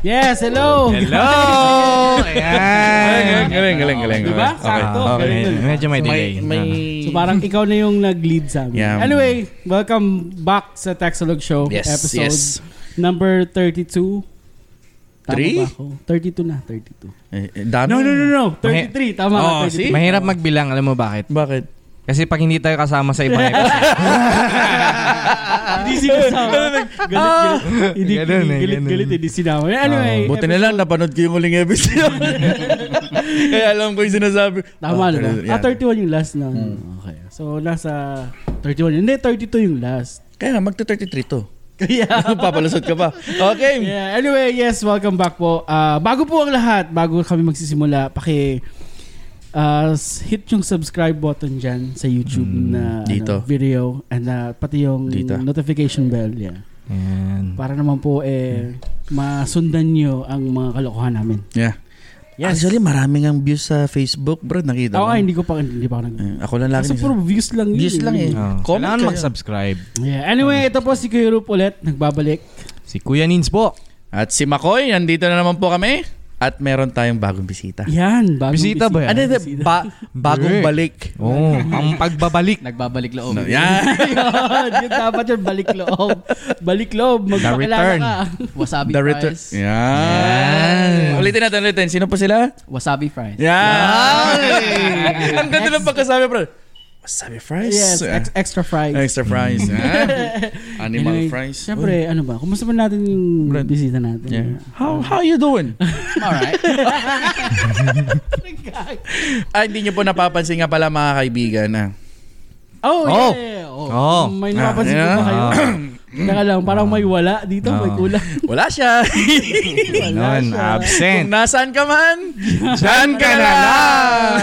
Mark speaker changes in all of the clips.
Speaker 1: Yes, hello!
Speaker 2: Hello!
Speaker 1: Oh,
Speaker 2: Ayan. Galing, galing, galing.
Speaker 1: Diba?
Speaker 2: Okay.
Speaker 1: Sakto.
Speaker 2: Okay.
Speaker 1: Galing dun.
Speaker 3: Medyo may delay.
Speaker 4: May, may...
Speaker 1: So parang ikaw na yung nag-lead sa amin.
Speaker 2: Yeah.
Speaker 1: Anyway, welcome back sa Taxalog Show
Speaker 4: Yes,
Speaker 1: episode
Speaker 4: yes.
Speaker 1: number 32. Tama
Speaker 2: Three?
Speaker 1: ba ako? 32 na, 32.
Speaker 2: Eh, eh, Dami.
Speaker 1: No, no, no, no. 33. Tama ka,
Speaker 2: Oh,
Speaker 1: 33.
Speaker 2: see?
Speaker 3: Mahirap magbilang, alam mo bakit?
Speaker 2: Bakit?
Speaker 3: Kasi pag hindi tayo kasama sa eh. ibang episode.
Speaker 1: Ah, Hindi sinasama. galit, galit. Hindi,
Speaker 3: Ganun eh,
Speaker 1: galit,
Speaker 3: ganun.
Speaker 1: galit, hindi sinama. Anyway.
Speaker 2: Oh, buti na
Speaker 1: episode-
Speaker 2: lang, napanood ko yung uling episode. Kaya alam ko yung sinasabi.
Speaker 1: Tama
Speaker 2: Oh,
Speaker 1: na ba?
Speaker 2: yeah.
Speaker 1: Ah, 31 yung last na. Okay. So, nasa 31. Hindi, 32 yung last.
Speaker 2: Kaya nga, magta-33 to.
Speaker 1: Kaya,
Speaker 2: Papalusot ka pa. Okay.
Speaker 1: Yeah, anyway, yes, welcome back po. Ah, bago po ang lahat, bago kami magsisimula, paki ah, s- hit yung subscribe button dyan sa YouTube na
Speaker 2: Mm,
Speaker 1: ano,
Speaker 2: dito.
Speaker 1: video and ah, pati yung
Speaker 2: Dito.
Speaker 1: notification bell. Yeah.
Speaker 3: Ayan.
Speaker 1: Para naman po
Speaker 2: Mm.
Speaker 1: eh masundan nyo ang mga kalokohan namin.
Speaker 2: Yeah.
Speaker 1: Yes.
Speaker 2: Actually, maraming ang views sa Facebook, bro. Nakita
Speaker 1: Oo,
Speaker 2: mo.
Speaker 1: nga, hindi ko pa hindi pa ako nag
Speaker 2: Eh, Ako lang lagi.
Speaker 1: Kasi puro views lang yun.
Speaker 2: Views lang eh. Ah.
Speaker 3: Oh.
Speaker 2: Comment
Speaker 3: Kailangan
Speaker 2: kayo.
Speaker 3: mag-subscribe.
Speaker 1: Yeah. Anyway, ito po si Kuya Rup ulit, nagbabalik.
Speaker 3: Si Kuya Nins po.
Speaker 2: At si Makoy, nandito na naman po kami. At meron tayong bagong bisita.
Speaker 1: Yan, bagong
Speaker 3: Bisita ba yan?
Speaker 2: Ano yun? Ba- bagong
Speaker 3: Eh.
Speaker 2: balik.
Speaker 3: Oh, ang pagbabalik.
Speaker 4: Nagbabalik loob.
Speaker 2: No, yan.
Speaker 1: yun, yun dapat yun, balik loob. Balik loob, magpakilala
Speaker 3: return.
Speaker 1: ka.
Speaker 4: Wasabi
Speaker 2: The
Speaker 4: fries.
Speaker 2: return. Yan. Ulitin natin, ulitin. Sino po sila?
Speaker 4: Wasabi fries.
Speaker 2: Yan. Ang ganda ng pagkasabi, bro. Wasabi fries.
Speaker 1: Yes,
Speaker 2: Ah,
Speaker 1: ex- extra fries.
Speaker 2: extra fries. Ah, Animal
Speaker 1: Anyway,
Speaker 2: fries.
Speaker 1: Siyempre, ano ba? Kumusta ba natin yung
Speaker 2: Brad.
Speaker 1: bisita
Speaker 2: Oh,
Speaker 1: natin?
Speaker 2: yeah. How how you doing?
Speaker 4: Alright.
Speaker 2: ah, hindi niyo po napapansin nga pala mga kaibigan na
Speaker 1: Oh,
Speaker 3: Oh.
Speaker 1: yeah. Oh.
Speaker 3: Oh.
Speaker 1: May napapansin ko
Speaker 2: Ah,
Speaker 1: ba kayo?
Speaker 3: Ah.
Speaker 1: Teka lang, parang may wala dito, may
Speaker 3: Ah.
Speaker 1: kulang.
Speaker 2: wala siya.
Speaker 1: Wala
Speaker 3: Ganun,
Speaker 1: siya.
Speaker 2: Kung
Speaker 3: absent.
Speaker 2: nasaan ka man, dyan ka na lang.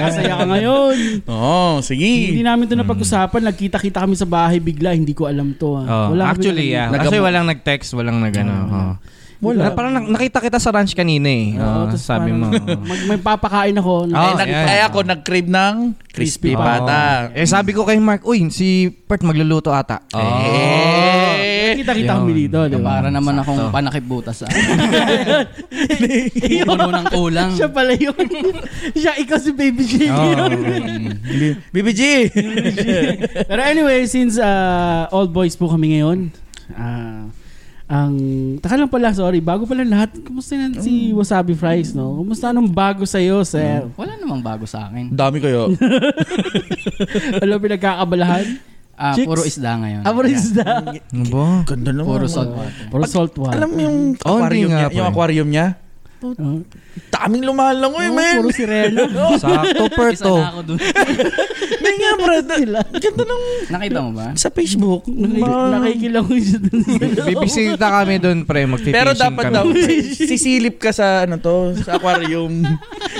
Speaker 1: Masaya ka ngayon.
Speaker 2: Oo, sige.
Speaker 1: Hindi namin
Speaker 3: Hmm.
Speaker 1: ito napag-usapan. Nagkita-kita kami sa bahay bigla. Hindi ko alam to.
Speaker 3: Oh,
Speaker 1: Ha. Wala kami
Speaker 3: actually,
Speaker 1: alam.
Speaker 3: yeah.
Speaker 2: Nagam-
Speaker 3: Actually, walang nag-text, walang nag-ano. oh.
Speaker 1: Wala.
Speaker 3: Na- Parang nak- nakita kita sa ranch kanina eh.
Speaker 1: Oo,
Speaker 3: Oh,
Speaker 1: tas
Speaker 3: sabi
Speaker 1: parang
Speaker 3: mo. oh.
Speaker 1: Mag, may papakain ako.
Speaker 2: Ay,
Speaker 3: Oh,
Speaker 2: nag,
Speaker 3: yeah.
Speaker 2: ay ako nag-crave ng crispy
Speaker 3: Oo.
Speaker 2: pata.
Speaker 3: Eh sabi ko kay Mark, uy, si Pert magluluto ata.
Speaker 1: Oh.
Speaker 2: Eh.
Speaker 1: Kita-kita kami
Speaker 3: Yun.
Speaker 1: dito. Diba?
Speaker 4: Para naman akong panakibutas. Ah. Puno ng kulang.
Speaker 1: Siya pala yun. Siya, ikaw si Baby J.
Speaker 3: Oh.
Speaker 2: BBG!
Speaker 1: Pero anyway, since uh, old boys po kami ngayon, ah, ang taka lang pala, sorry, bago pala lahat, kumusta na si
Speaker 2: Mm.
Speaker 1: Wasabi Fries, no? Kumusta nung bago sa'yo, sir?
Speaker 4: Wala namang bago sa akin.
Speaker 2: Dami kayo. Mm.
Speaker 1: Ano pinagkakabalahan?
Speaker 4: Ah,
Speaker 1: Chicks.
Speaker 4: puro isda ngayon.
Speaker 1: Abo rin isda.
Speaker 3: Ano ba?
Speaker 2: Ganda
Speaker 4: Yeah.
Speaker 2: naman.
Speaker 4: Puro salt water.
Speaker 1: Puro salt water.
Speaker 2: Alam mo yung
Speaker 3: Oh, hindi
Speaker 2: aquarium
Speaker 3: nga
Speaker 2: niya?
Speaker 3: po
Speaker 2: Yung
Speaker 3: eh.
Speaker 2: aquarium niya?
Speaker 1: Oh.
Speaker 2: Daming lumalangoy,
Speaker 1: Oh,
Speaker 2: man!
Speaker 1: puro sirena.
Speaker 3: Sakto, Pert.
Speaker 4: Isa
Speaker 3: oh.
Speaker 4: na ako dun.
Speaker 2: Hindi nga, bro. Ganda ng...
Speaker 4: Nakita mo ba?
Speaker 2: Sa Facebook.
Speaker 1: Nakik- Nakikilang ko siya dun sa
Speaker 3: Bibisita kami doon, pre. Magpipishing
Speaker 2: Pero dapat
Speaker 3: kami.
Speaker 2: daw, sisilip ka sa ano to, sa aquarium.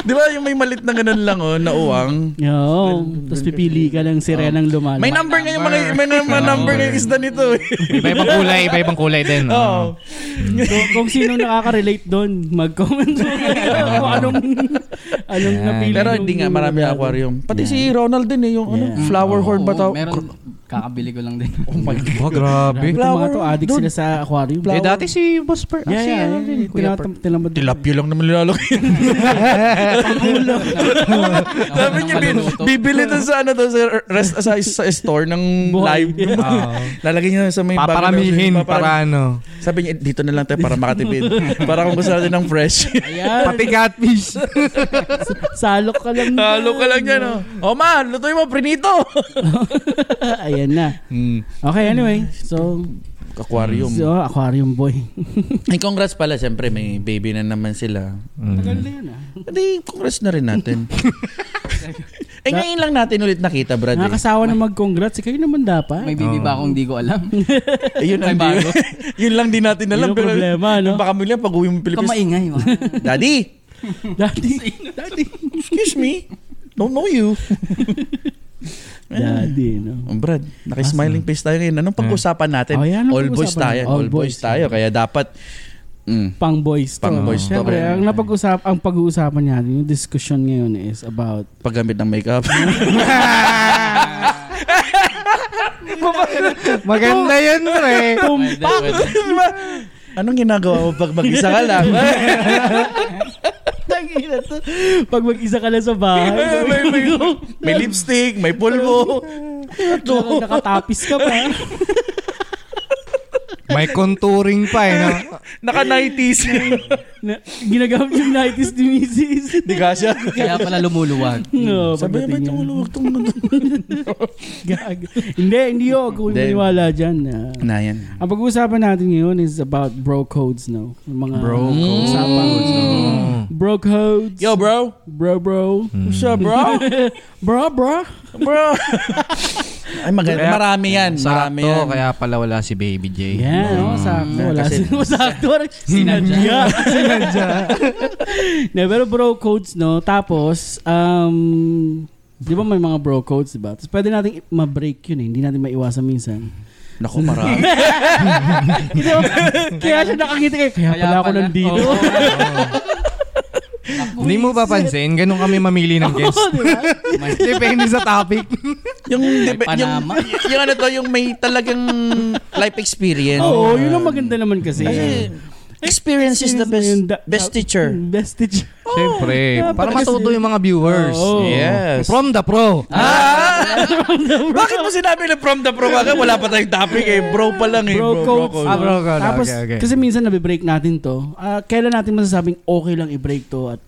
Speaker 2: Di ba yung may malit na ganun lang oh, na uwang.
Speaker 1: Oo. Tapos pipili ka ng sirenang lumalabas.
Speaker 2: May number ngayon, mga, may number, number ngayon isda nito eh.
Speaker 3: Iba-ibang kulay, iba-ibang kulay din. Ah.
Speaker 2: Oo.
Speaker 1: kung, kung sino nakaka-relate doon, mag-comment mo kayo kung anong, anong
Speaker 3: Yan.
Speaker 1: napili.
Speaker 2: Pero
Speaker 1: nung-
Speaker 2: hindi nga, marami ang aquarium. Pati
Speaker 1: Yeah.
Speaker 2: si Ronald din eh, yung ano,
Speaker 1: Yeah.
Speaker 2: flower horn ba
Speaker 4: Mm. Oo,
Speaker 2: tawag?
Speaker 4: Meron, kakabili ko lang din.
Speaker 2: Oh my God.
Speaker 3: Oh, grabe.
Speaker 1: Grabe,
Speaker 2: Flower,
Speaker 1: tomato addict
Speaker 2: dude.
Speaker 1: sila sa aquarium.
Speaker 2: Flower.
Speaker 3: Eh, dati si Boss Pert.
Speaker 1: Yeah, yeah, yeah.
Speaker 3: Kuya Pert.
Speaker 1: Tinatam- tinamad-
Speaker 2: Tilapia lang naman nilalaki. Sabi niya, bi-
Speaker 4: Nakaluto.
Speaker 2: bibili dun sa ano to, sa, rest, sa, sa store ng
Speaker 1: Buhay.
Speaker 2: live.
Speaker 3: Oo.
Speaker 2: Lalagay niya sa may bago na-
Speaker 3: ah, Paparamihin para
Speaker 2: paparami-
Speaker 3: ano.
Speaker 2: Sabi niya, dito na lang tayo para makatipid. para kung gusto natin ng fresh.
Speaker 1: Ayan,
Speaker 3: Pati catfish.
Speaker 1: salok ka lang.
Speaker 2: Halo ka lang yan, oh. Oh, ma, lutoy mo, prinito.
Speaker 1: Ayan na.
Speaker 2: Hmm.
Speaker 1: Okay, anyway. So,
Speaker 2: Aquarium.
Speaker 1: so aquarium boy.
Speaker 2: Ay, congrats pala. Siyempre, may baby na naman sila.
Speaker 1: Tagal
Speaker 3: Hmm.
Speaker 1: na yun ah.
Speaker 2: Hindi, congrats na rin natin. eh, ngayon lang natin ulit nakita, Brad. Eh.
Speaker 1: Nakakasawa na mag-congrats. Kayo naman dapat.
Speaker 4: May bibi ba akong hindi ko alam?
Speaker 2: Ayun ang
Speaker 4: May bago.
Speaker 2: yun lang din natin alam.
Speaker 1: Yun ang problema, no?
Speaker 2: Baka mo lang pag uwi mo Pilipinas.
Speaker 4: Kamaingay. wala.
Speaker 2: Daddy,
Speaker 1: Daddy. Daddy.
Speaker 2: excuse me. Don't know you.
Speaker 1: Daddy, no?
Speaker 2: Oh, Brad, naka-smiling face tayo ngayon. Anong pag-usapan natin?
Speaker 1: Oh, yan ang
Speaker 2: all boys
Speaker 1: pag-usapan
Speaker 2: tayo.
Speaker 1: natin.
Speaker 2: All,
Speaker 1: All
Speaker 2: boys,
Speaker 1: boys.
Speaker 2: tayo. Kaya dapat... Mm.
Speaker 1: pang boys to.
Speaker 2: Pang boys to.
Speaker 1: Siyempre,
Speaker 2: Okay.
Speaker 1: ang napag-usap ang pag-uusapan natin, yung discussion ngayon is about
Speaker 2: paggamit ng makeup.
Speaker 3: Maganda yun, pre.
Speaker 4: Pwede, pwede.
Speaker 2: Diba? Anong ginagawa mo pag mag-isa ka lang?
Speaker 1: Tangina to. Pag mag-isa ka lang sa bahay.
Speaker 2: may, may, may lipstick, may pulbo.
Speaker 1: Naka- Nakatapis ka pa.
Speaker 3: May contouring pa eh. No?
Speaker 2: Naka-90s.
Speaker 1: Na, ginagamit yung 90s ni Mrs.
Speaker 2: Di ka siya.
Speaker 4: Kaya pala lumuluwag.
Speaker 1: No,
Speaker 2: Sabi niya, ba't
Speaker 1: pagdating niya.
Speaker 2: tumuluwag tong
Speaker 1: Gag. Hindi, hindi ako. Kung
Speaker 2: Hindi.
Speaker 1: maniwala dyan. ah.
Speaker 2: Na yan.
Speaker 1: ang pag-uusapan natin ngayon is about bro codes, no? Yung mga
Speaker 3: Bro codes.
Speaker 1: Usapan.
Speaker 2: Hmm.
Speaker 1: Bro codes.
Speaker 2: Mm. Yo, bro.
Speaker 1: Bro, bro.
Speaker 2: What's up, bro?
Speaker 1: Bro, bro.
Speaker 2: Bro. Ay, maganda.
Speaker 3: Kaya-
Speaker 2: marami yan. Marami yan.
Speaker 3: Sakto, kaya pala wala si Baby J.
Speaker 1: Yan, yeah, oh, sakto. Wala
Speaker 2: Kasi-
Speaker 1: sila. Sakto. Sinadya. Sinadya. Hindi, pero bro codes, no? Tapos, um, di ba may mga bro codes, di ba? Tapos pwede natin i- ma-break yun eh. Hindi natin maiwasan minsan.
Speaker 2: Naku, marami.
Speaker 1: Hindi, kaya siya nakakita kayo. Kaya, pala ako nandito.
Speaker 4: Oo.
Speaker 3: Hindi mo papansin, ganun kami mamili ng guest.
Speaker 1: Oo, di ba?
Speaker 3: Depende sa topic.
Speaker 2: yung, dep- yung,
Speaker 4: Panama.
Speaker 2: yung ano to, yung may talagang life experience.
Speaker 1: Oo, yun ang maganda naman kasi.
Speaker 2: Kasi, experience is the best,
Speaker 1: Yun, da- Mm.
Speaker 2: best teacher.
Speaker 1: Best teacher.
Speaker 3: Siyempre,
Speaker 1: dapat
Speaker 3: para
Speaker 1: kasi-
Speaker 3: matuto yung mga viewers.
Speaker 1: Oo.
Speaker 2: Yes.
Speaker 3: From the pro.
Speaker 2: Ah! Bakit mo sinabi na from the pro? Bakit wala pa tayong topic eh. Bro pa lang eh.
Speaker 1: Bro codes.
Speaker 3: Ah, bro code.
Speaker 1: Tapos,
Speaker 3: Okay, okay.
Speaker 1: kasi minsan nabibreak natin to. Ah, kailan natin masasabing okay lang i-break to at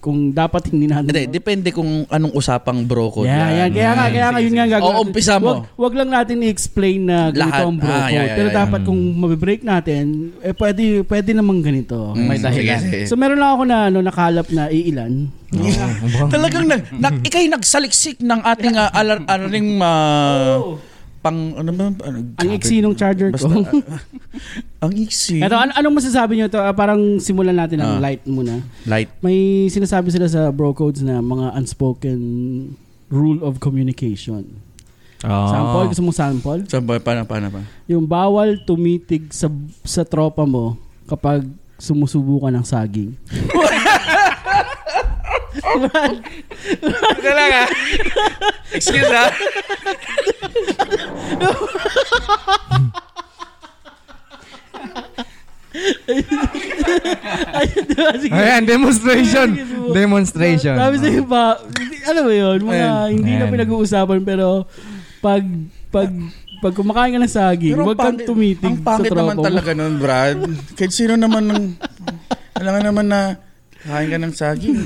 Speaker 1: kung dapat hindi natin.
Speaker 2: Hindi, depende kung anong usapang bro code.
Speaker 1: yeah, yeah, kaya nga, kaya nga, yun nga ang gagawin.
Speaker 2: O, umpisa mo.
Speaker 1: Wag, wag lang natin i-explain na ganito
Speaker 2: Lahat.
Speaker 1: ang bro
Speaker 2: Ah,
Speaker 1: code.
Speaker 2: yeah, yeah,
Speaker 1: Pero
Speaker 2: yeah.
Speaker 1: dapat kung mabibreak natin, eh pwede, pwede namang ganito.
Speaker 2: Mm,
Speaker 4: May dahilan.
Speaker 2: sige, sige.
Speaker 1: So meron lang ako na ano, nakalap na iilan.
Speaker 2: Talagang nag, nag, ikay nagsaliksik ng ating uh, alar, aring ah, pang ano ba? Ano,
Speaker 1: Ang iksi nung charger
Speaker 2: Basta,
Speaker 1: ko.
Speaker 2: ah, ang iksi.
Speaker 1: Ito, an- anong masasabi nyo? Ito, ah, parang simulan natin
Speaker 2: Ah.
Speaker 1: ang light muna.
Speaker 2: Light.
Speaker 1: May sinasabi sila sa bro codes na mga unspoken rule of communication.
Speaker 2: Ah.
Speaker 1: Sample? Gusto mong sample?
Speaker 2: So, pa, paano, paano, paano?
Speaker 1: Yung bawal tumitig sa, sa tropa mo kapag sumusubo ka ng saging.
Speaker 2: Teka lang ah. Excuse ah.
Speaker 1: Sige.
Speaker 3: Ayan, demonstration. Demonstration.
Speaker 1: Sabi sa iba, hindi- alam mo yun, mga
Speaker 2: Ayan.
Speaker 1: hindi na
Speaker 3: Ah. Ayan.
Speaker 1: pinag-uusapan pero pag pag pag kumakain ka ng saging,
Speaker 2: Pero ang
Speaker 1: huwag kang
Speaker 2: pangit-
Speaker 1: tumitig
Speaker 2: Ang
Speaker 1: sa
Speaker 2: pangit
Speaker 1: tropa
Speaker 2: naman
Speaker 1: mo.
Speaker 2: talaga nun, Brad. Kahit sino naman ng... Alam nga naman na kain ka ng saging.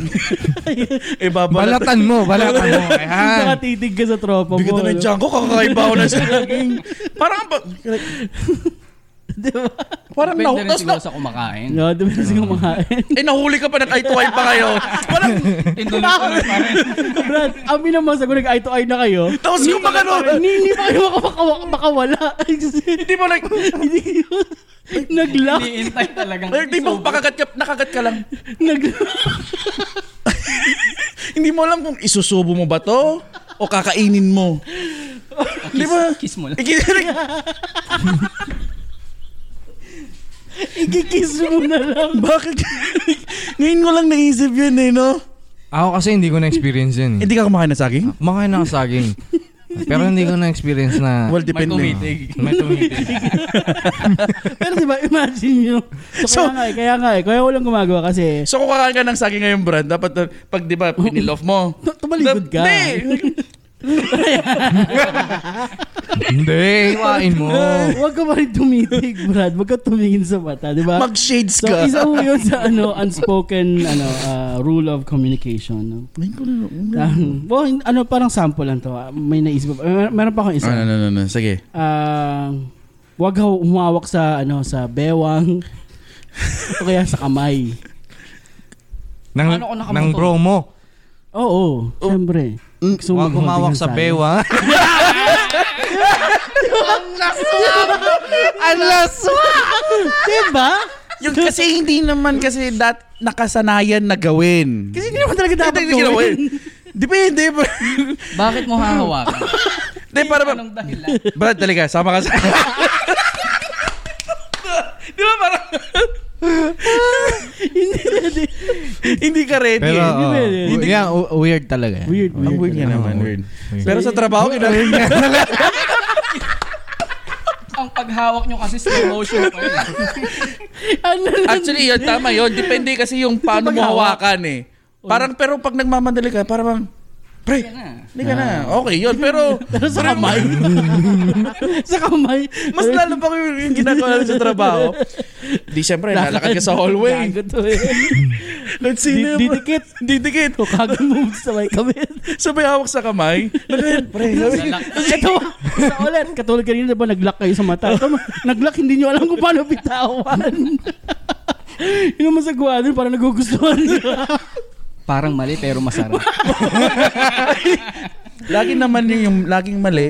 Speaker 2: eh, babalat.
Speaker 3: Balatan mo, balatan mo. Ayan.
Speaker 1: Saka titig ka sa tropa mo.
Speaker 2: Bigyan na ng
Speaker 1: ano?
Speaker 2: junk ko, kakakaiba ako ng saging. Parang... ang ba-
Speaker 1: Di ba?
Speaker 2: Parang
Speaker 4: Depende rin
Speaker 2: nahutas na...
Speaker 4: siguro sa kumakain.
Speaker 1: No, dumi na siya kumakain.
Speaker 2: Eh, nahuli ka pa, nag-eye-to-eye pa kayo. Parang...
Speaker 4: Tinulog ko rin pa rin.
Speaker 1: Brad, amin naman sa kung nag-eye to eye na kayo.
Speaker 2: Tapos yung mga
Speaker 1: Parang Hindi, hindi pa kayo makawak, makawala.
Speaker 2: Hindi mo like...
Speaker 1: hindi Nag-lock.
Speaker 4: Iniintay talagang.
Speaker 2: Like, di mo pakagat ka, nakagat ka lang.
Speaker 1: Nag-lock.
Speaker 2: Hindi mo alam kung isusubo mo ba to o kakainin mo. Di ba?
Speaker 4: Kiss mo lang.
Speaker 2: Ikinig.
Speaker 1: Ikikiss mo na lang.
Speaker 2: Bakit? Ngayon ko lang naisip yun eh, no?
Speaker 3: Ako kasi hindi ko na-experience yun. Eh.
Speaker 2: Hindi ka kumakain ng saging?
Speaker 3: Kumakain na ako saging. Pero hindi ko na-experience na
Speaker 2: Well,
Speaker 4: May
Speaker 2: depende.
Speaker 4: tumitig.
Speaker 3: may tumitig.
Speaker 1: Pero diba, imagine nyo.
Speaker 2: So-
Speaker 1: So, kaya nga eh, kaya nga eh. Kaya walang gumagawa kasi.
Speaker 2: So kung kakain ka ng saging ngayon, Brad, dapat uh, pag di ba pinilof mo.
Speaker 1: Tu- Tumalikod ka.
Speaker 2: Hindi.
Speaker 3: hindi, iwain mo.
Speaker 1: Huwag ka pa rin tumitig, Brad. Huwag ka tumingin sa mata, di ba?
Speaker 2: Mag-shades
Speaker 1: so,
Speaker 2: ka.
Speaker 1: isa ho yun sa ano, unspoken ano, ah, rule of communication. No?
Speaker 2: Ngayon ko lang-
Speaker 1: Ah, well, ano, parang sample lang to. Ah, May naisip. pa- Mer- meron pa akong isa.
Speaker 2: Ah, no, no, no, no. Sige.
Speaker 1: Ah, wag ho humawak sa ano sa bewang o kaya sa kamay.
Speaker 3: Nang,
Speaker 4: Paano ko nakamotor?
Speaker 3: nang bro mo.
Speaker 1: Oo, syempre.
Speaker 2: Mm,
Speaker 1: Gusto mo
Speaker 3: Huwag humawak
Speaker 1: magholding
Speaker 3: sa
Speaker 1: tayo.
Speaker 3: bewa. Ang laswa!
Speaker 1: Diba?
Speaker 2: Yung kasi hindi naman kasi dat nakasanayan na gawin.
Speaker 1: Kasi hindi naman talaga dapat
Speaker 2: Hindi gawin.
Speaker 1: gawin.
Speaker 2: Depende. bro.
Speaker 4: Bakit mo hahawakan?
Speaker 2: Hindi, para ba...
Speaker 4: Anong dahilan?
Speaker 2: Brad, talaga, sama ka sa... Di ba parang...
Speaker 1: Hindi, hindi.
Speaker 2: Hindi ka ready.
Speaker 3: Pero,
Speaker 2: eh.
Speaker 1: Hindi
Speaker 3: oh,
Speaker 1: pwede.
Speaker 3: w- yeah, w- weird talaga.
Speaker 1: Weird, weird.
Speaker 2: Ang weird niya
Speaker 3: Oo,
Speaker 2: naman.
Speaker 3: weird. Weird.
Speaker 2: Pero sa trabaho, kinakain niya.
Speaker 4: Ang paghawak nyo kasi slow motion pa yun.
Speaker 1: Saan na Ano lang?
Speaker 2: Actually, yun, tama yun. Depende kasi yung paano mo
Speaker 1: Paghawak.
Speaker 2: hawakan eh. Parang, pero pag nagmamadali ka, parang, pre, hindi ka na. Okay, yun. Pero,
Speaker 1: Pero sa kamay. sa kamay.
Speaker 2: mas lalo pa yung, yung ginagawa natin sa trabaho. Di syempre, lalakad ka sa hallway.
Speaker 1: Gago to eh.
Speaker 2: Let's see
Speaker 1: Di-
Speaker 2: na.
Speaker 1: Didikit.
Speaker 2: Didikit.
Speaker 1: Kago mo sa may kamay.
Speaker 2: Sabay hawak sa kamay. Nagkain, pre.
Speaker 4: Lalak-
Speaker 1: Ito, sa ulit, katulad kanina, diba nag-lock kayo sa mata? Ito, nag-lock, hindi nyo alam kung paano bitawan. Yun naman sa guwa doon, parang nagugustuhan nyo.
Speaker 4: Parang mali pero masarap.
Speaker 2: Lagi naman yun yung laging mali.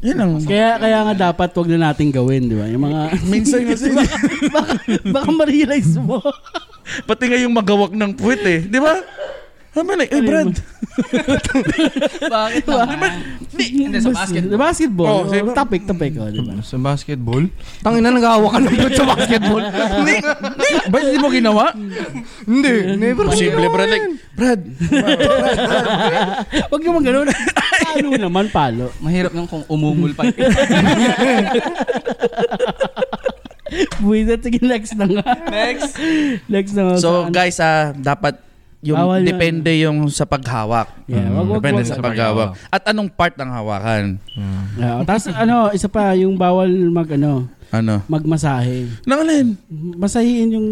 Speaker 2: Yun ang...
Speaker 1: kaya, kaya nga dapat wag na natin gawin, di ba? Yung mga...
Speaker 2: Minsan kasi,
Speaker 1: baka, baka ma-realize mo.
Speaker 2: pati nga yung magawak ng puwit eh. Di ba? Ano na, eh, Brad.
Speaker 4: Bakit naman? Hindi, sa basketball.
Speaker 1: Sa basketball.
Speaker 2: Oh, sa-
Speaker 1: Oh, topic, topic. Oh, di ba?
Speaker 3: Sa basketball? Tangina, nag-aawa ka ng blood sa basketball.
Speaker 2: Hindi, hindi. Ba, hindi mo ginawa?
Speaker 3: Hindi, never ko
Speaker 2: Posible,
Speaker 3: ginawa
Speaker 2: Brad.
Speaker 3: yan.
Speaker 2: Like, Brad,
Speaker 1: Huwag naman ganun. Palo naman, palo.
Speaker 4: Mahirap nung kung umungol pa.
Speaker 1: Buwis at sige, next na nga.
Speaker 4: Next.
Speaker 1: Next na nga.
Speaker 2: So
Speaker 1: sa- ano.
Speaker 2: guys, ah dapat yung
Speaker 1: Bawal yun.
Speaker 2: depende yung sa paghawak.
Speaker 1: Yeah, wag, wag,
Speaker 2: depende
Speaker 1: wag.
Speaker 2: sa paghawak. At anong part ng hawakan?
Speaker 1: Ah, tapos ano, isa pa, yung bawal mag ano,
Speaker 2: Ano?
Speaker 1: magmasahe.
Speaker 2: Nangalin.
Speaker 1: Masahiin yung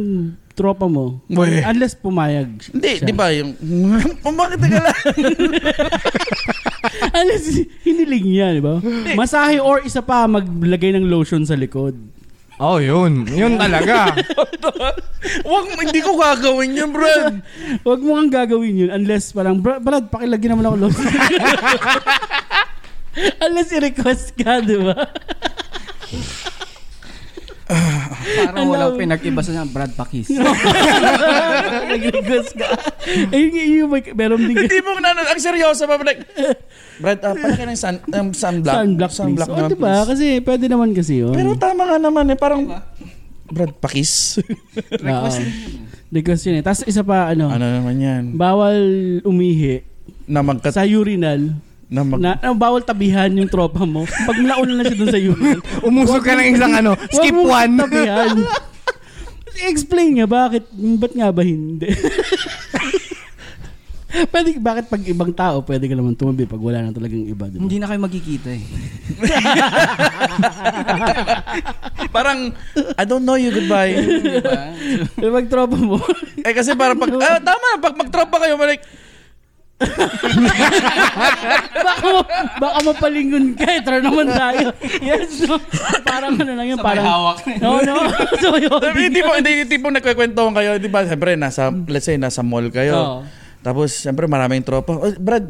Speaker 1: tropa mo.
Speaker 2: Weh.
Speaker 1: Unless pumayag.
Speaker 2: Hindi,
Speaker 1: siya.
Speaker 2: di ba yung... Oh, Bakit ka lang?
Speaker 1: Unless hiniling niya, di ba?
Speaker 2: Eh.
Speaker 1: Masahe or isa pa, maglagay ng lotion sa likod.
Speaker 3: Oh, yun. Yun talaga.
Speaker 2: Wag, hindi ko gagawin yun, Brad.
Speaker 1: Huwag mo kang gagawin yun unless parang, Brad, Brad pakilagyan naman ako lotion. unless i-request ka, di ba?
Speaker 4: Parang
Speaker 1: Alam.
Speaker 4: walang pinag-iba sa Brad Pakis.
Speaker 1: Nag-request ka. Ayun, yun, yun, may- meron din
Speaker 2: hindi mo na... Ang seryoso pa, like... Brad, uh, pala ka ng sun, um, sunblock.
Speaker 1: sunblock, sunblock please. O,
Speaker 2: naman,
Speaker 1: diba?
Speaker 2: please.
Speaker 1: Kasi pwede naman kasi yun.
Speaker 2: Pero tama nga naman eh, parang... Brad, pakis.
Speaker 1: request yun. Request yun eh. Tapos isa pa, ano,
Speaker 2: ano naman yan?
Speaker 1: bawal umihi
Speaker 2: Na magkat...
Speaker 1: sa urinal.
Speaker 2: Na mag...
Speaker 1: Na, ah, bawal tabihan yung tropa mo. Pag nauna na siya dun sa urinal.
Speaker 3: Umusog ka ng isang ano, skip
Speaker 1: Huwag mo
Speaker 3: one.
Speaker 1: Tabihan. Explain nga bakit, ba't nga ba hindi? pwede, bakit pag ibang tao, pwede ka naman tumabi pag wala na talagang iba. Diba?
Speaker 4: Hindi na kayo magkikita eh.
Speaker 2: parang, I don't know you, goodbye.
Speaker 4: Di ba?
Speaker 1: Pero pag tropa mo,
Speaker 2: Eh kasi para pag ah, tama pag magtropa kayo malik.
Speaker 1: baka, ma- baka mapalingon ka eh. Tara naman tayo. Yes, no? Parang ano lang yun.
Speaker 4: Sa may
Speaker 1: Parang,
Speaker 4: hawak.
Speaker 1: No, no. so, yun.
Speaker 2: Hindi po hindi hindi po nagkukwentuhan kayo, 'di ba? Syempre nasa let's say nasa mall
Speaker 1: Oo.
Speaker 2: kayo. Tapos syempre maraming tropa. Oh, Brad.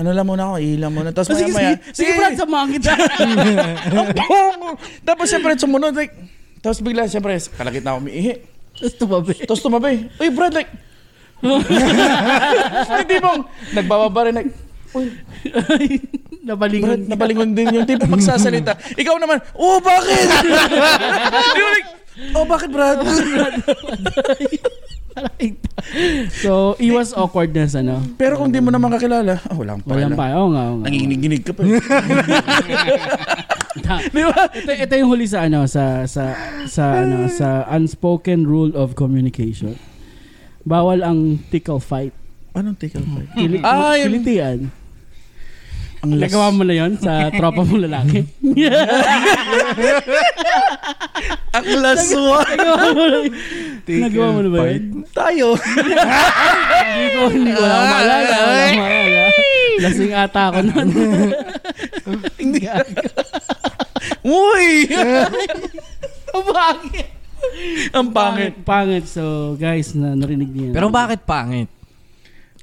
Speaker 2: Ano lang muna ako, iilang muna. Tapos
Speaker 1: Oh, sige, sige,
Speaker 2: maya-maya.
Speaker 1: sige, Brad, samahan kita.
Speaker 2: Bong! Tapos syempre sumunod like tapos bigla syempre kalakit na ako umiihi.
Speaker 1: Tapos tumabi.
Speaker 2: Tapos tumabi. Uy, Brad like hindi bang nagbababa rin like
Speaker 1: Ay, Napalingon.
Speaker 2: Brad, napalingon din yung tipo magsasalita. Ikaw naman, oh, bakit? Di ba, like, oh, bakit, Brad?
Speaker 1: So, iwas awkwardness, ano?
Speaker 2: Pero kung di mo naman kakilala, ah, wala pa.
Speaker 1: Walang pa. Oo nga, oo nga.
Speaker 2: Nanginginig-ginig ka pa.
Speaker 1: Di ba? Ito, ito yung huli sa ano sa sa sa ano sa unspoken rule of communication. Bawal ang tickle fight.
Speaker 2: Anong take out fight?
Speaker 1: Kili-
Speaker 2: Ah, yun.
Speaker 1: kilitian.
Speaker 2: Ang last.
Speaker 1: Nagawa mo na yon sa tropa mong lalaki.
Speaker 2: Ang last one.
Speaker 1: Nagawa mo na yun. Nagawa mo na ba yun?
Speaker 2: Tayo.
Speaker 1: Hindi ko, hindi ko. Wala akong maalala. Wala akong maalala. Lasing ata ako nun.
Speaker 2: Hindi. Uy!
Speaker 1: Bakit?
Speaker 2: Ang pangit.
Speaker 1: Pangit. So, guys, na narinig niyo. yan.
Speaker 3: Pero bakit pangit?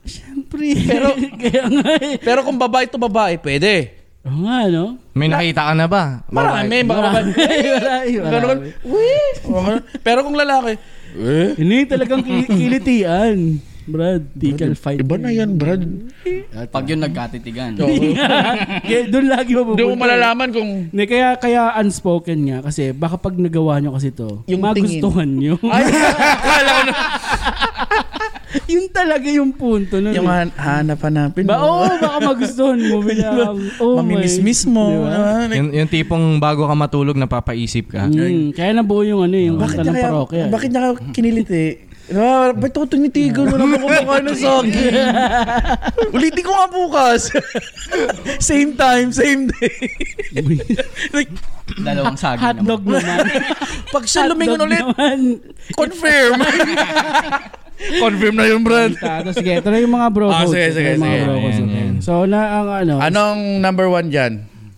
Speaker 1: Siyempre. Pero, kaya nga eh.
Speaker 2: Pero kung babae to babae, pwede.
Speaker 1: Oo nga, no?
Speaker 3: May nakita ka na ba?
Speaker 2: Marami, baka babae.
Speaker 1: Marami,
Speaker 2: Ganun.
Speaker 1: marami.
Speaker 2: Uy! Pero kung lalaki, eh?
Speaker 1: Hindi talagang kil- kilitian. Brad, tickle fight.
Speaker 2: Iba na yan, Brad.
Speaker 4: Pag yun nagkatitigan.
Speaker 1: Kaya Doon lagi mapupunta. eh.
Speaker 2: Hindi mo malalaman kung...
Speaker 1: Hindi, kaya, kaya unspoken nga kasi baka pag nagawa nyo kasi to,
Speaker 2: Yung
Speaker 1: magustuhan nyo.
Speaker 2: Ay, akala ko na.
Speaker 1: yun talaga yung punto nun.
Speaker 2: Yung
Speaker 1: eh.
Speaker 2: han- hanap-hanapin
Speaker 1: ba,
Speaker 2: mo.
Speaker 1: oo, baka magustuhan mo. Bilang, oh my-
Speaker 2: Mamimismis mo.
Speaker 1: Di ba?
Speaker 2: ah, like,
Speaker 3: yung, yung tipong bago ka matulog, napapaisip ka.
Speaker 1: Mm, kaya nabuo yung ano, eh, yung
Speaker 2: bakit niya
Speaker 1: kanta ng
Speaker 2: kaya,
Speaker 1: parokya. eh.
Speaker 2: bakit niya kaya kinilit eh? Ah, ba't ako tinitigan? Wala ba kumakain ng ano, saging? Ulitin ko nga bukas. same time, same day. like,
Speaker 4: Dalawang saging
Speaker 1: Hotdog naman.
Speaker 2: pag siya lumingon
Speaker 1: Hotdog
Speaker 2: ulit,
Speaker 1: naman.
Speaker 2: confirm. confirm na yung brand.
Speaker 1: Tapos sige, ito na yung mga bro
Speaker 2: Ah,
Speaker 1: codes.
Speaker 2: sige,
Speaker 1: Ito
Speaker 2: sige,
Speaker 1: yung mga
Speaker 2: sige.
Speaker 1: bro codes
Speaker 3: Ayan,
Speaker 1: natin.
Speaker 3: ayan.
Speaker 1: So, na ang ano,
Speaker 2: Anong number one dyan?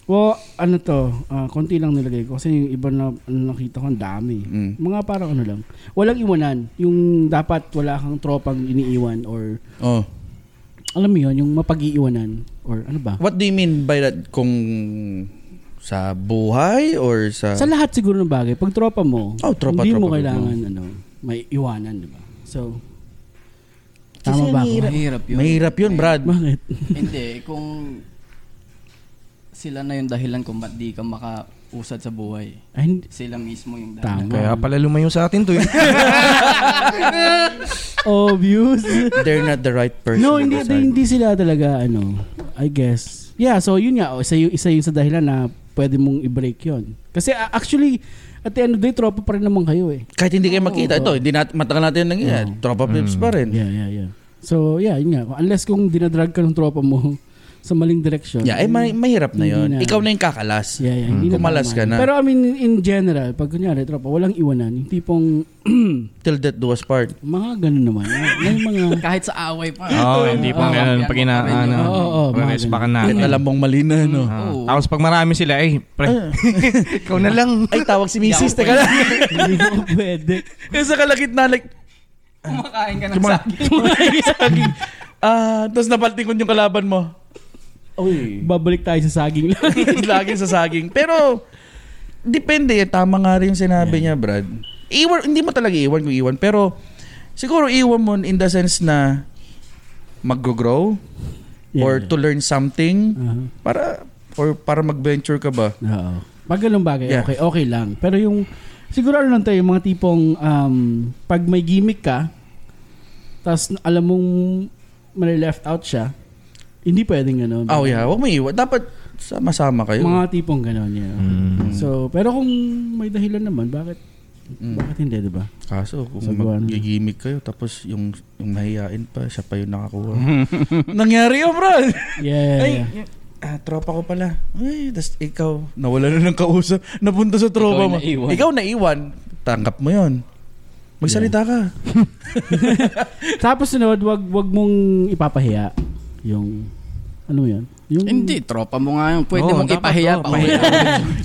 Speaker 1: well, ano to, ah, konti lang nilagay ko. Kasi yung iba na ano, nakita ko, ang dami.
Speaker 2: Mm.
Speaker 1: Mga parang ano lang. Walang iwanan. Yung dapat wala kang tropang iniiwan or,
Speaker 2: Oh.
Speaker 1: alam mo yun, yung mapag-iiwanan. Or ano ba?
Speaker 2: What do you mean by that? Kung sa buhay or sa...
Speaker 1: Sa lahat siguro ng bagay, pag tropa mo,
Speaker 2: Oh, tropa,
Speaker 1: hindi mo
Speaker 2: tropa,
Speaker 1: kailangan ano, may iwanan, di ba? So,
Speaker 2: Kasi
Speaker 1: tama ba ako?
Speaker 4: naman. Mahirap yun.
Speaker 2: Mahirap yun, Brad.
Speaker 1: Bakit?
Speaker 4: Hindi, kung sila na yung dahilan kung ba't di ka makausad sa buhay.
Speaker 1: Ay, hindi.
Speaker 4: Sila mismo yung dahilan.
Speaker 1: Tama.
Speaker 3: Kaya pala lumayo sa atin to eh.
Speaker 1: Obvious.
Speaker 2: They're not the right person.
Speaker 1: no,
Speaker 2: to
Speaker 1: hindi,
Speaker 2: decide.
Speaker 1: hindi sila talaga, ano, I guess. Yeah, so yun nga, oh, isa yung, isa yung sa dahilan na pwede mong i-break yun. Kasi ah, actually, at the end of the day, tropa pa rin naman kayo eh.
Speaker 2: Kahit hindi kayo makita, ito, hindi nat- matagal natin yung nangyayari. Tropa flips pa rin.
Speaker 1: Yeah, yeah, yeah. So, yeah, yun nga. Unless kung dinadrag ka ng tropa mo sa maling direksyon.
Speaker 2: Yeah, eh, ay ma- mahirap na
Speaker 1: Hindi
Speaker 2: yun.
Speaker 1: na.
Speaker 2: Ikaw na yung kakalas. Mm.
Speaker 1: Yeah, yeah. Hindi na
Speaker 2: Kumalas
Speaker 1: tama
Speaker 2: ka
Speaker 1: yun.
Speaker 2: na.
Speaker 1: Pero I mean, in general, pag kunyari, tropa, walang iwanan. Yung tipong,
Speaker 2: Till death do us part.
Speaker 1: mga ganun naman. May mga...
Speaker 4: Kahit sa away pa.
Speaker 3: Oo, hindi po
Speaker 4: Ah,
Speaker 3: ganun.
Speaker 4: yan,
Speaker 3: Pag
Speaker 4: pa rin yun.
Speaker 3: inaano,
Speaker 1: Oo, oo, mga ganun.
Speaker 3: respakan
Speaker 2: Kahit
Speaker 3: namin.
Speaker 2: alam Mm. mong mali na, no?
Speaker 3: Ah,
Speaker 4: Oo.
Speaker 3: Tapos pag marami sila, eh, pre,
Speaker 1: Eh.
Speaker 3: ikaw na lang.
Speaker 2: Ay, tawag si misis.
Speaker 4: Hindi ako
Speaker 2: Teka lang.
Speaker 1: Hindi mo pwede.
Speaker 2: Yung sa kalagit na, like,
Speaker 4: Kumakain ka ng saging.
Speaker 2: ah, tapos napaltikon yung kalaban mo. Uy.
Speaker 1: Babalik tayo sa saging lang.
Speaker 2: Laging sa saging. Pero, depende. eh. Tama nga rin yung sinabi niya, Brad. Iwan, hindi mo talaga iwan kung iwan. Pero, siguro iwan mo in the sense na mag-grow
Speaker 1: Yeah, Uh-huh.
Speaker 2: or
Speaker 1: yeah.
Speaker 2: to learn something
Speaker 1: Aha.
Speaker 2: para or para mag-venture ka ba?
Speaker 1: Oo. Pag ganun bagay,
Speaker 2: Yeah.
Speaker 1: okay, okay lang. Pero yung, siguro ano lang tayo, yung mga tipong, um, pag may gimmick ka, tapos alam mong may left out siya, hindi pwedeng ganun.
Speaker 2: Oh yeah, wag mo iwan. Dapat sama-sama kayo.
Speaker 1: Mga tipong ganun, yeah.
Speaker 3: Mm.
Speaker 1: So, pero kung may dahilan naman, bakit, bakit hindi, di ba?
Speaker 2: Mm. Kaso kung
Speaker 1: Sa guwan.
Speaker 2: mag-gimmick kayo tapos yung yung mahihain pa, siya pa yung nakakuha. Nangyari yun, bro.
Speaker 1: Yeah.
Speaker 2: Ay, y- ah, tropa ko pala. Ay, tas ikaw, nawala na ng kausap. Napunta sa tropa
Speaker 4: Ikaw
Speaker 2: mo.
Speaker 4: yung naiwan.
Speaker 2: Ikaw naiwan. Tanggap mo yon. Magsalita ka.
Speaker 1: Tapos sunod, wag, wag mong ipapahiya yung, ano mo yun? Yung,
Speaker 4: Hindi, tropa mo nga yun. Pwede
Speaker 3: Oo,
Speaker 4: mong
Speaker 3: dapat,
Speaker 4: ipahiya
Speaker 3: oo,
Speaker 4: pa.
Speaker 3: pahiya.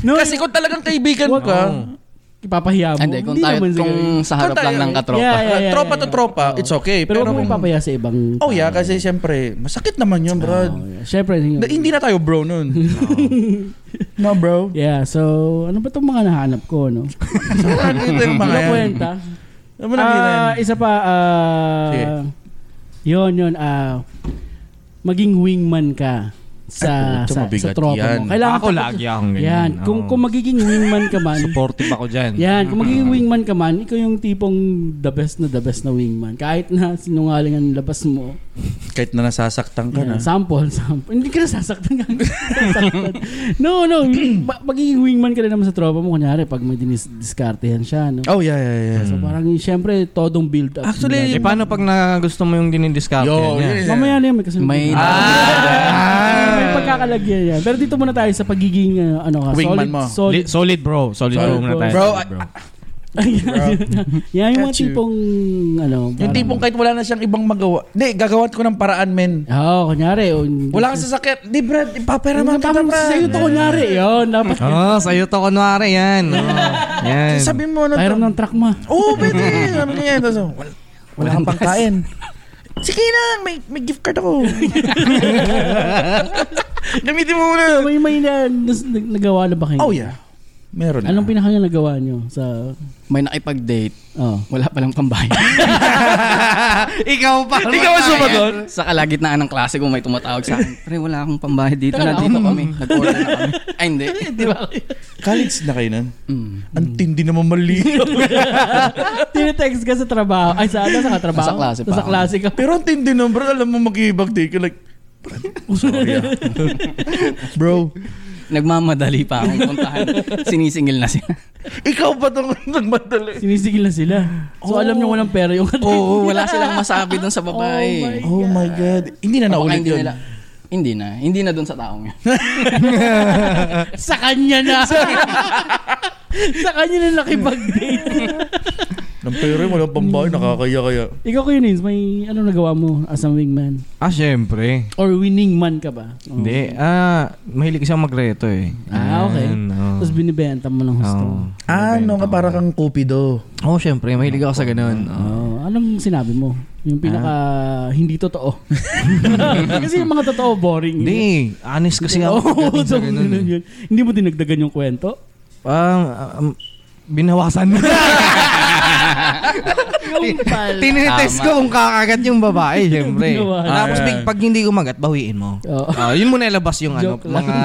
Speaker 1: no,
Speaker 2: Kasi kung talagang kaibigan
Speaker 1: Wag-
Speaker 2: ka, Ah,
Speaker 3: Oo.
Speaker 1: ipapahiya mo.
Speaker 4: Hindi, kung
Speaker 1: Ah,
Speaker 4: tayo,
Speaker 1: naman siguro.
Speaker 4: kung sa harap
Speaker 2: Kung
Speaker 4: lang
Speaker 2: tayo-
Speaker 4: ng katropa.
Speaker 1: Yeah, yeah, yeah,
Speaker 2: tropa
Speaker 1: yeah,
Speaker 2: to tropa,
Speaker 1: yeah.
Speaker 2: it's okay. Pero,
Speaker 1: pero wag mong ipapahiya sa ibang
Speaker 2: oh yeah, kasi siyempre, masakit naman yun, bro.
Speaker 1: Oh, yeah. Siyempre. yun.
Speaker 2: Na- hindi na tayo bro nun. no, bro.
Speaker 1: Yeah, so ano ba itong mga nahanap ko, no?
Speaker 2: Saan ito yung mga
Speaker 1: Ano
Speaker 2: yan?
Speaker 1: kwenta?
Speaker 2: Ano mo nakita
Speaker 1: Ah,
Speaker 2: yan?
Speaker 1: isa pa, ah,
Speaker 2: Sige.
Speaker 1: yun, yun, ah, maging wingman ka sa,
Speaker 2: Ay, puto,
Speaker 1: sa, sa
Speaker 2: mabigat
Speaker 1: tropa
Speaker 2: yan.
Speaker 1: mo. Kailangan
Speaker 3: ako
Speaker 1: tapos-
Speaker 3: lagi akong ganyan.
Speaker 1: Yan, kung,
Speaker 3: Oo.
Speaker 1: kung magiging wingman ka man,
Speaker 3: Supportive ako dyan.
Speaker 1: yan, kung magiging
Speaker 2: Mm.
Speaker 1: wingman ka man, ikaw yung tipong the best na the best na wingman. Kahit na sinungaling ang labas mo,
Speaker 2: Kahit na nasasaktan ka na.
Speaker 1: Yeah, Mm. sample, sample. Hindi ka nasasaktan ka. Nasasaktan. no, no. Ma- Magiging wingman ka na naman sa tropa mo. Kunyari, pag may diniskartehan siya, no?
Speaker 2: Oh, yeah, yeah, yeah.
Speaker 1: So parang, syempre, todong build up.
Speaker 2: Actually,
Speaker 3: Eh, paano pag na gusto mo yung dinidiscount
Speaker 2: Yo, yun.
Speaker 3: niya?
Speaker 1: Mamaya na yun, may kasunod.
Speaker 4: May-
Speaker 2: Ah!
Speaker 1: may pagkakalagyan yan. Pero dito muna tayo sa pagiging, uh, ano ka,
Speaker 2: Wingman
Speaker 1: solid,
Speaker 2: mo.
Speaker 1: solid.
Speaker 3: Li- solid bro. Solid,
Speaker 1: Solid
Speaker 3: bro muna
Speaker 1: bro.
Speaker 3: tayo.
Speaker 2: Bro,
Speaker 3: Solid,
Speaker 2: Bro.
Speaker 1: yan yung mga
Speaker 2: Got you.
Speaker 1: tipong, ano,
Speaker 2: Yung
Speaker 1: parang-
Speaker 2: tipong kahit wala na siyang ibang magawa. Hindi, gagawan ko ng paraan, men.
Speaker 1: Oo, kunyari. oh, hindi-
Speaker 2: Wala kang sasakyan. Di, Brad, ipaperaman kita,
Speaker 1: Tapos
Speaker 2: Brad.
Speaker 1: sa'yo to, kunyari. Yun, dapat.
Speaker 2: Ah.
Speaker 3: Oh, sa'yo to kunwari yan. Oo, yan.
Speaker 2: Sabi mo na
Speaker 1: Pahiram
Speaker 2: to.
Speaker 1: ng truck mo.
Speaker 2: Oo, pwede. Sabi niya yan. Tapos, wala, wala kang pangkain. Sige na, may, may gift card ako. Gamitin mo muna.
Speaker 1: May may na, nas- nag- nagawa na ba kayo?
Speaker 2: Oh, yeah. Meron
Speaker 1: Anong
Speaker 2: na.
Speaker 1: pinakang nagawa nyo sa...
Speaker 4: May nakipag-date,
Speaker 1: Oh.
Speaker 4: wala palang pambayad.
Speaker 3: Ikaw pa.
Speaker 2: Ikaw ang sumagot.
Speaker 4: sa kalagitnaan ng klase kung may tumatawag sa akin, pre, wala akong pambayad dito.
Speaker 1: Tara,
Speaker 4: Nandito
Speaker 1: ako-
Speaker 4: kami. Nag-order na kami. Ay, hindi.
Speaker 1: Di ba?
Speaker 2: College na kayo nun?
Speaker 4: Mm.
Speaker 2: Ang tindi naman mali.
Speaker 1: Tinetext ka sa trabaho. Ay, sa ano? Sa katrabaho?
Speaker 4: Sa klase pa.
Speaker 1: Sa klase ka.
Speaker 2: Pero ang tindi nun, bro. Alam mo, mag-ibag-date ka. Like, bro, sorry ah. bro,
Speaker 4: Nagmamadali pa akong puntahan. Sinisingil na siya.
Speaker 2: ikaw ba itong nagmadali?
Speaker 1: Sinisigil na sila. So, alam nyo walang pera yung
Speaker 4: Oo, wala silang masabi dun sa
Speaker 1: my
Speaker 4: babae.
Speaker 2: Oh my God. Hindi na
Speaker 4: Baka
Speaker 2: naulit
Speaker 4: hindi
Speaker 2: yun.
Speaker 4: nila- Hindi na. Hindi na dun sa taong yun.
Speaker 1: sa kanya na. sa kanya na nakipag-date.
Speaker 2: Ng pera, walang pambahay, nakakaya-kaya.
Speaker 1: Ikaw, Kuya Nins, may ano nagawa mo as a wingman?
Speaker 3: Ah, syempre.
Speaker 1: Or winning man ka ba? Oo.
Speaker 3: Hindi. Ah, mahilig siyang magreto eh.
Speaker 1: Ah, okay.
Speaker 3: Yan, oh. oo.
Speaker 1: Tapos binibenta mo ng husto.
Speaker 3: Oo.
Speaker 2: Ah, no, nga para kang Cupido.
Speaker 3: Oo, syempre. Mahilig ako sa ganun. Oo.
Speaker 1: Oh, anong sinabi mo? Yung pinaka hindi totoo. Kasi yung mga totoo boring.
Speaker 3: Hindi. Honest kasi
Speaker 1: Oo,
Speaker 3: ako. pagdating
Speaker 1: so,
Speaker 3: sa ganun eh.
Speaker 1: ganun yun. Hindi mo dinagdagan yung kwento?
Speaker 3: Ah, um, binawasan mo.
Speaker 1: Yung pala.
Speaker 3: Tinitest ko kung kakagat yung babae, syempre.
Speaker 1: Binawasan.
Speaker 3: Tapos big, pag hindi kumagat, bawiin mo.
Speaker 1: Oo.
Speaker 3: Ah, yun mo nalabas yung ano,
Speaker 1: Joke lang.
Speaker 3: mga,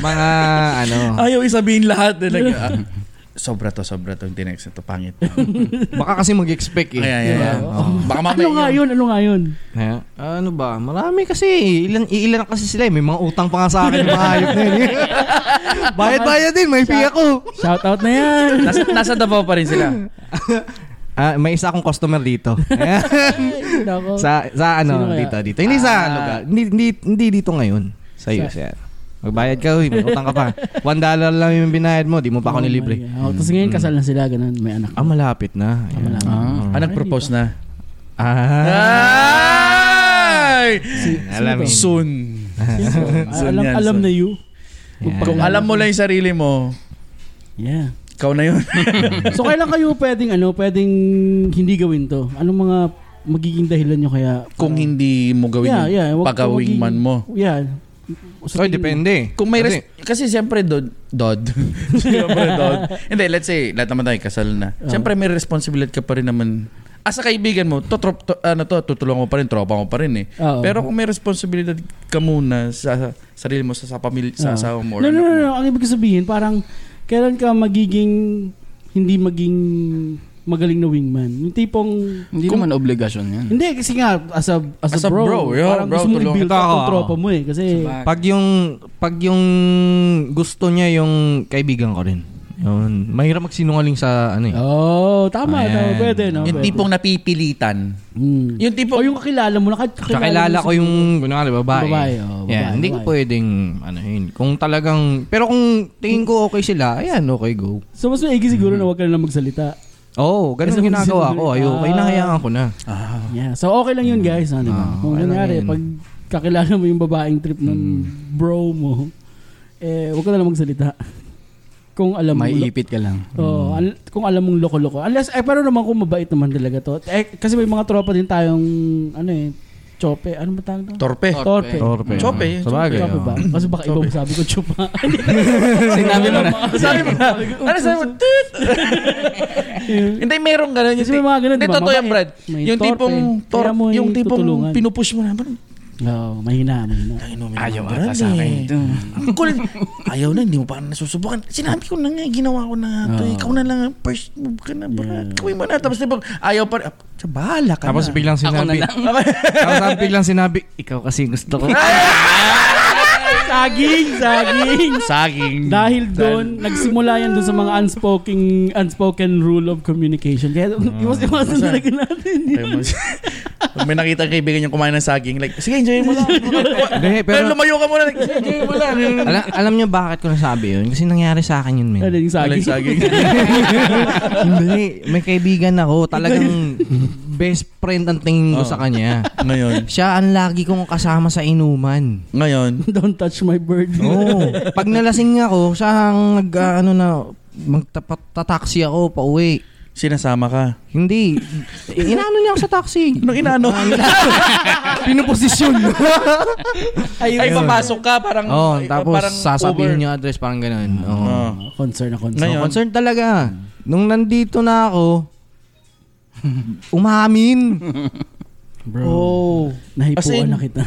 Speaker 3: mga, ano,
Speaker 2: Ayaw isabihin lahat. Eh, like, ah, sobra to, sobra to. Yung tinex na to, pangit.
Speaker 3: baka kasi mag-expect eh.
Speaker 2: Kaya, yeah,
Speaker 3: Diba?
Speaker 2: yeah.
Speaker 3: Oo.
Speaker 2: Oh, Baka
Speaker 1: Ano nga
Speaker 2: mamaya yun.
Speaker 1: yun? Ano nga yun?
Speaker 3: Eh, ano ba? Marami kasi. Ilan, ilan kasi sila eh. May mga utang pa nga sa akin. Mga hayop na yun. eh. Bayad-bayad din. May fee ako.
Speaker 1: Shout out na yan.
Speaker 2: nasa, nasa Davao pa rin sila.
Speaker 3: Ah, may isa akong customer dito.
Speaker 1: Nako.
Speaker 3: sa sa
Speaker 1: Sino kaya?
Speaker 3: ano
Speaker 1: Ah.
Speaker 3: dito dito. Hindi sa lugar. Hindi, hindi, hindi dito ngayon. Sa US yan. Magbayad ka, uy. May utang ka pa. One dollar lang yung binayad mo. Di mo pa
Speaker 1: Oh
Speaker 3: ako
Speaker 1: my
Speaker 3: nilibre.
Speaker 1: God. Oh, Tapos ngayon kasal na sila, ganun. May anak.
Speaker 3: Ah, malapit na. Ayan.
Speaker 1: malapit.
Speaker 2: Ah, nag-propose na.
Speaker 3: Ah.
Speaker 2: Ay!
Speaker 3: Alamin.
Speaker 2: Soon.
Speaker 1: Ah, alam,
Speaker 2: yan,
Speaker 1: alam
Speaker 2: son.
Speaker 1: na you.
Speaker 3: Ayan.
Speaker 2: Kung alam mo lang yung sarili mo,
Speaker 1: Yeah.
Speaker 2: ikaw na yun.
Speaker 1: so kailan kayo pwedeng ano, pwedeng hindi gawin to? Anong mga magiging dahilan nyo kaya?
Speaker 2: Kung hindi mo gawin
Speaker 1: yeah, yeah,
Speaker 2: yung
Speaker 1: wag-
Speaker 2: pagawing man
Speaker 1: magiging-
Speaker 2: mo.
Speaker 1: Yeah.
Speaker 3: So, depende.
Speaker 2: Kung may
Speaker 3: Kasi,
Speaker 2: res- kasi siyempre dod dod. siyempre dod. Hindi, let's say lahat naman tayo kasal na.
Speaker 1: Ah.
Speaker 2: Siyempre may responsibility ka pa rin naman. As a kaibigan mo, to, trop, to- ano to, tutulungan mo pa rin, tropa mo pa rin eh.
Speaker 1: Oo.
Speaker 2: Pero kung may responsibility ka muna sa sarili mo, sa, sa pamilya, sa
Speaker 1: Oo.
Speaker 2: asawa mo. or
Speaker 1: Ah. No, no,
Speaker 2: anak
Speaker 1: no,
Speaker 2: mo.
Speaker 1: no. Ang ibig sabihin, parang kailan ka magiging hindi maging magaling na wingman? Yung tipong
Speaker 4: Hindi naman obligasyon yan.
Speaker 1: hindi kasi nga as a as,
Speaker 2: As a
Speaker 1: a bro,
Speaker 2: bro, yeah,
Speaker 1: parang
Speaker 2: bro,
Speaker 1: gusto mo
Speaker 2: tulungan
Speaker 1: i-build
Speaker 3: kita
Speaker 1: up
Speaker 3: ako,
Speaker 1: ang tropa
Speaker 3: ako.
Speaker 1: mo eh kasi
Speaker 4: Sabag-
Speaker 3: Pag yung pag yung gusto niya yung kaibigan ko rin. Yun. Mahirap magsinungaling sa ano eh.
Speaker 1: Oh, tama,
Speaker 3: Ayan.
Speaker 1: tama. Pwede, no?
Speaker 2: Yung
Speaker 1: Pwede.
Speaker 2: tipong napipilitan.
Speaker 1: Hmm.
Speaker 2: Yung
Speaker 1: O
Speaker 2: tipong,
Speaker 1: yung kakilala mo, nakakilala
Speaker 3: Tsaka kilala ko yung kunwari babae.
Speaker 1: Babae, oh, babae,
Speaker 3: Yan, hindi ko
Speaker 1: babae.
Speaker 3: pwedeng ano yun. Kung talagang pero kung tingin ko okay sila, ayan okay go.
Speaker 1: So, mas maigi siguro na
Speaker 3: Hmm.
Speaker 1: huwag ka na lang magsalita.
Speaker 3: Oh, ganun
Speaker 1: Kasi
Speaker 3: ang
Speaker 1: kung
Speaker 3: ginagawa
Speaker 1: sino-
Speaker 3: ko. Ayo, okay
Speaker 1: Ah.
Speaker 3: hinahayaan ko na.
Speaker 1: Yeah. So, okay lang yun, guys. Ano, ba?
Speaker 3: Ah,
Speaker 1: Kung
Speaker 3: okay lang
Speaker 1: nangyari,
Speaker 3: yun. Mm.
Speaker 1: pag kakilala mo yung babaeng trip ng bro mo, eh, huwag ka na lang magsalita. Kung alam mo.
Speaker 4: May
Speaker 1: lo-
Speaker 4: ipit ka lang.
Speaker 3: Mm.
Speaker 1: Oo, al- kung alam mong loko-loko. Unless, eh, pero naman kung mabait naman talaga to. Eh, kasi may mga tropa din tayong, ano eh, chope. Ano ba tawag to?
Speaker 2: torpe.
Speaker 1: Torpe.
Speaker 3: Torpe.
Speaker 2: Chope,
Speaker 3: Sa bagay.
Speaker 1: Chope ba?
Speaker 3: oh.
Speaker 1: Kasi baka ibang sabi ko chupa.
Speaker 4: Sinabi mo na.
Speaker 2: Sabi mo na, ano sabi mo, "Tut!" Hindi, meron ganun.
Speaker 1: Kasi may mga ganun,
Speaker 2: Hindi,
Speaker 1: di ba?
Speaker 2: totoo yan,
Speaker 1: Mabait.
Speaker 2: Brad.
Speaker 1: May
Speaker 2: Yung
Speaker 1: torpe.
Speaker 2: tipong, tor-
Speaker 1: Kaya mo
Speaker 2: yung tipong
Speaker 1: tutulungan.
Speaker 2: pinupush mo na, "Brad,
Speaker 1: Oo, mahina, mahina.
Speaker 4: Ayaw ata sa akin ito.
Speaker 2: eh. Ang kulit. Ayaw na, hindi mo pa nasusubukan. Sinabi ko na nga, eh, ginawa ko na nga to. eh. Ikaw na lang, first move ka na, Brad. Gawin mo na. Tapos di ba, ayaw pa rin. Ah, siya, bahala ka
Speaker 3: Tapos
Speaker 2: na.
Speaker 3: biglang
Speaker 4: Ako na
Speaker 3: sinabi.
Speaker 4: lang.
Speaker 3: Tapos sabi- biglang sinabi, ikaw kasi gusto ko.
Speaker 1: Saging, saging.
Speaker 2: Saging.
Speaker 1: Dahil doon, nagsimula yan doon sa mga unspoken unspoken rule of communication. Kaya iwas-iwasan talaga natin.
Speaker 2: Ayaw mo. Pag may nakita ang kaibigan niyang kumain ng saging, like, sige, enjoy mo lang.
Speaker 3: Hindi,
Speaker 2: Pero
Speaker 3: pero
Speaker 2: lumayo ka muna. Like, sige, enjoy mo lang.
Speaker 3: alam, alam niyo bakit ko nasabi yun? Kasi nangyari sa akin yun, men.
Speaker 1: Ano yung
Speaker 2: Walang
Speaker 1: saging?
Speaker 2: saging.
Speaker 3: Hindi, may kaibigan ako. Talagang best friend ang tingin ko
Speaker 2: Oo.
Speaker 3: sa kanya.
Speaker 2: Ngayon.
Speaker 3: Siya ang lagi kong kasama sa inuman.
Speaker 2: Ngayon.
Speaker 1: Don't touch my bird.
Speaker 2: Oh.
Speaker 3: Oo. Pag nalasing ako, siya ang nag, ah, ano na, magtataksi ako pa uwi.
Speaker 2: Sinasama ka.
Speaker 3: Hindi. Inaano niya ako sa taxi.
Speaker 2: Nung inaano.
Speaker 3: Pinoposisyon.
Speaker 2: Ay, papasok ka. Parang,
Speaker 3: oh,
Speaker 2: ay,
Speaker 3: tapos
Speaker 2: parang Oh.
Speaker 3: sasabihin
Speaker 2: Uber.
Speaker 3: niya address, parang ganun. Oo.
Speaker 2: Oo.
Speaker 1: Concern na concern.
Speaker 2: Ngayon.
Speaker 3: Concerned talaga. Nung nandito na ako, umamin.
Speaker 1: Bro. Oh.
Speaker 2: As in-
Speaker 1: Nahipuan na kita.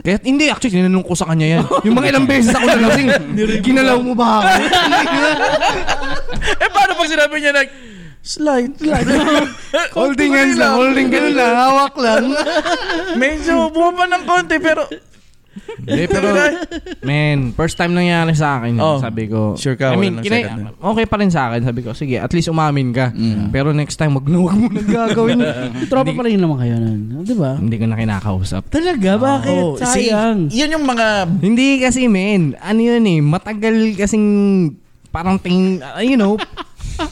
Speaker 3: Kaya hindi, actually, tinanong ko sa kanya yan. Yung mga ilang beses ako nalasing, ginalaw mo ba ako?
Speaker 2: Eh, paano pag sinabi niya like, slide, slide.
Speaker 3: holding hands lang, holding ganun lang, hawak lang.
Speaker 2: Medyo bumaba ng konti, pero
Speaker 3: Hindi, pero, man, first time nangyari sa akin.
Speaker 2: Oh.
Speaker 3: Sabi ko,
Speaker 2: Sure ka,
Speaker 3: I
Speaker 2: wala
Speaker 3: mean,
Speaker 2: nang
Speaker 3: kinay,
Speaker 2: second Mm. time.
Speaker 3: okay pa rin sa akin. Sabi ko, sige, at least umamin ka. Pero next time, wag na wag mo nang gagawin.
Speaker 1: Tropa pa rin naman kayo nun. Ah, Di ba?
Speaker 3: hindi ko na kinakausap.
Speaker 1: Talaga? Bakit?
Speaker 2: Oh, see,
Speaker 1: Sayang.
Speaker 2: yun yung mga
Speaker 3: Hindi kasi, man, ano yun eh, matagal kasing parang ting, uh, you know,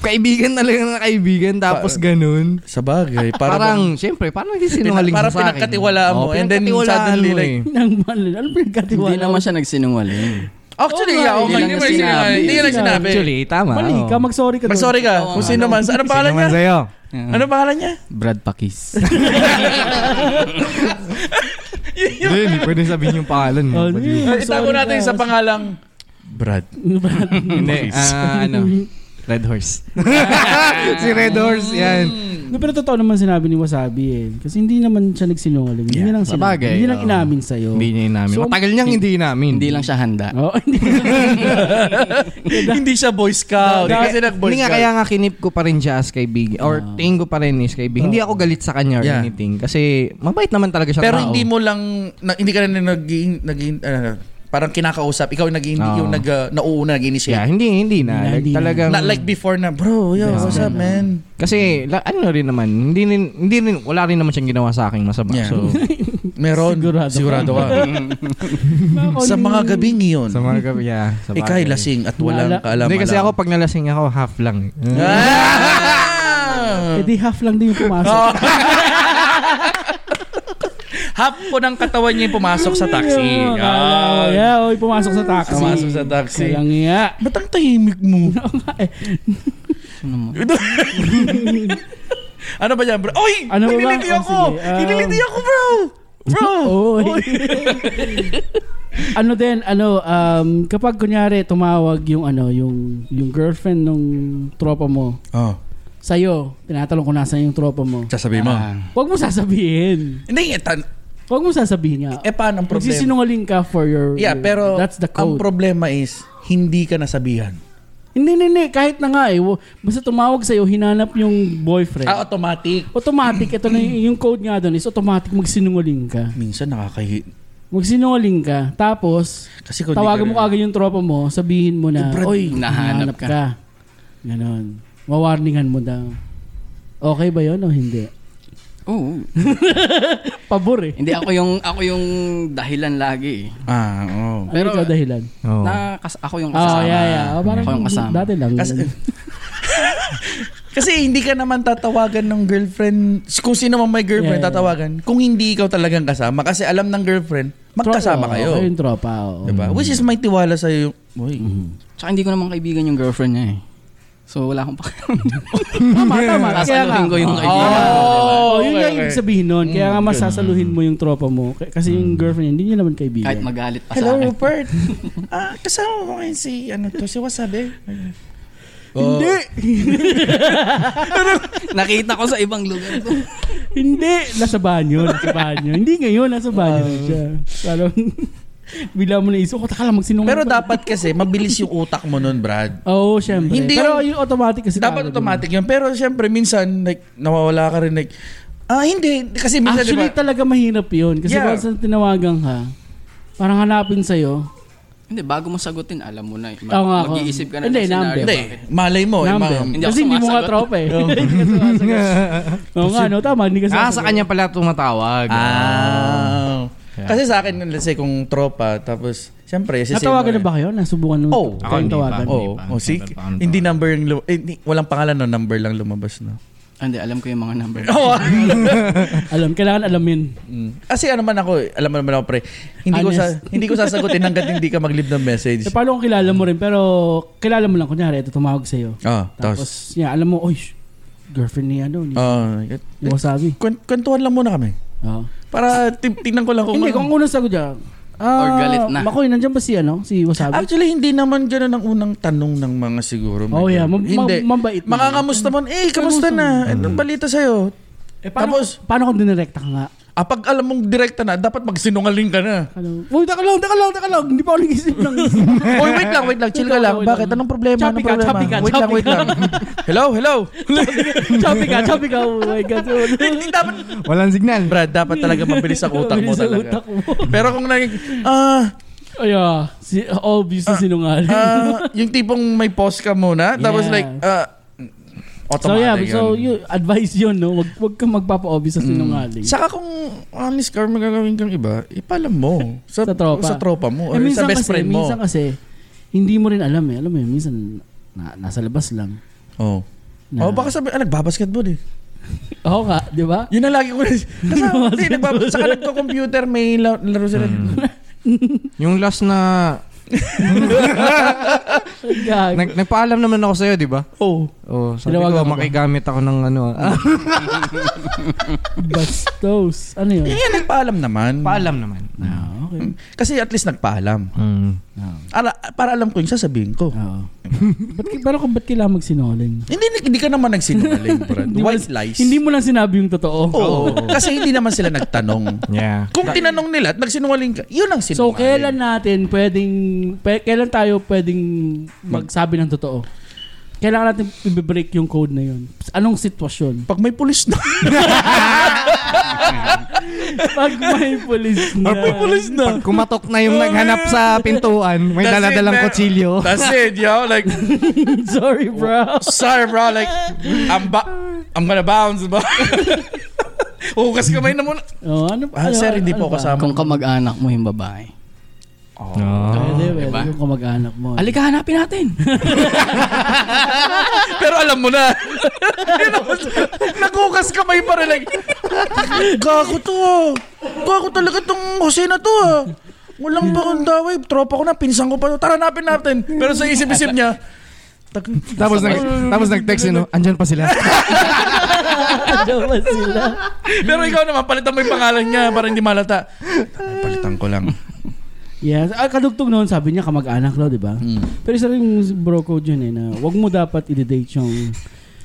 Speaker 3: kaibigan talaga na kaibigan, tapos ganun.
Speaker 2: sa bagay.
Speaker 3: Parang,
Speaker 2: Parang,
Speaker 3: siyempre, parang nagsisinungaling
Speaker 2: Parang
Speaker 3: sa akin.
Speaker 2: pinagkatiwalaan mo,
Speaker 3: Oo,
Speaker 2: and then
Speaker 3: pinagkatiwalaan
Speaker 2: suddenly,
Speaker 3: mo
Speaker 2: like-
Speaker 3: eh.
Speaker 1: Nang malala. Ano pinagkatiwala?
Speaker 4: Hindi naman siya nagsinungaling.
Speaker 2: actually,
Speaker 1: Oo nga,
Speaker 2: yeah, okay, Oh,
Speaker 1: hindi
Speaker 2: hindi
Speaker 4: lang
Speaker 2: mo
Speaker 4: niya
Speaker 2: sinabi.
Speaker 4: sinabi.
Speaker 2: Hindi lang sinabi.
Speaker 3: Actually, Ano? tama.
Speaker 1: Mali Oh. ka. Mag-sorry ka. dun.
Speaker 2: Mag-sorry ka.
Speaker 4: Oo,
Speaker 2: Kung
Speaker 4: nga,
Speaker 2: sino man. sa- Anong pangalan niya?
Speaker 3: sa'yo?
Speaker 2: Anong pangalan niya?
Speaker 4: Brad Pakis.
Speaker 3: Hindi, hindi pwede sabihin yung pangalan.
Speaker 1: Oh, hindi.
Speaker 2: Ay, Itago
Speaker 1: Sorry
Speaker 2: natin
Speaker 1: ka.
Speaker 2: sa pangalang Brad.
Speaker 3: Hindi, ah, ano? Red Horse. si Red Horse, yan.
Speaker 1: No, pero totoo naman sinabi ni Wasabi eh. Kasi hindi naman siya nagsinungaling. Hindi
Speaker 2: Yeah,
Speaker 1: niya lang sinabi.
Speaker 3: sabagay,
Speaker 1: hindi lang
Speaker 3: oo.
Speaker 1: inamin sa'yo.
Speaker 3: Hindi niya inamin.
Speaker 1: So,
Speaker 3: Matagal niyang hindi inamin.
Speaker 4: Hindi lang siya handa.
Speaker 1: Oo, hindi.
Speaker 2: Hindi siya Boy Scout. Hindi kasi nag-Boy
Speaker 3: Hindi nga,
Speaker 2: Scout.
Speaker 3: kaya nga kinip ko pa rin siya as kaibigan. Or tingin ko pa rin is kaibigan. Hindi ako galit sa kanya or
Speaker 2: Yeah.
Speaker 3: anything. Kasi mabait naman talaga siya
Speaker 2: Pero
Speaker 3: tao.
Speaker 2: hindi mo lang, na- hindi ka na naging, naging ah, parang kinakausap. Ikaw yung naging,
Speaker 3: Oo.
Speaker 2: yung nag, ah, nauuna,
Speaker 3: Yeah,
Speaker 2: nag-initiate.
Speaker 3: hindi, hindi
Speaker 1: Hindi na,
Speaker 3: na. Like,
Speaker 1: hindi na.
Speaker 3: talagang...
Speaker 2: Not like before na, bro, yo, what's up, man?
Speaker 3: Kasi, la, ano rin naman, hindi rin, hindi rin, wala rin naman siyang ginawa sa aking masama.
Speaker 2: Yeah.
Speaker 3: So,
Speaker 2: Meron.
Speaker 1: Sigurado ka.
Speaker 2: ka. Mm. sa mga gabing iyon,
Speaker 3: sa mga gabi, yeah. sa mga
Speaker 2: ikay Eh,
Speaker 3: gabi.
Speaker 2: lasing at walang
Speaker 1: Wala.
Speaker 2: kaalam-alam.
Speaker 3: Hindi kasi ako, pag nalasing ako, half lang. eh.
Speaker 2: Ah!
Speaker 1: Eh di half lang din yung pumasok.
Speaker 2: Half po ng katawan niya yung pumasok sa taxi.
Speaker 1: Yeah, akala ko,
Speaker 2: Ah.
Speaker 1: yeah, oy, pumasok sa taxi.
Speaker 2: Pumasok sa taxi.
Speaker 1: Kaya nga.
Speaker 2: Ba't ang tahimik mo? ano ba yan, bro? Oy!
Speaker 1: Ano ba ba?
Speaker 2: Nililiti
Speaker 1: Oh,
Speaker 2: ako!
Speaker 1: sige, um,
Speaker 2: Nililiti ako, bro! Bro!
Speaker 1: Oy. ano din, ano, um, kapag kunyari tumawag yung ano, yung yung girlfriend nung tropa mo
Speaker 2: Oh,
Speaker 1: sa'yo, tinatanong ko nasan yung tropa mo.
Speaker 2: sasabihin mo.
Speaker 4: Ah.
Speaker 1: Huwag mo sasabihin.
Speaker 2: Hindi, eh, tan-
Speaker 1: Huwag mo sasabihin nga.
Speaker 2: eh, paano ang problema?
Speaker 1: Magsisinungaling ka for your...
Speaker 2: Yeah,
Speaker 1: your-
Speaker 2: pero
Speaker 1: That's the
Speaker 2: ang
Speaker 1: code.
Speaker 2: problema is, hindi ka nasabihan.
Speaker 1: hindi, hindi, hindi. Kahit na nga eh. w- Basta tumawag sa'yo, hinanap yung boyfriend.
Speaker 2: Ah, automatic.
Speaker 1: automatic, ito na yung, yung code nga doon is automatic magsinungaling ka.
Speaker 2: Minsan nakakahi.
Speaker 1: Magsinungaling ka. Tapos,
Speaker 2: Kasi kung
Speaker 1: tawagan
Speaker 2: hindi
Speaker 1: mo kaagad yung tropa mo, sabihin mo
Speaker 2: Eh,
Speaker 1: na,
Speaker 2: Brad,
Speaker 1: Oy, nahanap
Speaker 4: nahanap
Speaker 1: ka. Ganon. Mawarningan mo daw. Okay ba yon o hindi?
Speaker 4: Oo.
Speaker 1: Pabor eh.
Speaker 4: Hindi ako yung ako yung dahilan lagi eh.
Speaker 2: Ah, oo.
Speaker 1: Ano
Speaker 4: Pero-
Speaker 1: ikaw dahilan?
Speaker 3: Oo.
Speaker 4: Na kas- ako yung
Speaker 1: Oh,
Speaker 4: kasama.
Speaker 1: yeah, yeah. Oh, parang
Speaker 4: ako yung kasama.
Speaker 1: dati lang.
Speaker 2: Kasi-
Speaker 1: Ganun.
Speaker 2: Kasi hindi ka naman tatawagan ng girlfriend. Kung sino man may girlfriend,
Speaker 1: Yeah, yeah.
Speaker 2: tatawagan. Kung hindi ikaw talagang kasama. Kasi alam ng girlfriend, magkasama
Speaker 1: Tropa,
Speaker 2: kayo.
Speaker 1: oo, yung tropa. oo.
Speaker 2: Diba? Which is may tiwala sa'yo yung, Uy,
Speaker 1: Mm-hmm.
Speaker 4: Tsaka hindi ko naman kaibigan yung girlfriend niya eh. So wala akong pakialam.
Speaker 1: Tama, tama.
Speaker 4: Tapos
Speaker 1: Kaya nga.
Speaker 4: aluhin ko yung kaibigan. Mm,
Speaker 1: Oh,
Speaker 2: Oh,
Speaker 1: yun
Speaker 2: okay,
Speaker 1: nga ibig
Speaker 2: okay.
Speaker 1: sabihin nun. Kaya nga masasaluhin mo yung tropa mo. K- Kasi yung girlfriend, hindi niya naman kaibigan.
Speaker 4: Kahit magalit pa sa
Speaker 2: Hello,
Speaker 4: akin.
Speaker 2: Rupert. ah, kasama mo ngayon si, ano to, si Wasabi.
Speaker 1: Hindi!
Speaker 4: Nakita ko sa ibang lugar to.
Speaker 1: Hindi! Nasa banyo. Nasa banyo. hindi ngayon. Nasa banyo na siya. Parang, bila mo naisip, ko, taka lang magsinungaling.
Speaker 2: Oh. Pero
Speaker 1: pa."
Speaker 2: dapat kasi, mabilis yung utak mo nun, Brad.
Speaker 1: Oo, oh, syempre.
Speaker 2: Hindi
Speaker 1: Pero
Speaker 2: yun-
Speaker 1: yung automatic kasi.
Speaker 2: Dapat
Speaker 1: kagad
Speaker 2: automatic yun. Pero siyempre, minsan, like, nawawala ka rin, like, ah, hindi. Kasi
Speaker 1: yun.
Speaker 2: minsan,
Speaker 1: Actually,
Speaker 2: diba?
Speaker 1: talaga mahirap yun. Kasi
Speaker 2: Yeah.
Speaker 1: once na tinawagan ka, parang hanapin sa'yo.
Speaker 4: Hindi, bago mo sagutin, alam mo na. eh.
Speaker 1: Oo nga ako.
Speaker 4: Mag-iisip ka na
Speaker 1: Hindi,
Speaker 4: ng
Speaker 1: number.
Speaker 4: scenario.
Speaker 2: hindi,
Speaker 4: Bakit?
Speaker 2: malay mo. eh, ma-
Speaker 1: number.
Speaker 4: Hindi ako
Speaker 1: kasi hindi mo nga
Speaker 4: sumasagot.
Speaker 1: tropa eh. Hindi ka sumasagot. Oo nga, no? Tama, hindi ka
Speaker 3: ah, sa
Speaker 1: sumasagot.
Speaker 3: kanya pala tumatawag.
Speaker 2: Ah. Kasi sa akin, let's say, kung tropa, tapos, siyempre, si
Speaker 1: Natawagan na ba kayo? Nasubukan mo
Speaker 2: Oh,
Speaker 1: kayong
Speaker 3: hindi pa.
Speaker 1: tawagan?
Speaker 3: Oh.
Speaker 2: Oo,
Speaker 3: Hindi pa.
Speaker 2: oh, see?
Speaker 3: Number pa, ano pa?
Speaker 2: Hindi number yung, lum- eh, hindi- walang pangalan, no? Number lang lumabas, no?
Speaker 4: Ah, Hindi, alam ko yung mga number.
Speaker 1: Alam, kailangan alamin.
Speaker 2: Mm. Kasi ano man ako, eh, alam mo naman ako, pre, hindi ko, sa,
Speaker 1: Honest.
Speaker 2: hindi ko sasagutin hanggat hindi ka mag-leave ng message.
Speaker 1: Eh, paano kung kilala mo rin, pero kilala mo lang, kunyari, ito tumawag sa'yo.
Speaker 2: Ah, tapos,
Speaker 1: Tapos, niya, alam mo, oy, sh- girlfriend ni ano, ni
Speaker 2: Ah,
Speaker 1: ni Wasabi.
Speaker 2: kwen- kwentuhan lang muna kami.
Speaker 1: Oo.
Speaker 2: Para tin- tingnan ko lang kung
Speaker 1: Hindi,
Speaker 2: ano-
Speaker 1: kung unang sagot niya, ah,
Speaker 4: Or galit na.
Speaker 1: Makoy, nandiyan ba si ano, si Wasabi?
Speaker 2: Actually, hindi naman ganun ang unang tanong ng mga siguro. my
Speaker 1: Oh, yeah.
Speaker 2: God.
Speaker 1: Mam- mam-
Speaker 2: hindi.
Speaker 1: mambait naman.
Speaker 2: Makakamusta mo? Eh, kamusta na? Anong balita sa'yo?
Speaker 1: eh, paano,
Speaker 2: tapos-
Speaker 1: paano kung dinirekta ka nga?
Speaker 2: Ah, pag alam mong direkta na, dapat magsinungaling ka na.
Speaker 1: Ano? Uy, taka lang, taka lang, taka lang. Hindi pa ako nagisip ng
Speaker 2: Oy, wait lang, wait lang. Chill ka lang.
Speaker 1: Wait lang, wait
Speaker 2: Bakit?
Speaker 1: lang.
Speaker 2: Anong problema?
Speaker 1: Chubby
Speaker 2: Anong
Speaker 1: ka,
Speaker 2: problema?
Speaker 1: chubby ka,
Speaker 2: wait lang,
Speaker 1: chubby
Speaker 2: wait lang. hello, hello.
Speaker 1: Choppy ka, choppy ka. Oh my God. Oh, no.
Speaker 2: Hindi dapat.
Speaker 3: Walang signal.
Speaker 2: Brad, dapat talaga mabilis ang utak mo
Speaker 1: Mabilis ang
Speaker 2: talaga.
Speaker 1: utak mo.
Speaker 2: Pero kung naging, ah,
Speaker 1: Ay, ah, si, obvious na sinungaling.
Speaker 2: ah, yung tipong may pause ka muna, tapos
Speaker 1: Yeah.
Speaker 2: like, ah,
Speaker 1: so yeah,
Speaker 2: automatic. Mm.
Speaker 1: so
Speaker 2: yun.
Speaker 1: yun, advice yun, no? Wag, wag kang magpapa-obvious sa sinungaling.
Speaker 2: Saka kung ah, honest ka or magagawin kang iba, ipalam mo. Sa,
Speaker 1: Sa tropa.
Speaker 2: Sa tropa mo. Or
Speaker 1: Eh, minsan
Speaker 2: sa best
Speaker 1: kasi,
Speaker 2: friend mo.
Speaker 1: Minsan kasi, hindi mo rin alam eh. Alam mo yun, minsan na, nasa labas lang.
Speaker 2: Oh.
Speaker 1: Na-
Speaker 2: oh, baka sabi, ah, nagbabasketball eh.
Speaker 1: Oo ka, di ba?
Speaker 2: Yun ang lagi ko. Kasama, hindi, nagbabas, saka nagko-computer, may la- laro sila.
Speaker 1: Hmm.
Speaker 3: Yung last na...
Speaker 1: Gag.
Speaker 3: Nag, nagpaalam naman ako sa'yo, di ba?
Speaker 2: Oh.
Speaker 3: Oh, sabi
Speaker 1: Tinawagan ka
Speaker 3: ko,
Speaker 1: ba?
Speaker 3: makigamit ako ng ano. ah.
Speaker 1: Bastos. Ano yun?
Speaker 2: Eh, Yan, nagpaalam naman.
Speaker 3: Paalam naman.
Speaker 1: Ah, okay.
Speaker 2: Kasi at least nagpaalam.
Speaker 3: Mm.
Speaker 2: Ala, para alam ko yung sasabihin ko.
Speaker 1: Oo. ba't, pero kung ba't kailangan magsinungaling?
Speaker 2: Hindi, hindi ka naman nagsinungaling, Brad.
Speaker 1: Hindi mo
Speaker 2: White
Speaker 1: lang-
Speaker 2: lies.
Speaker 1: Hindi mo lang sinabi yung totoo. Oh.
Speaker 2: Oo. Kasi hindi naman sila nagtanong.
Speaker 3: Yeah.
Speaker 2: Kung tinanong nila at nagsinungaling ka, yun ang sinungaling.
Speaker 1: So, kailan natin pwedeng, pe- kailan tayo pwedeng magsabi ng totoo? Kailangan natin i-break yung code na yun. Anong sitwasyon?
Speaker 2: Pag may pulis na.
Speaker 1: Pag may police na.
Speaker 3: Pag kumatok na yung naghanap sa pintuan, may
Speaker 2: That's it,
Speaker 3: daladalang
Speaker 2: man.
Speaker 3: kutsilyo.
Speaker 2: That's it, yo. Like,
Speaker 1: Sorry,
Speaker 2: Ah,
Speaker 1: bro.
Speaker 2: sorry, bro. Like, I'm, ba- I'm gonna bounce, ba? Hugas kamay na muna.
Speaker 1: Oh, ano,
Speaker 2: Ah,
Speaker 1: ano-
Speaker 2: sir, hindi
Speaker 1: ano
Speaker 2: po
Speaker 1: ba?
Speaker 2: kasama.
Speaker 4: Kung kamag-anak mo yung babae.
Speaker 3: Oh.
Speaker 1: Pwede, pwede.
Speaker 4: Diba?
Speaker 1: Yung kamag-anak mo.
Speaker 4: Halika, hanapin natin.
Speaker 2: Pero alam mo na. Naghugas kamay pa rin. Like, gago to. ah. Gago talaga tong Jose na to. ah. Walang bakang daway. Tropa ko na. Pinsan ko pa. to. Tara, napin natin. Pero sa isip-isip niya, tag-
Speaker 3: Tapos, nag, tapos nag-text yun, no? andyan pa sila.
Speaker 1: Ano ba sila?
Speaker 2: Pero ikaw naman, palitan mo yung pangalan niya para hindi malata. Palitan ko lang.
Speaker 1: Yes. Ah, kadugtog noon, sabi niya, kamag-anak daw, di ba?
Speaker 2: Hmm.
Speaker 1: Pero isa rin yung bro code yun eh, na wag mo dapat i-date yung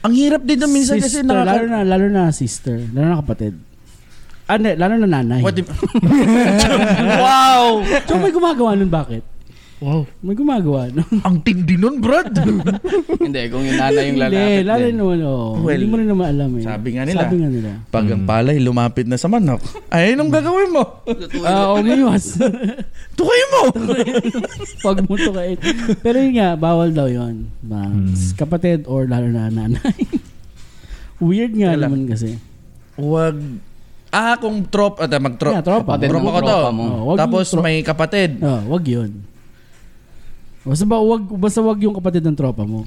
Speaker 2: Ang hirap din na minsan kasi
Speaker 1: sister, lalo
Speaker 2: nakaka...
Speaker 1: na, lalo na sister, lalo na kapatid. Ah, hindi, lalo na nanay.
Speaker 2: What if- wow!
Speaker 1: So may gumagawa nun bakit?
Speaker 2: Wow.
Speaker 1: May gumagawa nun.
Speaker 2: Ang tindi nun, Brad.
Speaker 4: Hindi, kung yung nanay yung
Speaker 1: Hindi,
Speaker 4: lalapit
Speaker 1: lalo
Speaker 4: din.
Speaker 1: naman, oh.
Speaker 2: Well,
Speaker 1: Hindi mo rin naman alam eh.
Speaker 2: sabi nga nila.
Speaker 1: Sabi nga nila.
Speaker 2: Pag ang palay, lumapit na sa manok. Ay, anong gagawin mo?
Speaker 1: Ah, uh, umiwas.
Speaker 2: Tukoy mo!
Speaker 1: Pag mo to kahit. Pero yun nga, bawal daw yun. Ma, Kapatid or lalo na nanay. Weird nga
Speaker 2: Kaya lang.
Speaker 1: naman kasi.
Speaker 2: Wag... Ah, kung trop... At mag-trop...
Speaker 1: Yeah,
Speaker 2: Tropa,
Speaker 1: tropa.
Speaker 4: Kapatid ng
Speaker 2: ko to.
Speaker 4: tropa mo.
Speaker 1: Oh, wag
Speaker 2: Tapos
Speaker 1: yung tro-
Speaker 2: may kapatid.
Speaker 1: Oh, wag yun. Basta ba, wag, basta wag yung kapatid ng tropa mo.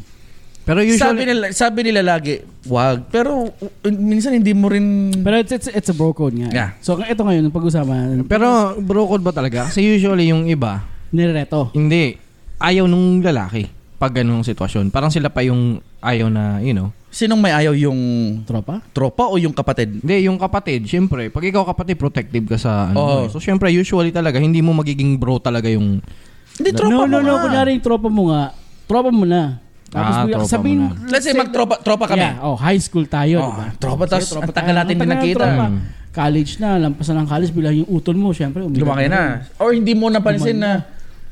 Speaker 3: Pero
Speaker 2: Sabi
Speaker 3: usually,
Speaker 2: nila, sabi nila lagi, wag. Pero uh, minsan hindi mo rin...
Speaker 1: Pero it's, it's, it's a bro code nga. eh.
Speaker 2: Yeah.
Speaker 1: So, ito ngayon, ang pag-usapan,
Speaker 3: pero bro code ba talaga? Kasi usually yung iba,
Speaker 1: nireto.
Speaker 3: hindi, ayaw nung lalaki pag ganung sitwasyon. Parang sila pa yung ayaw na, you know.
Speaker 2: Sinong may ayaw yung
Speaker 1: Tropa?
Speaker 2: tropa o yung kapatid?
Speaker 3: Hindi, yung kapatid, syempre, pag ikaw kapatid, protective ka sa ano.
Speaker 2: Oo.
Speaker 3: eh. So, syempre, usually talaga, hindi mo magiging bro talaga yung...
Speaker 2: Hindi, tropa mo
Speaker 1: no, no, no.
Speaker 2: nga.
Speaker 1: Kunyari yung tropa mo nga. Tropa mo na. Tapos
Speaker 3: Ah,
Speaker 1: bigla-
Speaker 3: tropa mo
Speaker 1: sabihin,
Speaker 3: na.
Speaker 2: Let's say mag-tropa tropa kami.
Speaker 1: Yeah, oh, high school tayo,
Speaker 2: Oh,
Speaker 1: diba?
Speaker 2: tropa, tas
Speaker 1: Sige,
Speaker 2: ang tagal
Speaker 1: tayo.
Speaker 2: natin
Speaker 1: Ang tagal ng
Speaker 2: nakita.
Speaker 1: tropa.
Speaker 3: Mm.
Speaker 1: College na, lampasan ng college, bilang yung utol mo, syempre. umigat
Speaker 2: Lumaki na. Or hindi mo napansin na,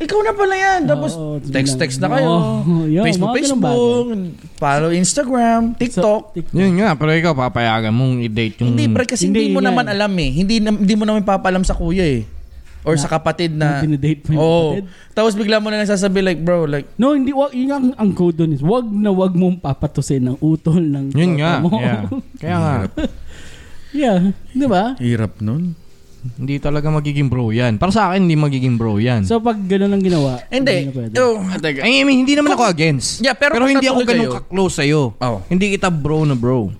Speaker 2: ikaw na pala yan. Tapos
Speaker 1: Oo, oo,
Speaker 2: text-text na
Speaker 1: biglang-
Speaker 2: kayo.
Speaker 1: Oo, yun,
Speaker 2: Facebook,
Speaker 1: mga ganun
Speaker 2: Facebook. Follow Instagram,
Speaker 1: So,
Speaker 2: TikTok.
Speaker 1: tik-
Speaker 3: Yun nga, pero ikaw papayagan mong i-date yung...
Speaker 2: hindi, bro, kasi hindi,
Speaker 1: Hindi,
Speaker 2: mo
Speaker 1: yun
Speaker 2: naman
Speaker 1: yan.
Speaker 2: alam eh. Hindi, na- hindi mo naman papalam sa kuya eh. Or sa kapatid na... Oh.
Speaker 1: na dinidate mo yung
Speaker 2: Oo.
Speaker 1: kapatid.
Speaker 2: Tapos bigla mo na lang sasabi like, bro, like,
Speaker 1: No, hindi wag yun ang, ang code doon is wag na wag mong papatusin ng utol ng
Speaker 3: Yun
Speaker 1: tropa
Speaker 3: nga,
Speaker 1: mo.
Speaker 3: yeah. Kaya nga,
Speaker 1: yeah, 'di ba?
Speaker 2: hirap nun.
Speaker 3: hindi talaga magiging bro yan. Para sa akin, hindi magiging bro yan.
Speaker 1: So pag gano'n ang ginawa,
Speaker 2: Hindi.
Speaker 1: na pwede.
Speaker 2: Oh,
Speaker 4: Ah, teka.
Speaker 3: Ay, I mean, hindi naman ako against.
Speaker 2: Yeah, pero
Speaker 3: hindi
Speaker 2: magkatuloy
Speaker 3: ako ganun
Speaker 2: kayo.
Speaker 3: ka-close sa'yo.
Speaker 2: Oo.
Speaker 3: Hindi kita bro na bro.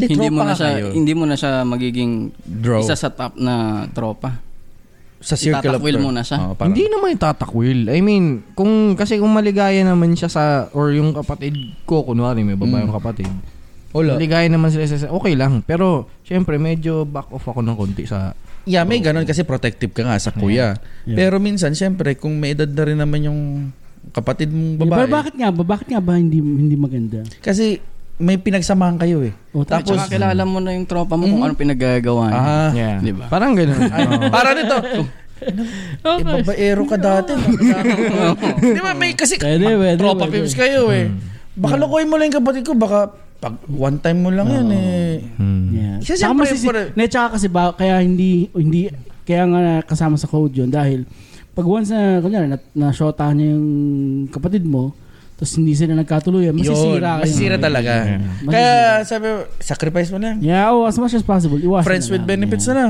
Speaker 4: hindi mo na siya
Speaker 2: kayo.
Speaker 4: hindi mo na siya magiging
Speaker 2: Bro.
Speaker 4: isa sa top na tropa.
Speaker 2: sa circle of
Speaker 4: Itatakwil
Speaker 2: friends.
Speaker 4: mo na siya.
Speaker 2: Oo, parang-
Speaker 3: Ah, Hindi naman itatakwil. I mean,
Speaker 1: Mm.
Speaker 3: kung kasi kung maligaya naman siya sa or yung kapatid ko kunwari may babae yung kapatid.
Speaker 2: Wala.
Speaker 3: Maligaya naman sila sa okay lang. Pero, syempre, medyo back off ako ng konti sa...
Speaker 2: Yeah, may ganun kasi protective ka nga sa kuya.
Speaker 1: Yeah.
Speaker 2: Pero minsan, syempre, kung may edad na rin naman yung kapatid mong babae.
Speaker 1: Pero bakit nga ba? Bakit nga ba hindi, hindi maganda?
Speaker 2: Kasi may pinagsamahan kayo eh.
Speaker 1: O,
Speaker 4: Tapos,
Speaker 2: Tapos,
Speaker 4: Tsaka kilala mo na yung tropa mo kung anong pinagagawa niya.
Speaker 2: ah,
Speaker 3: Yeah.
Speaker 4: Di ba?
Speaker 1: diba?
Speaker 3: Parang ganun. Oo.
Speaker 2: para nito. Eh, babaero ka dati. Di ba may kasi
Speaker 1: Pwede,
Speaker 2: mag-
Speaker 1: pwede,
Speaker 2: tropa
Speaker 1: pwede.
Speaker 2: pips kayo eh. Baka lokohin mo lang yung kapatid ko. Baka pag one time mo lang yan eh.
Speaker 3: Hmm.
Speaker 1: Yeah.
Speaker 2: Kasi
Speaker 1: Tsaka
Speaker 2: siyempre,
Speaker 1: masisi-
Speaker 2: pare-
Speaker 1: Ne, tsaka kasi ba, kaya hindi, hindi, kaya nga kasama sa code yun dahil pag once na, kunyari, na, na-shotahan niya yung kapatid mo, tapos hindi sila nagkatuluyan,
Speaker 2: Yun,
Speaker 1: masisira kayo.
Speaker 2: masisira talaga. Kaya sabi mo, sacrifice mo lang.
Speaker 1: Yeah, oh, as much as possible. Iwasan
Speaker 2: Friends
Speaker 1: na
Speaker 2: with
Speaker 1: lang.
Speaker 2: benefits na
Speaker 1: Yeah.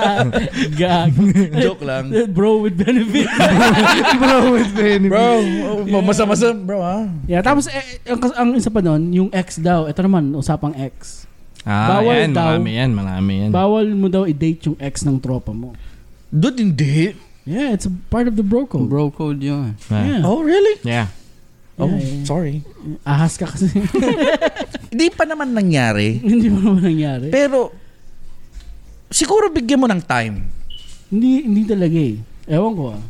Speaker 2: lang.
Speaker 1: Gag.
Speaker 2: Joke lang.
Speaker 1: Bro with benefits.
Speaker 3: Bro, with benefit.
Speaker 2: Bro, mamasa-masa. Bro, ha?
Speaker 1: yeah, tapos eh, ang, ang isa pa nun, yung ex daw. Ito naman, usapang ex.
Speaker 3: Ah,
Speaker 1: Bawal
Speaker 3: yan.
Speaker 1: daw.
Speaker 3: Marami yan. Marami yan.
Speaker 1: Bawal mo daw i-date yung ex ng tropa mo.
Speaker 2: Dude, hindi.
Speaker 1: Yeah, it's a part of the bro code.
Speaker 4: Bro code yun.
Speaker 1: Yeah.
Speaker 2: Oh, really?
Speaker 3: Ah, Yeah.
Speaker 2: Oh,
Speaker 1: Yeah, yeah.
Speaker 2: sorry.
Speaker 1: Ahas ka kasi.
Speaker 2: Hindi pa naman nangyari.
Speaker 1: hindi mo naman nangyari.
Speaker 2: Pero, siguro bigyan mo ng time.
Speaker 1: Hindi, hindi talaga eh. Ewan ko ah.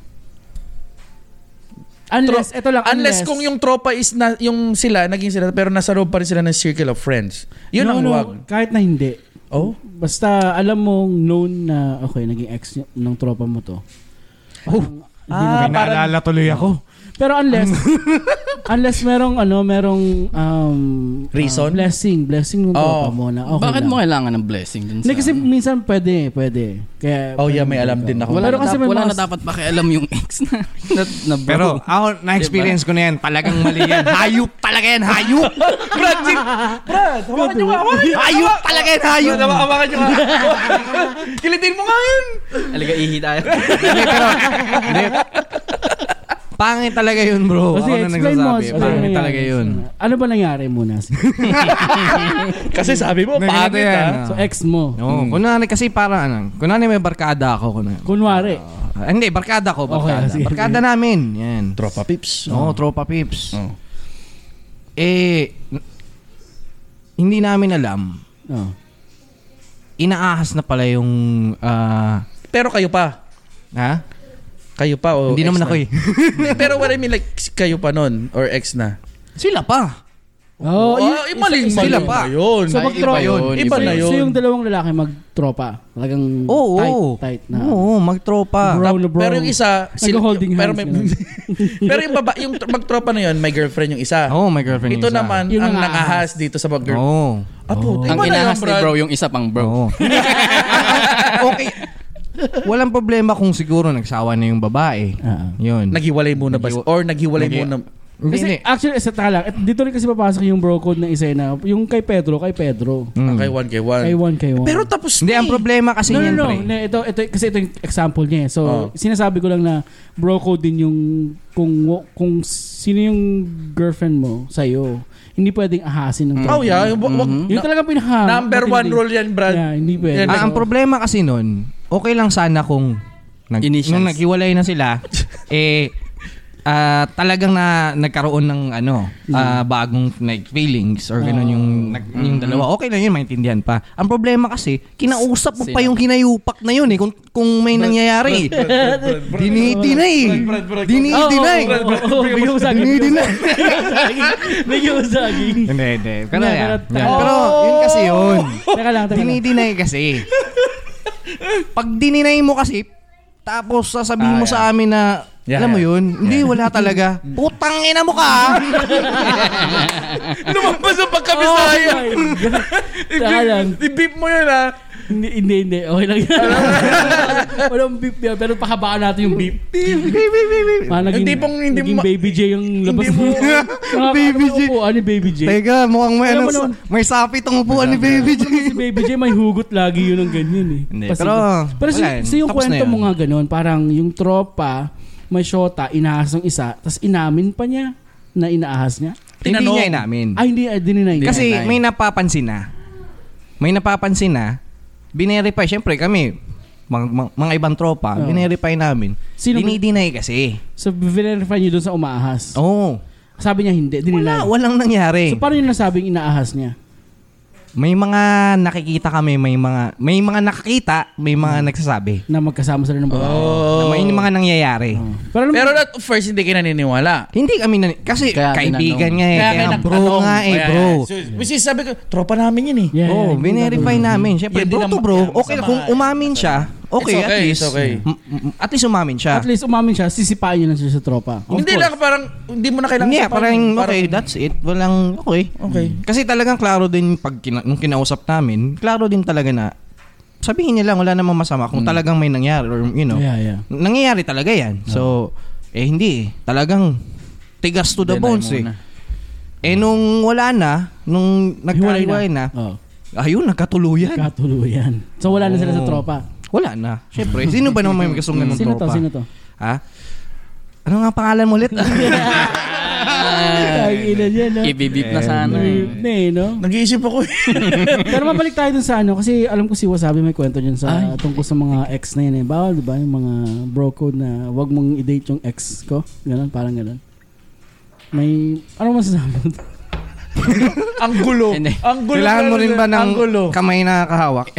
Speaker 1: Unless,
Speaker 2: Tro-
Speaker 1: eto lang, unless,
Speaker 2: Unless kung yung tropa is na, yung sila, naging sila, pero nasa loob pa rin sila ng circle of friends. Yun
Speaker 1: No,
Speaker 2: ang
Speaker 1: no,
Speaker 2: wag.
Speaker 1: Kahit na hindi.
Speaker 2: Oh?
Speaker 1: Basta alam mong known na, okay, naging ex ni- ng tropa mo to.
Speaker 5: May
Speaker 2: Ah,
Speaker 5: naalala tuloy ako.
Speaker 1: Pero unless, unless merong, ano, merong, um,
Speaker 2: Reason?
Speaker 1: um, blessing, blessing ng
Speaker 2: Oh.
Speaker 1: tropa mo na Ah, okay
Speaker 4: Bakit
Speaker 1: lang.
Speaker 4: mo kailangan ng blessing dun sa...
Speaker 1: Hindi, kasi minsan pwede, pwede. Kaya,
Speaker 2: Oh, yeah, may alam din ako.
Speaker 4: wala,
Speaker 1: Pero
Speaker 4: na,
Speaker 1: kasi
Speaker 4: dap-
Speaker 1: may
Speaker 4: wala
Speaker 1: mga-
Speaker 4: na dapat pakialam yung ex na, na, na bro.
Speaker 3: Pero ako, na-experience
Speaker 1: Diba?
Speaker 3: ko na yan. Talagang mali yan. Hayop talaga yan. Hayop!
Speaker 2: Brad, sin- Brad, hawakan nyo nga, hawakan nyo nga.
Speaker 3: Hayop talaga yan. Hayop!
Speaker 2: Brad, hawa- hawakan nyo nga. Kilitin mo nga yun.
Speaker 4: Alaga ihi tayo.
Speaker 3: Hindi, pero... Hindi. Pangit talaga yun, bro.
Speaker 1: Kasi
Speaker 3: ako na
Speaker 1: explain mo.
Speaker 3: nagsasabi.
Speaker 1: ano
Speaker 3: Pangit
Speaker 1: nangyari.
Speaker 3: talaga yun.
Speaker 1: Ano ba nangyari muna?
Speaker 2: Kasi sabi mo,
Speaker 3: Ganito
Speaker 2: pangit
Speaker 3: yan,
Speaker 2: ha.
Speaker 3: ah.
Speaker 1: so, ex mo.
Speaker 3: Oo, kunwari kasi parang ano, kunwari may barkada ako. Kunwari.
Speaker 1: Kunwari.
Speaker 3: Ah, hindi, barkada ko, barkada.
Speaker 1: Okay, sige.
Speaker 3: barkada namin. Yan.
Speaker 2: Tropa pips.
Speaker 3: Oo, tropa pips.
Speaker 2: Oh.
Speaker 3: Eh, n- hindi namin alam.
Speaker 1: Oh.
Speaker 3: Inaahas na pala yung, ah,
Speaker 2: Pero kayo pa.
Speaker 3: ha?
Speaker 2: Kayo pa o
Speaker 3: hindi
Speaker 2: ex
Speaker 3: naman
Speaker 2: na?
Speaker 3: ako eh.
Speaker 2: Hindi, Pero what I mean, like, kayo pa nun or ex na.
Speaker 3: Sila pa.
Speaker 2: Oh,
Speaker 1: Oh,
Speaker 2: ay,
Speaker 1: yun-
Speaker 2: maling
Speaker 3: isa-
Speaker 2: mali
Speaker 3: sila pa.
Speaker 2: na yun.
Speaker 1: So,
Speaker 4: Ay,
Speaker 1: magtro-
Speaker 4: iba yun.
Speaker 2: Iba
Speaker 1: so,
Speaker 2: na yun.
Speaker 1: so yung dalawang lalaki magtropa. Talagang
Speaker 3: Oo.
Speaker 1: tight, tight na. ano.
Speaker 3: Oo, magtropa.
Speaker 1: Bro na bro.
Speaker 2: Pero yung isa,
Speaker 1: Nag-holding
Speaker 2: pero,
Speaker 1: hands,
Speaker 2: may,
Speaker 1: ganun.
Speaker 2: pero yung baba, yung tro- magtropa na yun, may girlfriend yung isa.
Speaker 3: Oo, my girlfriend
Speaker 2: Ito
Speaker 3: yung isa.
Speaker 2: naman,
Speaker 1: Yung
Speaker 2: ang
Speaker 1: nangahas.
Speaker 2: nangahas dito sa Ah, mga girl.
Speaker 3: Oo.
Speaker 2: Apo,
Speaker 4: Ang inahas ni bro yung isa pang bro.
Speaker 3: Oo. okay. Walang problema kung siguro nagsawa na yung babae.
Speaker 1: Ah.
Speaker 3: Yun.
Speaker 2: Naghiwalay muna ba?
Speaker 3: Naghiwa-
Speaker 2: Or naghiwalay
Speaker 3: Naghi-
Speaker 2: muna.
Speaker 3: Hindi,
Speaker 1: Kasi
Speaker 3: hindi.
Speaker 1: actually, isa tala. At dito rin kasi papasok yung bro code na isa na. Yung kay Pedro, kay Pedro.
Speaker 3: Mm.
Speaker 2: Kay one, kay one.
Speaker 1: Kay one, kay one.
Speaker 2: Pero tapos na
Speaker 3: Hindi, ang
Speaker 2: eh.
Speaker 3: problema kasi
Speaker 1: no, no,
Speaker 3: yan,
Speaker 1: no.
Speaker 3: pre.
Speaker 1: Na, ito, ito, kasi ito yung example niya. eh. So,
Speaker 2: Oh.
Speaker 1: sinasabi ko lang na bro code din yung kung kung sino yung girlfriend mo sa'yo. Hindi pwedeng ahasin ng
Speaker 2: Oh yeah, yung, wag- wag-
Speaker 3: Mm-hmm.
Speaker 4: Mhm.
Speaker 1: Yung
Speaker 2: na-
Speaker 1: talagang pinaka
Speaker 2: number one
Speaker 1: matindi.
Speaker 2: rule yan, Brad.
Speaker 1: Yeah, hindi pwede.
Speaker 2: Yan,
Speaker 3: Ah, ang problema kasi nun, okay lang sana kung nag,
Speaker 4: Initials.
Speaker 3: nung naghiwalay na sila, eh, ah, talagang na, nagkaroon ng ano, ah, bagong like, feelings or ganun yung, nag- yung dalawa. Okay lang yun, maintindihan pa. Ang problema kasi, kinausap mo pa
Speaker 4: Sino?
Speaker 3: yung hinayupak na yun eh, kung, kung may nangyayari. Diniti na eh. Diniti na eh.
Speaker 1: Oo, bigyan mo sa akin.
Speaker 3: Diniti na.
Speaker 1: Bigyan mo sa akin.
Speaker 3: Hindi, hindi. Pero,
Speaker 1: Hindi,
Speaker 3: yan.
Speaker 1: pero-
Speaker 3: Yan. pero yun kasi yun.
Speaker 1: Teka lang, teka lang.
Speaker 3: Dinidinay kasi. Pag dininay mo kasi, tapos sasabihin
Speaker 1: Ah,
Speaker 3: mo sa amin na,
Speaker 2: Yeah,
Speaker 3: alam mo
Speaker 2: yeah.
Speaker 3: yun, hindi, wala talaga. Putang ina mo ka! ah.
Speaker 2: Lumabas ang
Speaker 1: Oh
Speaker 2: pagkabisaya.
Speaker 1: my God. Teka lang.
Speaker 2: I-beep- I-beep mo yun ah. ha.
Speaker 1: Hindi, hindi, hindi. Okay lang yan. Walang beep yan. Pero pahabaan natin yung beep. Ah, naging,
Speaker 2: Hindi pong- hindi
Speaker 1: naging
Speaker 2: mo-
Speaker 1: baby J yung labas
Speaker 2: hindi mo-
Speaker 1: Nakakaano "Oh, ano
Speaker 3: Baby
Speaker 1: yung
Speaker 3: J.
Speaker 1: upuan ni baby J.
Speaker 3: Teka, mukhang may,
Speaker 1: Alam
Speaker 3: ano,
Speaker 1: mo naman-
Speaker 3: may sapi tong upuan ni Baby J.
Speaker 1: Si baby J may hugot lagi yun ng ganyan eh.
Speaker 3: Hindi,
Speaker 1: Pasigo.
Speaker 3: pero-
Speaker 1: pero si,
Speaker 3: wala yun.
Speaker 1: si yung
Speaker 3: Tapos na
Speaker 1: kwento
Speaker 3: yun.
Speaker 1: mo nga ganun, parang yung tropa, may shota, inaahas ng isa, tapos inamin pa niya na inaahas niya.
Speaker 3: hindi
Speaker 2: Tinanong.
Speaker 3: niya inamin.
Speaker 1: Ay, hindi, ah, eh. ay, dininay niya.
Speaker 3: Kasi
Speaker 4: Dinay.
Speaker 3: may napapansin na. May napapansin na. Binerify, syempre kami, mga, mga- mga ibang tropa,
Speaker 1: Oo.
Speaker 3: binerify namin.
Speaker 1: Oh. Sino-
Speaker 3: Dinidinay kasi.
Speaker 1: So, verify niyo doon sa umaahas.
Speaker 3: Oo. Oh.
Speaker 1: Sabi niya hindi,
Speaker 3: Wala,
Speaker 1: dininay.
Speaker 3: walang nangyari.
Speaker 1: So paano yung nasabing inaahas niya?
Speaker 3: May mga nakikita kami, may mga may mga nakakita, may mga nagsasabi.
Speaker 1: Na magkasama sila ng babae.
Speaker 2: Oh.
Speaker 3: Na may mga nangyayari.
Speaker 1: Oh. Pero, alam mo-
Speaker 2: Pero at first, hindi kayo naniniwala.
Speaker 3: Hindi kami na, kasi
Speaker 4: Kaya
Speaker 3: kaibigan
Speaker 4: tinanong.
Speaker 3: nga eh. Kaya,
Speaker 2: kayo
Speaker 3: bro
Speaker 2: nagtanong.
Speaker 3: nga eh,
Speaker 2: Kaya-
Speaker 3: bro.
Speaker 2: So, Which is sabi ko, tropa namin yun eh.
Speaker 1: Yeah,
Speaker 3: oh,
Speaker 1: yeah,
Speaker 3: binerify
Speaker 1: yeah.
Speaker 3: namin. Siyempre,
Speaker 2: Yun din
Speaker 3: bro
Speaker 2: ang
Speaker 3: to bro.
Speaker 2: masama.
Speaker 3: Okay, kung umamin siya,
Speaker 2: It's
Speaker 3: okay,
Speaker 2: okay,
Speaker 3: at least.
Speaker 2: it's okay.
Speaker 3: m- m- at least umamin siya.
Speaker 1: At least umamin siya, sisipain niya lang siya sa tropa.
Speaker 3: Of
Speaker 2: hindi
Speaker 3: course.
Speaker 2: lang parang, hindi mo na kailangan.
Speaker 3: Hindi,
Speaker 2: sa
Speaker 3: parang, okay,
Speaker 2: parang-
Speaker 3: that's it. Walang, okay.
Speaker 2: Okay.
Speaker 3: Kasi talagang klaro din pag kina- nung kinausap namin, klaro din talaga na sabihin niya lang wala namang masama kung talagang may nangyari or you know.
Speaker 1: Yeah, yeah.
Speaker 3: Nangyayari talaga 'yan. So, eh hindi eh. Talagang tigas to the
Speaker 2: Deny
Speaker 3: bones
Speaker 2: mo
Speaker 3: eh.
Speaker 2: na.
Speaker 3: Eh nung wala na, nung
Speaker 1: Hiwalay
Speaker 3: nagkahiwalay na,
Speaker 1: Oh,
Speaker 3: ayun, nagkatuluyan.
Speaker 1: katuluyan. So wala na sila sa
Speaker 3: Oh.
Speaker 1: tropa.
Speaker 3: Wala na. Siyempre, sino ba naman may gustong ganun
Speaker 1: Sino to?
Speaker 3: tropa?
Speaker 1: Sino to?
Speaker 3: Ha? Ano nga pangalan mo ulit?
Speaker 1: Tagina niya, no?
Speaker 4: Ibibip na sana
Speaker 1: Ibib
Speaker 4: eh.
Speaker 1: na eh, no?
Speaker 2: Nag-iisip ako eh.
Speaker 1: Pero mabalik tayo dun sa ano, kasi alam ko si Wasabi may kwento dyan sa tungkol sa mga ex na yan eh. Bawal, di ba? Yung mga bro code na wag mong i-date yung ex ko. Ganun, parang ganun. May, ano masasabi mo?
Speaker 2: ang gulo.
Speaker 4: Hindi.
Speaker 2: ang gulo.
Speaker 3: Kailangan mo
Speaker 2: talaga.
Speaker 3: rin ba ng
Speaker 2: Ang gulo.
Speaker 3: kamay na kahawak?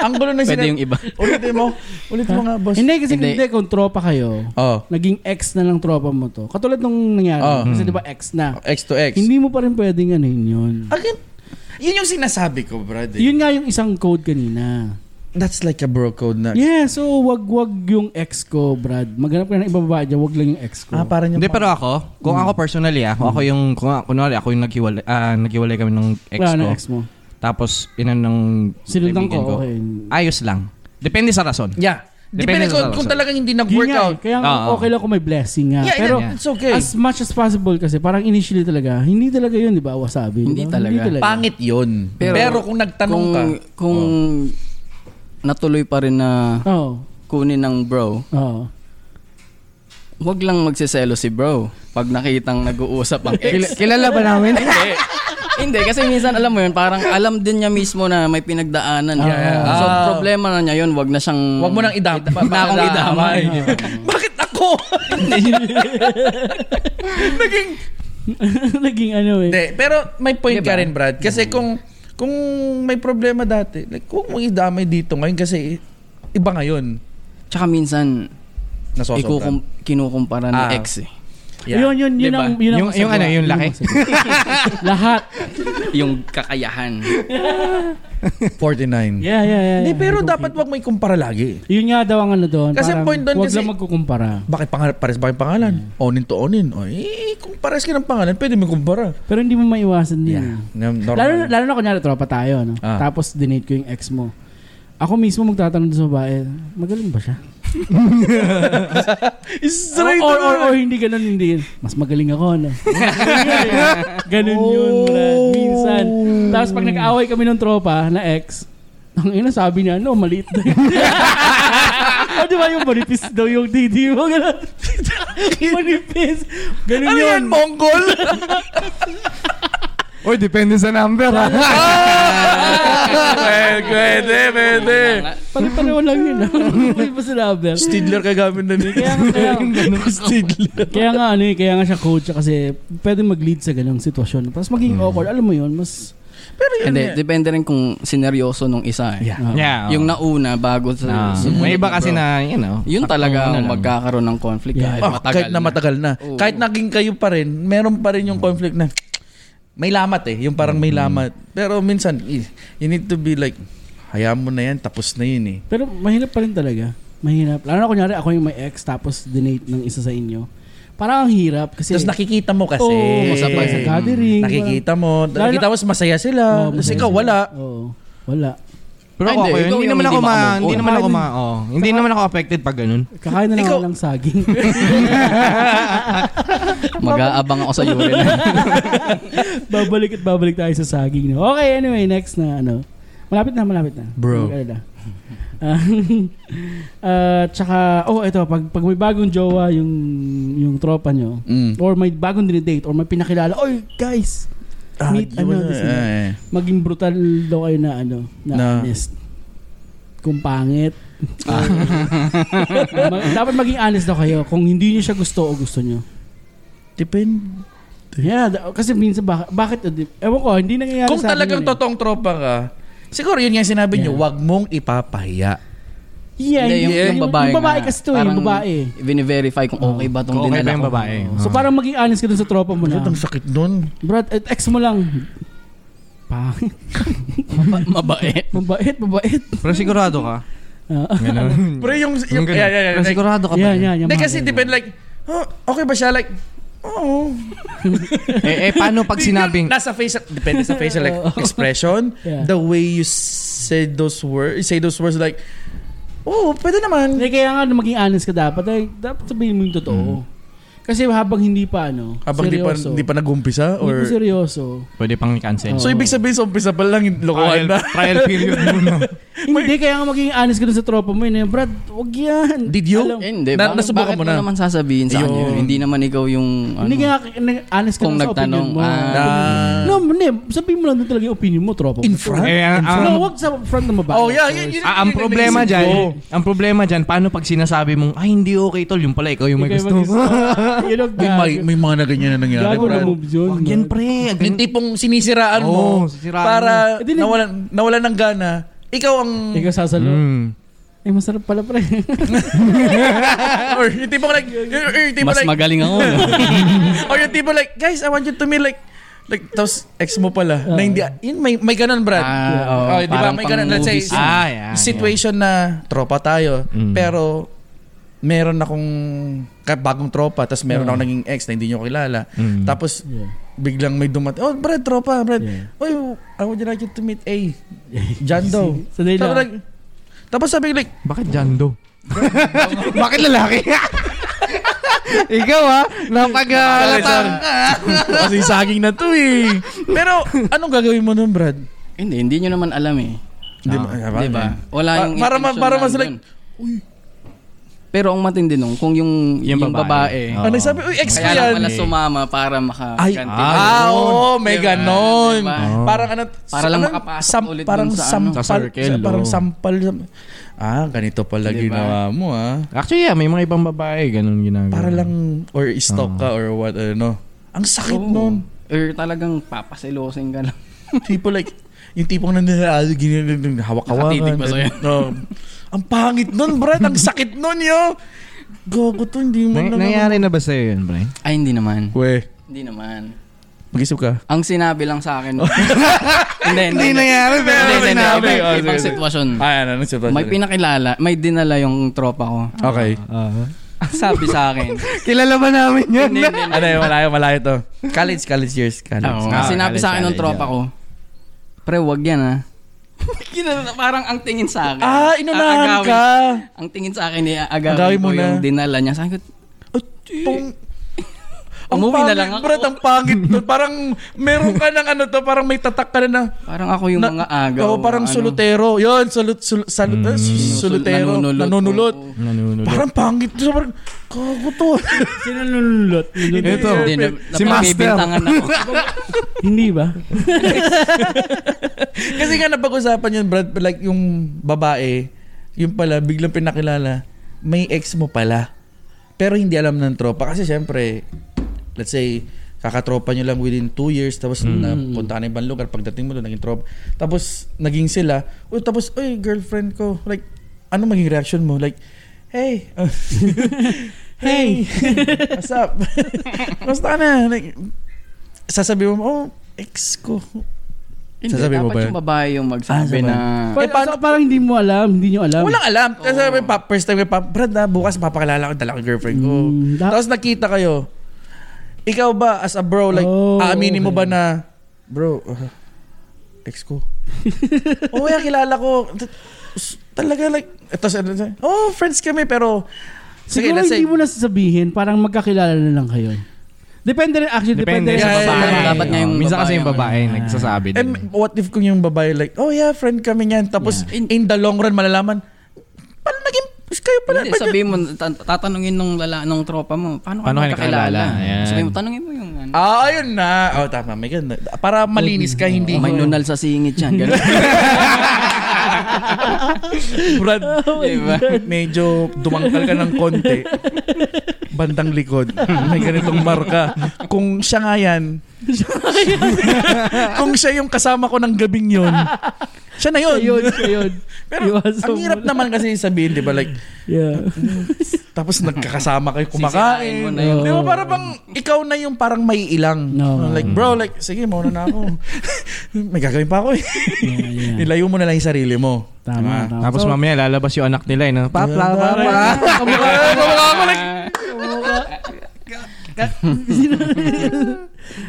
Speaker 2: ang gulo na
Speaker 4: Pwede
Speaker 2: sinabi-
Speaker 4: yung iba.
Speaker 2: Ulitin mo. Ulitin mo nga, boss.
Speaker 1: hindi, kasi hindi.
Speaker 4: Hindi.
Speaker 1: kung tropa kayo,
Speaker 2: Oh.
Speaker 1: naging ex na lang tropa mo to. Katulad nung nangyari.
Speaker 2: Oh.
Speaker 1: Kasi di ba ex na.
Speaker 2: X to X.
Speaker 1: Hindi mo pa rin pwedeng ano yun.
Speaker 2: Again, yun yung sinasabi ko, brad. eh.
Speaker 1: Yun nga yung isang code kanina.
Speaker 2: That's like a bro code na.
Speaker 1: Yeah, so wag wag yung ex ko, Brad. Maghanap ka na ng ibang babae dyan, wag lang yung ex ko.
Speaker 2: Ah, parang yung...
Speaker 3: Hindi, pero ako, kung
Speaker 1: Hmm.
Speaker 3: ako personally ah, kung ako yung, kung, ako- kunwari ako yung naghiwalay, ah, naghiwalay kami ng ex
Speaker 1: Wala
Speaker 3: ko.
Speaker 1: na ex mo.
Speaker 3: Tapos, inan ng
Speaker 1: Sinundan
Speaker 3: kaibigan
Speaker 1: ko, okay.
Speaker 3: Ayos lang. Depende sa rason.
Speaker 2: Yeah. Depende,
Speaker 3: Depende sa
Speaker 2: kung,
Speaker 3: tao,
Speaker 2: kung
Speaker 3: sir.
Speaker 2: talagang hindi
Speaker 1: Yun nga eh,
Speaker 2: nag-workout.
Speaker 1: Kaya nga,
Speaker 3: Oo.
Speaker 1: okay lang kung may blessing nga.
Speaker 2: Yeah,
Speaker 1: Pero
Speaker 2: yeah, it's okay.
Speaker 1: as much as possible kasi parang initially talaga, hindi talaga yun, di ba? Wasabi. di
Speaker 4: Hindi
Speaker 1: ba?
Speaker 4: talaga.
Speaker 2: Pangit yun. Pero, kung nagtanong
Speaker 4: kung,
Speaker 2: ka,
Speaker 4: Kung natuloy pa rin na
Speaker 1: Oo.
Speaker 4: kunin ng bro,
Speaker 1: Oo.
Speaker 4: wag lang magsiselo si bro pag nakitang nag-uusap ang ex.
Speaker 3: Kilala ba namin?
Speaker 4: Hindi, kasi minsan alam mo yun, parang alam din niya mismo na may pinagdaanan.
Speaker 1: Yeah, yeah.
Speaker 4: So,
Speaker 2: Ah.
Speaker 4: problema na niya yun, wag na siyang...
Speaker 2: wag mo nang idam.
Speaker 4: Wag na akong idamay.
Speaker 2: Bakit ako? Naging...
Speaker 1: Naging ano eh.
Speaker 2: Hindi, pero may point ka rin, Brad. Kasi kung kung may problema dati, like, kung mo idamay dito ngayon kasi iba ngayon.
Speaker 4: Tsaka minsan,
Speaker 2: Nasosobra.
Speaker 4: ikukum- kinukumpara ni
Speaker 2: Ah.
Speaker 4: ex eh.
Speaker 1: Yun, yun, yun,
Speaker 4: Diba?
Speaker 1: ang, yun ang
Speaker 3: Yung- yung
Speaker 1: masagawa.
Speaker 3: ano, yung laki?
Speaker 1: masagawa. Lahat.
Speaker 4: Yung kakayahan.
Speaker 2: 49.
Speaker 1: Yeah, yeah, yeah.
Speaker 2: Hindi,
Speaker 1: yeah.
Speaker 2: pero dapat wag mo ikumpara lagi.
Speaker 1: Yun nga daw ang ano doon.
Speaker 2: Kasi
Speaker 1: parang
Speaker 2: point doon
Speaker 1: Huwag
Speaker 2: kasi-
Speaker 1: lang magkukumpara.
Speaker 2: Bakit pangalan, pares ba yung pangalan? Onin to onin. O, eh, kung pares ka ng pangalan, pwede mo kumpara.
Speaker 1: Pero hindi mo maiwasan din. eh.
Speaker 2: Na- Normal.
Speaker 1: Lalo, lalo na kunyari, tropa tayo,
Speaker 2: ano.
Speaker 1: no?
Speaker 2: Ah.
Speaker 1: Tapos dinate ko yung ex mo. Ako mismo magtatanong dun sa babae, magaling ba siya?
Speaker 2: Straight
Speaker 1: or, or,
Speaker 2: away.
Speaker 1: or hindi ganun, hindi ganun. Mas magaling ako, ano? ganun yun,
Speaker 2: Oh.
Speaker 1: Brad. Minsan. Tapos pag nag-away kami ng tropa na ex, ang ina sabi niya, ano, maliit na yun. o di ba yung manipis daw yung didi mo? Ganun. manipis. Ganun
Speaker 2: Ano
Speaker 1: yun.
Speaker 2: yan, Mongol?
Speaker 3: Uy, depende sa number ha.
Speaker 2: Pwede, pwede, pwede.
Speaker 1: Pare-pareho lang yun. ah. May ba sinabi?
Speaker 2: Steedler ka gamit na nito.
Speaker 1: Kaya nga, kaya nga.
Speaker 2: Steedler.
Speaker 1: kaya nga ano eh, kaya nga siya coach siya kasi pwede mag-lead sa ganung sitwasyon. Tapos maging
Speaker 2: Mm.
Speaker 1: awkward, alam mo yun, mas
Speaker 2: Pero yun,
Speaker 4: Hindi, depende rin kung sineryoso nung isa eh.
Speaker 1: Ah.
Speaker 3: yeah.
Speaker 4: Yung nauna bago
Speaker 3: Ah,
Speaker 4: sa... sa-
Speaker 3: may iba kasi na, you know. Ano
Speaker 4: Yun talaga ang
Speaker 3: lang.
Speaker 4: magkakaroon ng conflict
Speaker 1: Yeah.
Speaker 4: kahit
Speaker 2: Ah,
Speaker 4: matagal
Speaker 2: kahit na matagal na.
Speaker 4: Oo.
Speaker 2: Kahit naging kayo pa rin, meron pa rin yung
Speaker 4: Hmm.
Speaker 2: conflict na may lamat eh. Yung parang may lamat. Pero minsan, eh, you need to be like, hayaan mo na yan, tapos na yun eh.
Speaker 1: pero mahirap pa rin talaga. Mahirap. Lalo na kunyari ako yung may ex tapos dinate ng isa sa inyo. Parang ang hirap kasi
Speaker 2: Tapos nakikita mo kasi.
Speaker 1: Oo, masabay sa gathering.
Speaker 2: Nakikita mo.
Speaker 1: Lalo-
Speaker 2: Nakikita mo, masaya
Speaker 1: Oo,
Speaker 2: sila. Tapos
Speaker 1: masaya
Speaker 2: ikaw,
Speaker 1: siya.
Speaker 2: wala.
Speaker 1: Oo, wala.
Speaker 3: Pero
Speaker 4: Ay,
Speaker 3: ako,
Speaker 4: hindi,
Speaker 3: yun,
Speaker 4: ikaw
Speaker 3: hindi
Speaker 4: yung
Speaker 3: naman
Speaker 4: hindi
Speaker 3: ako ma,
Speaker 4: makamove
Speaker 3: hindi
Speaker 4: on.
Speaker 3: naman ako ma, oh, hindi naman ako affected pag ganun.
Speaker 1: Kakain na lang
Speaker 2: Ikaw-
Speaker 1: ako ng saging.
Speaker 4: Mag-aabang ako sa urine.
Speaker 1: babalik at babalik tayo sa saging. No? Okay, anyway, next na ano. Malapit na, malapit na.
Speaker 2: Bro.
Speaker 1: Mag-alala. Ah, ah, tsaka, oh, ito, pag, pag may bagong jowa yung, yung tropa nyo,
Speaker 2: Mm.
Speaker 1: or may bagong dinidate, or may pinakilala, oy, guys,
Speaker 2: Ah,
Speaker 1: meet,
Speaker 2: yun,
Speaker 1: ano, this, and that."
Speaker 2: eh.
Speaker 1: maging brutal daw kayo na, ano, na,
Speaker 2: Na- Ah.
Speaker 1: honest. Kung pangit. Ma- Dapat maging honest daw kayo kung hindi nyo siya gusto o gusto nyo.
Speaker 2: Depend.
Speaker 1: Yeah, da- kasi minsan bak- bakit, ewan ko, hindi nangyayari
Speaker 2: Kung
Speaker 1: sa akin
Speaker 2: talagang
Speaker 1: yun eh.
Speaker 2: totoong tropa ka, siguro yun nga yung sinabi nyo, wag mong ipapahiya.
Speaker 1: Yeah,
Speaker 4: Hindi,
Speaker 1: hindi, yung, yung babae,
Speaker 4: nga,
Speaker 1: kasi to eh, yung
Speaker 4: parang
Speaker 1: babae.
Speaker 4: Bine-verify kung okay ba itong
Speaker 3: Kung okay
Speaker 4: dinala
Speaker 3: ba yung
Speaker 4: ko.
Speaker 3: babae.
Speaker 2: Ah.
Speaker 1: So parang maging honest ka dun sa tropa mo na.
Speaker 2: Ang Ano sakit nun.
Speaker 1: Brad, at ex mo lang. Pangit.
Speaker 4: Maba- Mabait.
Speaker 1: Mabait, mabait.
Speaker 3: Pero sigurado ka.
Speaker 1: Ah.
Speaker 3: Ganun.
Speaker 2: Pero yung... yung,
Speaker 3: Yung ganun.
Speaker 2: yeah, yeah, yeah,
Speaker 3: Pero
Speaker 2: like-
Speaker 3: sigurado ka
Speaker 1: yeah,
Speaker 3: ba?
Speaker 1: yeah, yeah.
Speaker 2: Hindi
Speaker 1: mga
Speaker 2: kasi
Speaker 1: ganun.
Speaker 2: depend like, oh, okay ba siya? Like, oo.
Speaker 3: eh, eh, paano pag sinabing,
Speaker 2: Nasa facial, depende sa facial like, expression,
Speaker 1: Yeah.
Speaker 2: the way you said those words, say those words like, oh, pwede naman.
Speaker 1: Hindi, Eh, kaya nga maging honest ka dapat. Ay, dapat sabihin mo yung totoo. Kasi habang hindi pa ano,
Speaker 2: Mm. Habang di pa,
Speaker 1: seryoso.
Speaker 2: di pa nag-umpisa?
Speaker 1: Hindi pa
Speaker 2: Or...
Speaker 1: seryoso.
Speaker 3: pwede pang i-cancel.
Speaker 2: So, ibig sabihin sa umpisa pa lang,
Speaker 3: trial,
Speaker 2: lokohan na.
Speaker 3: trial period muna.
Speaker 1: Hindi, kaya nga maging honest ka dun sa tropa mo yun. eh, Brad, wag yan.
Speaker 2: Did you?
Speaker 1: Alam-
Speaker 4: Eh, Hindi,
Speaker 2: Na-
Speaker 4: bakit,
Speaker 2: nasubukan
Speaker 4: bakit
Speaker 2: mo
Speaker 4: mo
Speaker 2: na?
Speaker 4: naman sasabihin sa
Speaker 2: Ayun.
Speaker 4: kanya? yun? Hindi naman ikaw yung ano.
Speaker 1: Hindi kaya honest ka
Speaker 4: Kung
Speaker 1: dun sa opinion
Speaker 4: nagtanong,
Speaker 1: mo.
Speaker 4: ah.
Speaker 2: Ah.
Speaker 1: no, hindi. Sabihin mo lang dun talaga yung opinion mo, tropa mo.
Speaker 2: In front?
Speaker 3: eh, ang, ang,
Speaker 1: no, wag sa front ng babae.
Speaker 2: Oh, yeah. Yun, yun, yun,
Speaker 3: Ah, ang
Speaker 2: yun yung
Speaker 3: problema
Speaker 2: naisip
Speaker 3: dyan,
Speaker 2: ko.
Speaker 3: ang problema dyan, paano pag sinasabi mong, ay, hindi okay, tol, yung pala ikaw yung may
Speaker 1: Hindi kayo
Speaker 3: gusto.
Speaker 1: mag-isa. Yun ang
Speaker 2: May, may, may
Speaker 1: gago.
Speaker 2: mga na ganyan na nangyari.
Speaker 1: Gago na
Speaker 2: Brad.
Speaker 1: move yun.
Speaker 3: Wag yan, pre.
Speaker 2: Yung tipong sinisiraan mo
Speaker 3: Oo, sisiraan
Speaker 2: para
Speaker 1: Eh, di na-
Speaker 2: nawalan, nawalan ng gana. Ikaw ang...
Speaker 1: Ikaw sasalo.
Speaker 3: Mm.
Speaker 1: Eh, masarap pala, pre.
Speaker 2: or yung tipong like... Yung, yung tipong
Speaker 4: Mas
Speaker 2: like...
Speaker 4: magaling ako.
Speaker 2: or yung tipong like, guys, I want you to me like... Like, tapos ex mo pala. na hindi, yun, may, may ganun, Brad.
Speaker 4: Ah, oo.
Speaker 2: Oh, di ba?
Speaker 4: Parang
Speaker 2: May ganun. Let's say,
Speaker 4: pang-movies yun.
Speaker 3: Ah, yeah.
Speaker 2: situation na tropa tayo,
Speaker 3: Mm.
Speaker 2: pero meron akong ka- bagong tropa, tapos meron akong naging ex na hindi nyo kilala.
Speaker 3: Mm.
Speaker 2: Tapos,
Speaker 1: Yeah.
Speaker 2: biglang may dumating, oh, Brad, tropa, Brad.
Speaker 1: Yeah.
Speaker 2: Oy, I would like you to meet A. John daw.
Speaker 1: Sanay
Speaker 2: Tapos,
Speaker 1: lang.
Speaker 2: like, tapos sabi ko like,
Speaker 3: Bakit Jando? Bakit lalaki? Ikaw ha, napag-alatang ka.
Speaker 2: kasi saging na to eh. Pero, anong gagawin mo nun, Brad?
Speaker 4: hindi, hindi nyo naman alam eh.
Speaker 2: Di ba?
Speaker 4: Di ba? Wala
Speaker 2: Pa-
Speaker 4: yung
Speaker 2: para ma-
Speaker 4: intention
Speaker 2: para
Speaker 4: na
Speaker 2: mas like,
Speaker 4: andun. Pero ang matindi nung, kung yung, yung, babae,
Speaker 2: Ano sabi? Uy, ex ko
Speaker 4: kaya lang pala
Speaker 2: yan.
Speaker 4: sumama para maka
Speaker 2: Ay, ah, oo, may ganon.
Speaker 4: Diba?
Speaker 2: Parang ano,
Speaker 4: Para
Speaker 2: anong-
Speaker 4: lang makapasok ulit
Speaker 2: parang
Speaker 4: dun sa ano.
Speaker 2: sampal,
Speaker 3: Sa circle,
Speaker 2: sa- parang
Speaker 3: oo.
Speaker 2: sampal. sam- Ah, ganito pala
Speaker 4: Diba?
Speaker 2: ginawa mo ah.
Speaker 3: Actually, yeah, may mga ibang babae, ganun ginagawa.
Speaker 2: Para lang, or stalk ka or what, ano. Ang sakit nun.
Speaker 4: Or Er, talagang papasilosing ka lang.
Speaker 2: Tipo like, yung tipong naniraado, ginagawa, hawak-hawakan.
Speaker 4: Nakatitig pa sa'yo.
Speaker 2: No. ang pangit nun, Brad. Ang sakit nun, yo. Gogo to, hindi mo
Speaker 3: Nang-
Speaker 2: lang.
Speaker 3: nangyari na ba sa'yo yun, pre?
Speaker 4: Ay, hindi naman.
Speaker 2: We,
Speaker 4: Hindi naman.
Speaker 2: mag-isip ka.
Speaker 4: Ang sinabi lang sa akin. hindi, hindi.
Speaker 3: nangyari,
Speaker 4: Hindi, hindi, hindi.
Speaker 2: sinabi.
Speaker 4: Ibang-
Speaker 2: Oh,
Speaker 4: Ibang
Speaker 2: sige.
Speaker 4: sitwasyon.
Speaker 2: Ay, ano, nagsipasok.
Speaker 4: May pinakilala, may dinala yung tropa ko.
Speaker 2: Okay.
Speaker 3: Uh-huh.
Speaker 4: Sabi sa akin.
Speaker 3: Kilala ba namin yun?
Speaker 4: Hindi, hindi,
Speaker 2: ano yun, malayo, malayo to. College, college years. College.
Speaker 4: Oo,
Speaker 3: Ah,
Speaker 4: sinabi
Speaker 3: galit
Speaker 4: sa akin ng
Speaker 3: siya,
Speaker 4: tropa ko, pre, wag yan ah. Kinala- parang ang tingin sa akin.
Speaker 2: Ah, inunahan
Speaker 4: aagawin-
Speaker 2: ka.
Speaker 4: Ang tingin sa akin,
Speaker 2: Agawin
Speaker 4: iagawin
Speaker 2: mo
Speaker 4: ko
Speaker 2: na.
Speaker 4: yung dinala niya. Sabi ko,
Speaker 2: Pong,
Speaker 4: Umuwi na
Speaker 2: pangit,
Speaker 4: lang ako.
Speaker 2: Brad, ang pangit nun. Parang meron ka ng ano to, parang may tatak ka na na.
Speaker 4: parang ako yung
Speaker 2: na-
Speaker 4: mga agaw.
Speaker 2: Oo, parang
Speaker 4: ano, Mm.
Speaker 2: solutero. Yun, solut, sol, salut, eh, solutero. ano? Nanunulot.
Speaker 4: nanunulot. Oo.
Speaker 3: Nanunulot.
Speaker 2: Parang pangit. So, parang, kago to.
Speaker 1: Sino nululot? Nululot?
Speaker 3: Ito.
Speaker 4: Hindi, na,
Speaker 3: Si
Speaker 4: si
Speaker 3: Master.
Speaker 4: ako.
Speaker 1: Hindi ba?
Speaker 2: Eh, Kasi nga napag-usapan yun, Brad, like yung babae, yung pala, biglang pinakilala, may ex mo pala. Pero hindi alam ng tropa. Kasi syempre, let's say, kakatropa nyo lang within two years, tapos napunta ka na ibang lugar, pagdating mo doon, naging tropa. Tapos, naging sila, uy, tapos, uy, girlfriend ko. Like, ano maging reaction mo? Like, hey, hey, what's up? Basta ka na? Like, sasabihin mo, oh, ex ko.
Speaker 4: Hindi,
Speaker 2: Sasabi mo
Speaker 4: dapat
Speaker 2: ba yun?
Speaker 4: yung babae yung magsabi
Speaker 2: Ah, sabi.
Speaker 4: na...
Speaker 1: Parang,
Speaker 2: paano-
Speaker 1: so, parang hindi mo alam, hindi nyo alam.
Speaker 2: Walang alam. Kasi sabi, pa, first time ko, pa, Brad, na, bukas papakilala ko talaga girlfriend ko.
Speaker 1: Mm, da-
Speaker 2: Tapos nakita kayo. Ikaw ba, as a bro, like,
Speaker 1: Oh,
Speaker 2: aaminin mo ba
Speaker 1: okay.
Speaker 2: na, bro, uh, ex ko. Oo, oh, kilala ko. T- s- Talaga, like, tapos, ano, sabi, oh, friends kami, pero, sige,
Speaker 1: Siguro
Speaker 2: let's say,
Speaker 1: hindi mo na sasabihin, parang magkakilala na lang kayo. Depende rin, actually, depende,
Speaker 3: Depende
Speaker 2: Yeah,
Speaker 1: rin
Speaker 3: sa
Speaker 2: yeah,
Speaker 3: babae.
Speaker 2: yeah.
Speaker 4: Dapat nga yung
Speaker 3: Oo, Minsan kasi
Speaker 4: babae
Speaker 3: yung
Speaker 4: ang-
Speaker 3: babae, nagsasabi
Speaker 2: eh,
Speaker 3: din.
Speaker 2: what if kung yung babae, like, oh yeah, friend kami niyan. Tapos, in, the long run, malalaman, pala naging, kayo pala.
Speaker 4: Hindi,
Speaker 2: ba't yun?"
Speaker 4: sabihin mo, ta- tatanungin nung, lala, nung tropa mo, paano,
Speaker 3: Paano kayo
Speaker 4: ka nakakilala?
Speaker 3: nakilala? Ayan.
Speaker 4: Sabihin mo, tanungin mo yung ano.
Speaker 2: Ah, ayun na. Oh, tama. May ganun. Para malinis
Speaker 1: Mm-hmm.
Speaker 2: ka, hindi.
Speaker 1: Oh,
Speaker 4: may nunal sa singit yan. Ganun.
Speaker 2: Diba? Brad, medyo dumangkal ka ng konti. bandang likod may ganitong marka. Kung siya nga yan, kung siya yung kasama ko ng gabing yon, siya na
Speaker 1: Ayun,
Speaker 2: yun.
Speaker 1: ayun.
Speaker 2: Pero
Speaker 1: Iwasan
Speaker 2: ang
Speaker 1: mo
Speaker 2: hirap
Speaker 1: na.
Speaker 2: naman kasi sabihin, di ba? Like,
Speaker 1: Yeah.
Speaker 2: tapos nagkakasama kayo kumakain.
Speaker 4: Sisirain mo na yun.
Speaker 2: Di ba? Para bang ikaw na yung parang may ilang.
Speaker 1: No.
Speaker 2: Like, bro, like, sige, mauna na ako. may gagawin pa ako eh.
Speaker 1: Yeah, yeah.
Speaker 2: Nilayo mo na lang yung sarili mo.
Speaker 1: Tama, tama.
Speaker 3: Tapos
Speaker 1: So,
Speaker 3: mamaya lalabas yung anak nila eh. No? Papa, papa.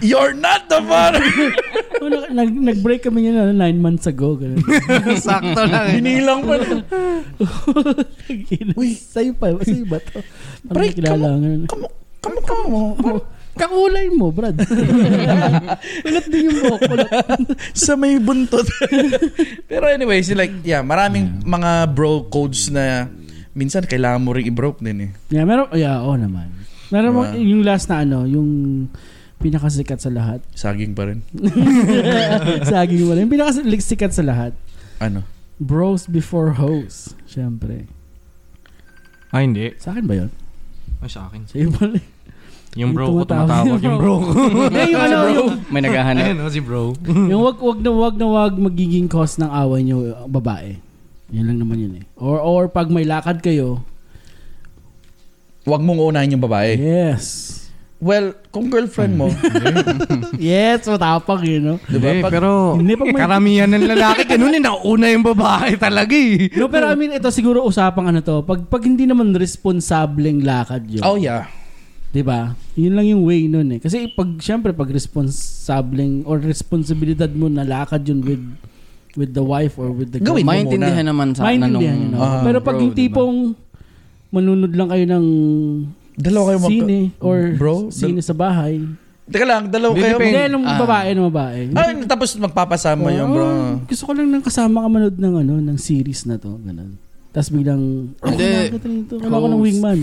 Speaker 2: You're not the father!
Speaker 1: Wala, nag, nag-break kami yun ano, nine months ago. Ganun.
Speaker 3: Sakto lang. eh.
Speaker 2: Binilang pa na.
Speaker 1: Uy, sa'yo pa. Sa'yo ba to? Parang
Speaker 2: Break,
Speaker 1: nakilala ka nun.
Speaker 2: Kamu, kamu, kamu.
Speaker 1: Kakulay mo, brad. Ulat din yung buhok. Ulat.
Speaker 2: Sa may buntot. Pero anyways, like, yeah, maraming mga bro codes na minsan kailangan mo rin i-broke din eh.
Speaker 1: Yeah, meron, yeah, oo naman. Meron mo,
Speaker 2: Diba?
Speaker 1: yung last na ano, yung pinakasikat sa lahat.
Speaker 2: Saging pa rin.
Speaker 1: Saging mo lang. Yung pinakasikat sa lahat.
Speaker 2: Ano?
Speaker 1: Bros before hoes. Siyempre.
Speaker 3: Ay, hindi.
Speaker 1: Sa akin ba yun?
Speaker 3: Ay, sa akin.
Speaker 1: Sa iyo pala.
Speaker 3: Yung bro ko
Speaker 1: Yung tumatawag.
Speaker 3: tumatawag. Yung bro ko.
Speaker 1: Eh, yung ano, yung,
Speaker 4: May naghahanap.
Speaker 3: Ayun, oh, si bro.
Speaker 1: yung wag, wag na wag na wag magiging cause ng away nyo uh, babae. Yan lang naman yun eh. Or, or pag may lakad kayo,
Speaker 2: Huwag mong unahin yung babae.
Speaker 1: yes.
Speaker 2: Well, kung girlfriend mo,
Speaker 1: Yes, matapang yun, no?
Speaker 2: Diba?
Speaker 3: Hindi,
Speaker 2: Pag-
Speaker 3: pero
Speaker 1: Hindi, pag may-
Speaker 3: karamihan ng lalaki, ganun eh, nauna yung babae talaga eh.
Speaker 1: No, pero I mean, ito siguro usapang ano to. Pag, pag hindi naman responsableng lakad yun.
Speaker 2: oh yeah.
Speaker 1: 'di ba? 'Yun lang yung way noon eh. Kasi pag syempre pag responsableng or responsibilidad mo na lakad yun with with the wife or with the
Speaker 2: Gawin mo
Speaker 4: Maintindihan naman sa akin na nung...
Speaker 1: Maintindihan yun. oh.
Speaker 2: Ah,
Speaker 1: Pero pag
Speaker 4: bro,
Speaker 1: yung tipong manunod lang kayo ng
Speaker 2: Dalawa kayo magka-
Speaker 1: sine or
Speaker 2: Bro,
Speaker 1: sine sa bahay.
Speaker 2: Teka lang, dalawa kayo.
Speaker 1: Hindi,
Speaker 2: Mag-
Speaker 1: nung
Speaker 4: Ah.
Speaker 1: babae, nung babae.
Speaker 2: ah, tapos magpapasama
Speaker 1: Oh,
Speaker 2: yung bro.
Speaker 1: Gusto ko lang ng kasama ka manood ng ano, ng series na to, ganun. Tapos biglang, oh,
Speaker 4: Hindi.
Speaker 1: kailangan kita nito. Kailangan ko ng
Speaker 4: Host.
Speaker 1: wingman.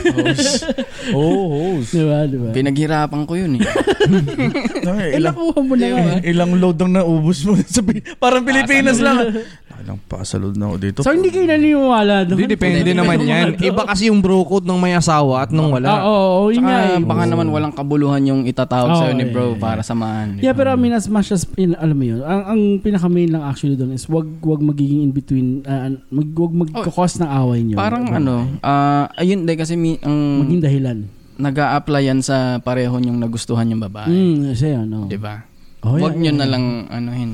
Speaker 2: Oh, host.
Speaker 1: Di ba, di ba?
Speaker 4: Pinaghirapan ko yun eh.
Speaker 1: diba? Eh, nakuha mo na nga. eh.
Speaker 2: ilang load ang naubos mo. sa Pi- Parang Pilipinas lang. Ilang pasalod na ako dito.
Speaker 1: So, hindi kayo naniniwala doon?
Speaker 3: Hindi, depende naman yan. Iba kasi yung bro code nung may asawa at nung
Speaker 1: Ah,
Speaker 3: wala.
Speaker 1: oo, oo, yun nga
Speaker 4: Saka
Speaker 1: eh.
Speaker 4: baka naman walang kabuluhan yung itatawag
Speaker 1: Oh,
Speaker 4: sa'yo ni
Speaker 1: yeah, yeah,
Speaker 4: bro para samahan.
Speaker 1: Yeah, pero I mean, as much as, in, alam mo yun, ang, ang pinaka-main lang actually doon is wag wag magiging in between, ah, mag, wag magkakos ng away nyo.
Speaker 4: Parang ano, ah, ayun din kasi mi, ang
Speaker 1: Maging dahilan.
Speaker 4: nag a applyan sa pareho yung nagustuhan yung babae.
Speaker 1: Mm, siya yun, no.
Speaker 4: 'Di ba?
Speaker 1: Oh, yeah,
Speaker 4: Huwag nyo
Speaker 1: yeah.
Speaker 4: na lang ano, anuhin.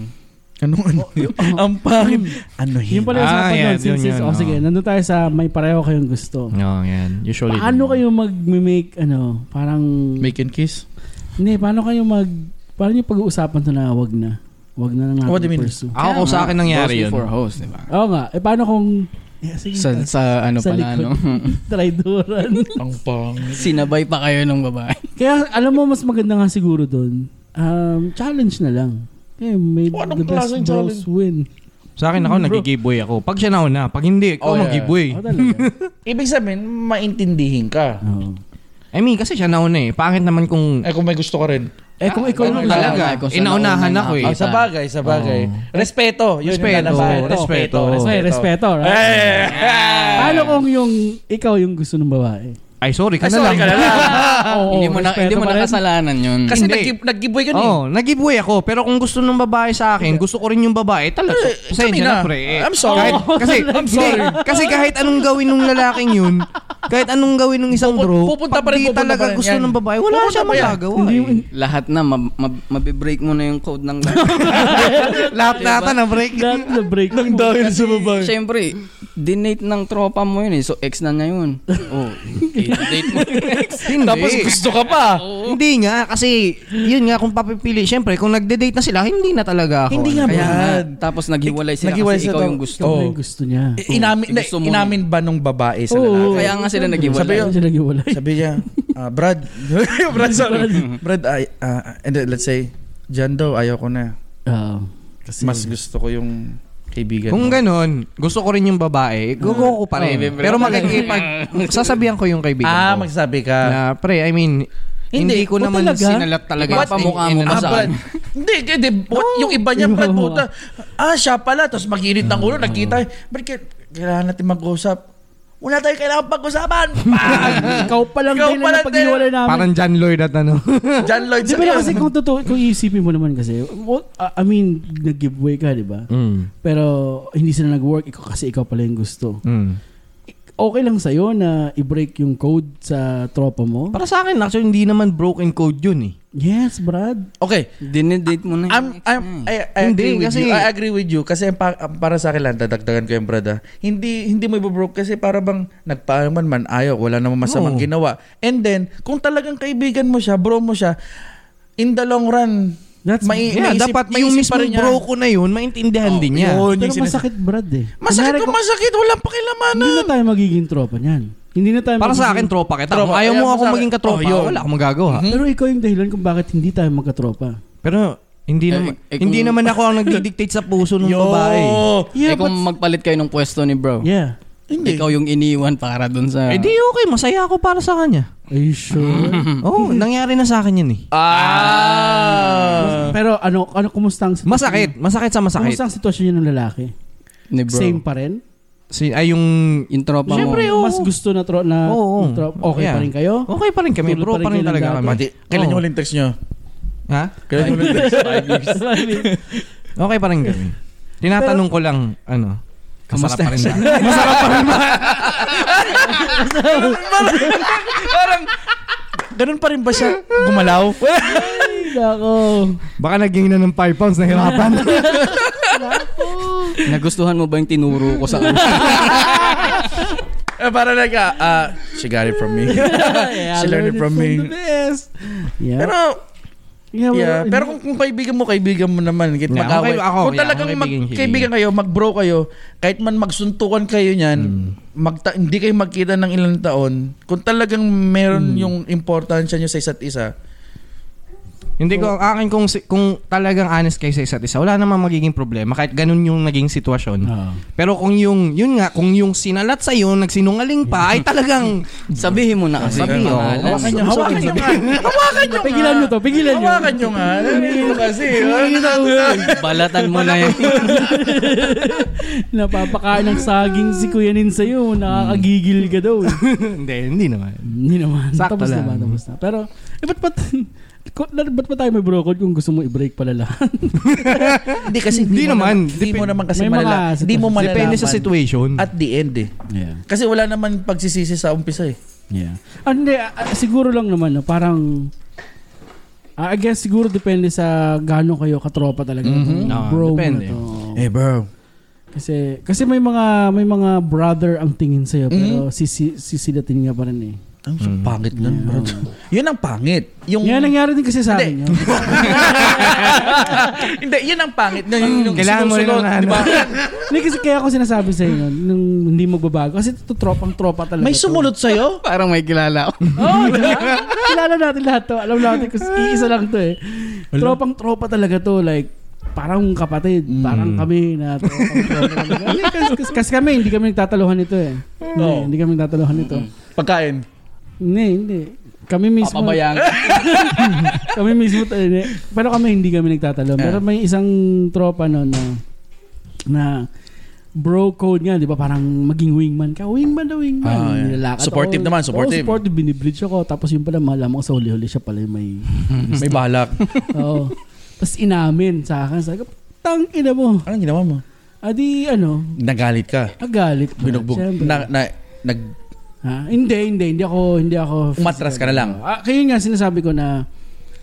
Speaker 2: Anong ano? Ang pangit. Ano
Speaker 1: Yun
Speaker 2: yun?
Speaker 1: pala Oh, Hmm. yung usapan
Speaker 3: Ah, yeah,
Speaker 1: nun, since
Speaker 3: yun,
Speaker 1: it's-
Speaker 3: yun,
Speaker 1: oh, sige,
Speaker 3: oh.
Speaker 1: nandun tayo sa may pareho kayong gusto.
Speaker 3: Oo, Oh, yan. Usually.
Speaker 1: Paano kayo mag-make, ano, parang,
Speaker 2: Make and kiss?
Speaker 1: hindi, paano kayo mag, paano yung pag-uusapan to na wag na? Wag na lang natin
Speaker 2: What do you mean?
Speaker 1: pursue.
Speaker 3: Ako
Speaker 4: Kaya
Speaker 3: kung sa
Speaker 4: nga,
Speaker 3: akin nangyari yun.
Speaker 4: Bros before host, di ba?
Speaker 1: Oo nga, eh paano kung, yeah, sige,
Speaker 4: Sa, sa ano
Speaker 1: Sa
Speaker 4: pala,
Speaker 1: likod.
Speaker 4: ano?
Speaker 1: traidoran.
Speaker 2: Ang pangit.
Speaker 4: Sinabay pa kayo ng babae.
Speaker 1: Kaya alam mo, mas maganda nga siguro doon, um, challenge na lang. Kaya may
Speaker 2: O, anong
Speaker 1: the best
Speaker 2: klaseng challenge?
Speaker 1: bros win.
Speaker 3: Sa akin ako, nag-giveaway ako. Pag siya nauna, pag hindi, ako
Speaker 2: Oh, yeah.
Speaker 3: mag-giveaway.
Speaker 1: Oh, talaga.
Speaker 2: Ibig sabihin, maintindihin ka.
Speaker 1: Oo.
Speaker 3: I mean, kasi siya nauna eh. Pangit naman kung
Speaker 2: Eh kung may gusto ka rin.
Speaker 1: Eh kung ikaw
Speaker 4: ganun
Speaker 1: yung
Speaker 4: lang.
Speaker 1: talaga.
Speaker 3: talaga,
Speaker 4: Kung saan
Speaker 3: inaunahan
Speaker 4: nauna,
Speaker 3: ako eh.
Speaker 2: Ah, sa bagay, sa bagay. Respeto. Yun
Speaker 3: Respeto,
Speaker 2: yung lalabanan.
Speaker 3: respeto.
Speaker 1: Okay, respeto, right?
Speaker 2: Eh!
Speaker 1: Paano kung yung ikaw yung gusto ng babae?
Speaker 3: Ay, sorry ka
Speaker 2: Ay,
Speaker 3: na
Speaker 2: sorry
Speaker 3: lang.
Speaker 2: ka na lang.
Speaker 1: Oo,
Speaker 4: Ah. hindi mo na,
Speaker 1: respeto
Speaker 4: hindi mo
Speaker 1: pa
Speaker 4: na
Speaker 1: rin.
Speaker 4: kasalanan yun.
Speaker 2: Kasi
Speaker 3: Hindi.
Speaker 2: nag- nag-giveaway ka na eh.
Speaker 3: Oo, nag-giveaway ako. Pero kung gusto ng babae sa akin, gusto ko rin yung babae. Talaga,
Speaker 2: kami
Speaker 3: pasensya
Speaker 2: na.
Speaker 3: na, pre.
Speaker 2: Eh,
Speaker 3: Eh,
Speaker 2: I'm sorry. Oh,
Speaker 3: Kahit, kasi, I'm sorry. kasi kahit anong gawin ng lalaking yun, kahit anong gawin ng isang
Speaker 2: Pupun-
Speaker 3: bro,
Speaker 2: pupunta pa
Speaker 3: pag
Speaker 2: rin,
Speaker 3: di
Speaker 2: pupunta
Speaker 3: talaga
Speaker 2: pa rin
Speaker 3: gusto
Speaker 2: yan.
Speaker 3: ng babae, wala
Speaker 2: Pupunta
Speaker 3: siya
Speaker 2: pa yan.
Speaker 3: magagawa.
Speaker 1: Hindi
Speaker 3: Eh.
Speaker 4: Lahat na, mab- mab- mabibreak mo na yung code ng...
Speaker 3: Lahat
Speaker 2: Diba?
Speaker 3: nata na break.
Speaker 1: Lahat na break.
Speaker 2: Nang dahil sa babae.
Speaker 4: Siyempre, dinate ng tropa mo yun eh. So, ex na niya yun. Oh, date mo yung ex.
Speaker 3: Hindi.
Speaker 2: Tapos gusto ka pa.
Speaker 3: Hindi nga, kasi yun nga kung papipili. Siyempre, kung nagde-date na sila, hindi na talaga ako.
Speaker 2: Hindi nga,
Speaker 4: Kaya nga,
Speaker 2: Brad.
Speaker 4: tapos naghiwalay sila
Speaker 2: Naghiwalay
Speaker 4: kasi
Speaker 2: sila
Speaker 4: ikaw
Speaker 2: daw.
Speaker 4: yung gusto.
Speaker 1: Ikaw na
Speaker 2: Oo.
Speaker 1: yung gusto niya.
Speaker 4: Eh,
Speaker 2: I- Inamin, na,
Speaker 4: Gusto mo-
Speaker 2: inamin ba nung babae sa
Speaker 1: Oo.
Speaker 2: lalaki?
Speaker 4: Kaya nga sila
Speaker 2: Sabi
Speaker 4: naghiwalay.
Speaker 2: yun.
Speaker 1: Siya naghiwalay.
Speaker 2: Sabi niya, ah, Brad, Brad, sorry. Brad, ay, ah, and then let's say, Jan daw, ayaw ko na.
Speaker 1: Oo.
Speaker 2: Mas gusto ko yung kaibigan
Speaker 3: Kung
Speaker 2: mo.
Speaker 3: ganon, gusto ko rin yung babae, gugo ko pa rin.
Speaker 4: Oh.
Speaker 3: Pero makikipag, sasabihan ko yung kaibigan
Speaker 2: ah,
Speaker 3: ko.
Speaker 2: magsabi ka.
Speaker 3: Na, pre, I mean, hindi,
Speaker 2: Hindi,
Speaker 1: o
Speaker 3: ko naman
Speaker 1: talaga?
Speaker 3: sinalat talaga.
Speaker 4: What? Papamukha mo
Speaker 3: in- in-
Speaker 4: pa
Speaker 2: Ah,
Speaker 4: sa-
Speaker 3: ano.
Speaker 2: Brad. Hindi, hindi. What? Yung iba niya, Brad, puta. Ah, siya pala. Tapos mag-init ng ulo, nakita. Brad, kail- kailangan natin mag-usap. Wala tayong kailangan pag-usapan.
Speaker 4: Ah.
Speaker 1: Ikaw pa lang
Speaker 2: Ikaw
Speaker 1: din
Speaker 2: pa
Speaker 1: na
Speaker 2: lang
Speaker 1: napag-iwala namin.
Speaker 3: Parang John Lloyd at ano.
Speaker 2: John Lloyd
Speaker 1: Di
Speaker 2: sa
Speaker 1: ba na kasi kung totoo, kung iisipin mo naman kasi, well, I I mean, nag-giveaway ka, di ba?
Speaker 3: mm.
Speaker 1: Pero hindi sila nag-work ikaw kasi ikaw pala yung gusto.
Speaker 3: Mm.
Speaker 1: Okay lang sa'yo na i-break yung code sa tropa mo?
Speaker 3: Para sa akin, actually, hindi naman broken code yun eh.
Speaker 1: Yes, Brad.
Speaker 2: Okay.
Speaker 4: Dinidate mo na
Speaker 2: I'm,
Speaker 4: ex
Speaker 2: I'm,
Speaker 4: mo eh.
Speaker 2: I, I
Speaker 3: Hmm. Hindi,
Speaker 2: agree with
Speaker 3: kasi-
Speaker 2: you. I agree with you. Kasi ang pa- ang para sa akin lang, dadagdagan ko yung brad ah. Hindi, hindi mo ibabroke kasi para bang nagpaaman man, ayaw, wala namang masamang
Speaker 3: Oo.
Speaker 2: ginawa. And then, kung talagang kaibigan mo siya, bro mo siya, in the long run,
Speaker 1: That's-
Speaker 2: mai-
Speaker 3: Yeah,
Speaker 2: maisip-
Speaker 3: dapat
Speaker 2: maisip
Speaker 3: yung
Speaker 2: pa
Speaker 3: mismo
Speaker 2: rin niya.
Speaker 3: bro ko na yun, maintindihan
Speaker 2: Oh,
Speaker 3: din niya.
Speaker 2: yun.
Speaker 1: Pero
Speaker 2: yung sinas-
Speaker 1: masakit, Brad eh.
Speaker 2: Masakit
Speaker 1: Kunyari
Speaker 2: ko,
Speaker 1: kung-
Speaker 2: masakit. Walang pakilaman.
Speaker 1: Hindi na tayo magiging tropa niyan. Hindi na tayo
Speaker 3: Para sa akin,
Speaker 1: magiging-
Speaker 3: tropa kita.
Speaker 2: Tropa.
Speaker 3: Kung ayaw
Speaker 2: Kaya
Speaker 3: mo
Speaker 2: sa
Speaker 3: ako
Speaker 2: akin-
Speaker 3: maging katropa,
Speaker 2: Oh, yun.
Speaker 3: wala akong magagawa.
Speaker 1: Pero ikaw yung dahilan kung bakit hindi tayo magkatropa.
Speaker 3: Pero hindi
Speaker 4: Eh,
Speaker 3: naman
Speaker 4: eh,
Speaker 3: hindi
Speaker 4: kung-
Speaker 3: naman ako ang nagdi-dictate sa puso ng babae.
Speaker 1: Yeah,
Speaker 4: eh, kung
Speaker 1: but-
Speaker 4: magpalit kayo ng pwesto ni bro,
Speaker 1: Yeah.
Speaker 2: Hindi.
Speaker 4: ikaw yung iniwan para dun sa...
Speaker 3: Eh di okay, masaya ako para sa kanya.
Speaker 1: Are you sure?
Speaker 3: Oo, oh, nangyari na sa akin yun eh.
Speaker 2: Ah.
Speaker 1: Pero ano, ano kumusta ang sitwasyon?
Speaker 3: Uh, Masakit, masakit sa
Speaker 1: niya?
Speaker 3: masakit.
Speaker 1: Kumusta ang sitwasyon niya ng lalaki?
Speaker 4: ni bro.
Speaker 1: Same pa rin?
Speaker 3: Si, ay yung
Speaker 4: Yung tropa mo.
Speaker 3: Siyempre, oo.
Speaker 1: Mas gusto na, tro- na
Speaker 3: Oo.
Speaker 1: tro- okay
Speaker 3: Yeah.
Speaker 1: pa rin kayo?
Speaker 3: okay pa rin kami,
Speaker 1: Tulad
Speaker 3: bro,
Speaker 1: pa rin
Speaker 3: pa rin
Speaker 1: kayo ng
Speaker 3: talaga
Speaker 1: dati.
Speaker 3: kami.
Speaker 2: Mati, kailan
Speaker 3: Oo.
Speaker 2: yung huling text nyo?
Speaker 3: Ha?
Speaker 2: Kailan yung huling text? Five years.
Speaker 3: Okay pa rin kami. Tinatanong ko lang, ano, Masarap
Speaker 4: Kamusta
Speaker 3: pa rin
Speaker 4: siya?
Speaker 3: ba?
Speaker 2: Parang, ganun pa rin ba siya gumalaw?
Speaker 1: Ay, nako.
Speaker 3: Baka naging na ng 5 pounds, nahirapan.
Speaker 4: Nagustuhan mo ba yung tinuro ko sa kanya?
Speaker 2: Eh, para nag, ah, ah, she got it from me.
Speaker 1: Yeah,
Speaker 2: she learned it from me.
Speaker 1: the best. Yeah.
Speaker 2: Pero, yeah,
Speaker 1: yeah, well,
Speaker 2: pero kung, kung kaibigan mo, kaibigan mo naman. Kahit
Speaker 3: Yeah,
Speaker 2: mag-away.
Speaker 3: ako kay- ako,
Speaker 2: kung
Speaker 3: yeah,
Speaker 2: talagang
Speaker 3: ako kaibigan,
Speaker 2: mag-
Speaker 3: kaibigan.
Speaker 2: kaibigan kayo, mag-bro kayo, kahit man magsuntukan kayo niyan, magta- hindi kayo magkita ng ilang taon, kung talagang meron yung importansya nyo sa isa't isa,
Speaker 3: Hindi ko, ang akin kung, si- kung talagang honest kayo sa isa't isa, wala namang magiging problema kahit ganun yung naging sitwasyon.
Speaker 1: Oo.
Speaker 3: Pero kung yung, yun nga, kung yung sinalat sa'yo, nagsinungaling pa, ay talagang,
Speaker 4: Sabihin mo na kasi.
Speaker 3: Sabihin,
Speaker 4: Ang
Speaker 3: oo.
Speaker 4: pangalan.
Speaker 2: Hawakan nyo,
Speaker 1: Sorry,
Speaker 2: hawakan
Speaker 1: sorry.
Speaker 2: nyo nga. Hawakan nyo nga.
Speaker 1: Pigilan nyo to, pigilan nyo.
Speaker 2: Hawakan nyo nga. Ito kasi. Ano na
Speaker 4: Balatan mo na yan.
Speaker 1: Napapakain ng saging si Kuya Nin sa'yo. Nakakagigil ka daw. eh.
Speaker 3: hindi, hindi naman.
Speaker 1: Hindi naman.
Speaker 3: Sakto
Speaker 1: tapos
Speaker 3: lang.
Speaker 1: na ba? Tapos na. Pero, eh, ba't, ba't, ko- na- ba't pa tayo may bro code kung gusto mo i-break pala lahat?
Speaker 2: Hindi kasi.
Speaker 3: Hindi
Speaker 2: mo
Speaker 3: naman.
Speaker 2: Hindi mo naman kasi
Speaker 1: May mga
Speaker 2: malala.
Speaker 1: sitwasyon.
Speaker 2: Hindi mo malalaman.
Speaker 3: Depende sa situation.
Speaker 2: At the end eh.
Speaker 1: yeah.
Speaker 2: Kasi wala naman pagsisisi sa umpisa eh.
Speaker 1: Yeah. Ah, hindi, ah, ah, siguro lang naman, no, parang, ah, I guess siguro depende sa gaano kayo katropa talaga.
Speaker 2: Mhm.
Speaker 1: itong
Speaker 3: No,
Speaker 1: bro mo na
Speaker 3: depende.
Speaker 1: to.
Speaker 2: Eh bro.
Speaker 1: Kasi, kasi may mga, may mga brother ang tingin sa'yo,
Speaker 2: Mm-hmm.
Speaker 1: pero sisi, sisidatin nga pa rin eh.
Speaker 2: Ang so pangit nun bro.
Speaker 3: Mm-hmm.
Speaker 2: Yun ang pangit. Yung...
Speaker 1: Yan, nangyari din kasi sa
Speaker 2: Hindi.
Speaker 1: akin. yun.
Speaker 2: Hindi, yun ang pangit. Yung, yung, yung
Speaker 3: Kailangan mo rin
Speaker 2: sinusunod,
Speaker 3: ng ano.
Speaker 2: di ba?
Speaker 1: Hindi, kasi kaya ako sinasabi sa'yo nun, nung hindi magbabago. Kasi ito, tropang tropa talaga.
Speaker 2: May
Speaker 1: to.
Speaker 2: sumunod sa'yo?
Speaker 4: Parang may kilala ako.
Speaker 1: Oo, oh, Kilala natin lahat to. Alam natin kung iisa lang to eh. Tropang tropa talaga to. Like, parang kapatid. Parang kami na tropang tropa talaga. kasi, kasi, kasi kami, hindi kami nagtataluhan nito eh. Hindi,
Speaker 2: Oo. Mm.
Speaker 1: hindi kami nagtataluhan nito.
Speaker 2: Pagkain.
Speaker 1: Hindi, hindi. Kami mismo.
Speaker 4: Papabayaan.
Speaker 1: kami mismo. to, eh. Pero kami hindi kami nagtatalo. Pero may isang tropa no na, na bro code nga, di ba? Parang maging wingman ka. Wingman na wingman.
Speaker 2: Ah, yeah.
Speaker 1: Nilalakad
Speaker 2: Supportive
Speaker 1: ako.
Speaker 2: naman,
Speaker 1: Oo,
Speaker 2: supportive.
Speaker 1: supportive. Binibleach ako. Tapos yun pala, malaman ko sa huli-huli siya pala yung may...
Speaker 3: Mm-hmm.
Speaker 2: May balak.
Speaker 1: Oo. Tapos inamin sa akin. Sabi ko, tang ina mo.
Speaker 2: Anong ginawa mo?
Speaker 1: Adi, ano,
Speaker 2: Nagalit ka.
Speaker 1: agalit. Brad,
Speaker 2: Binugbog.
Speaker 1: syempre.
Speaker 2: Na, na, nag,
Speaker 1: Ha? Hindi, hindi. Hindi ako, hindi ako...
Speaker 2: umatras ka na lang.
Speaker 1: Ah, kaya yun nga sinasabi ko na,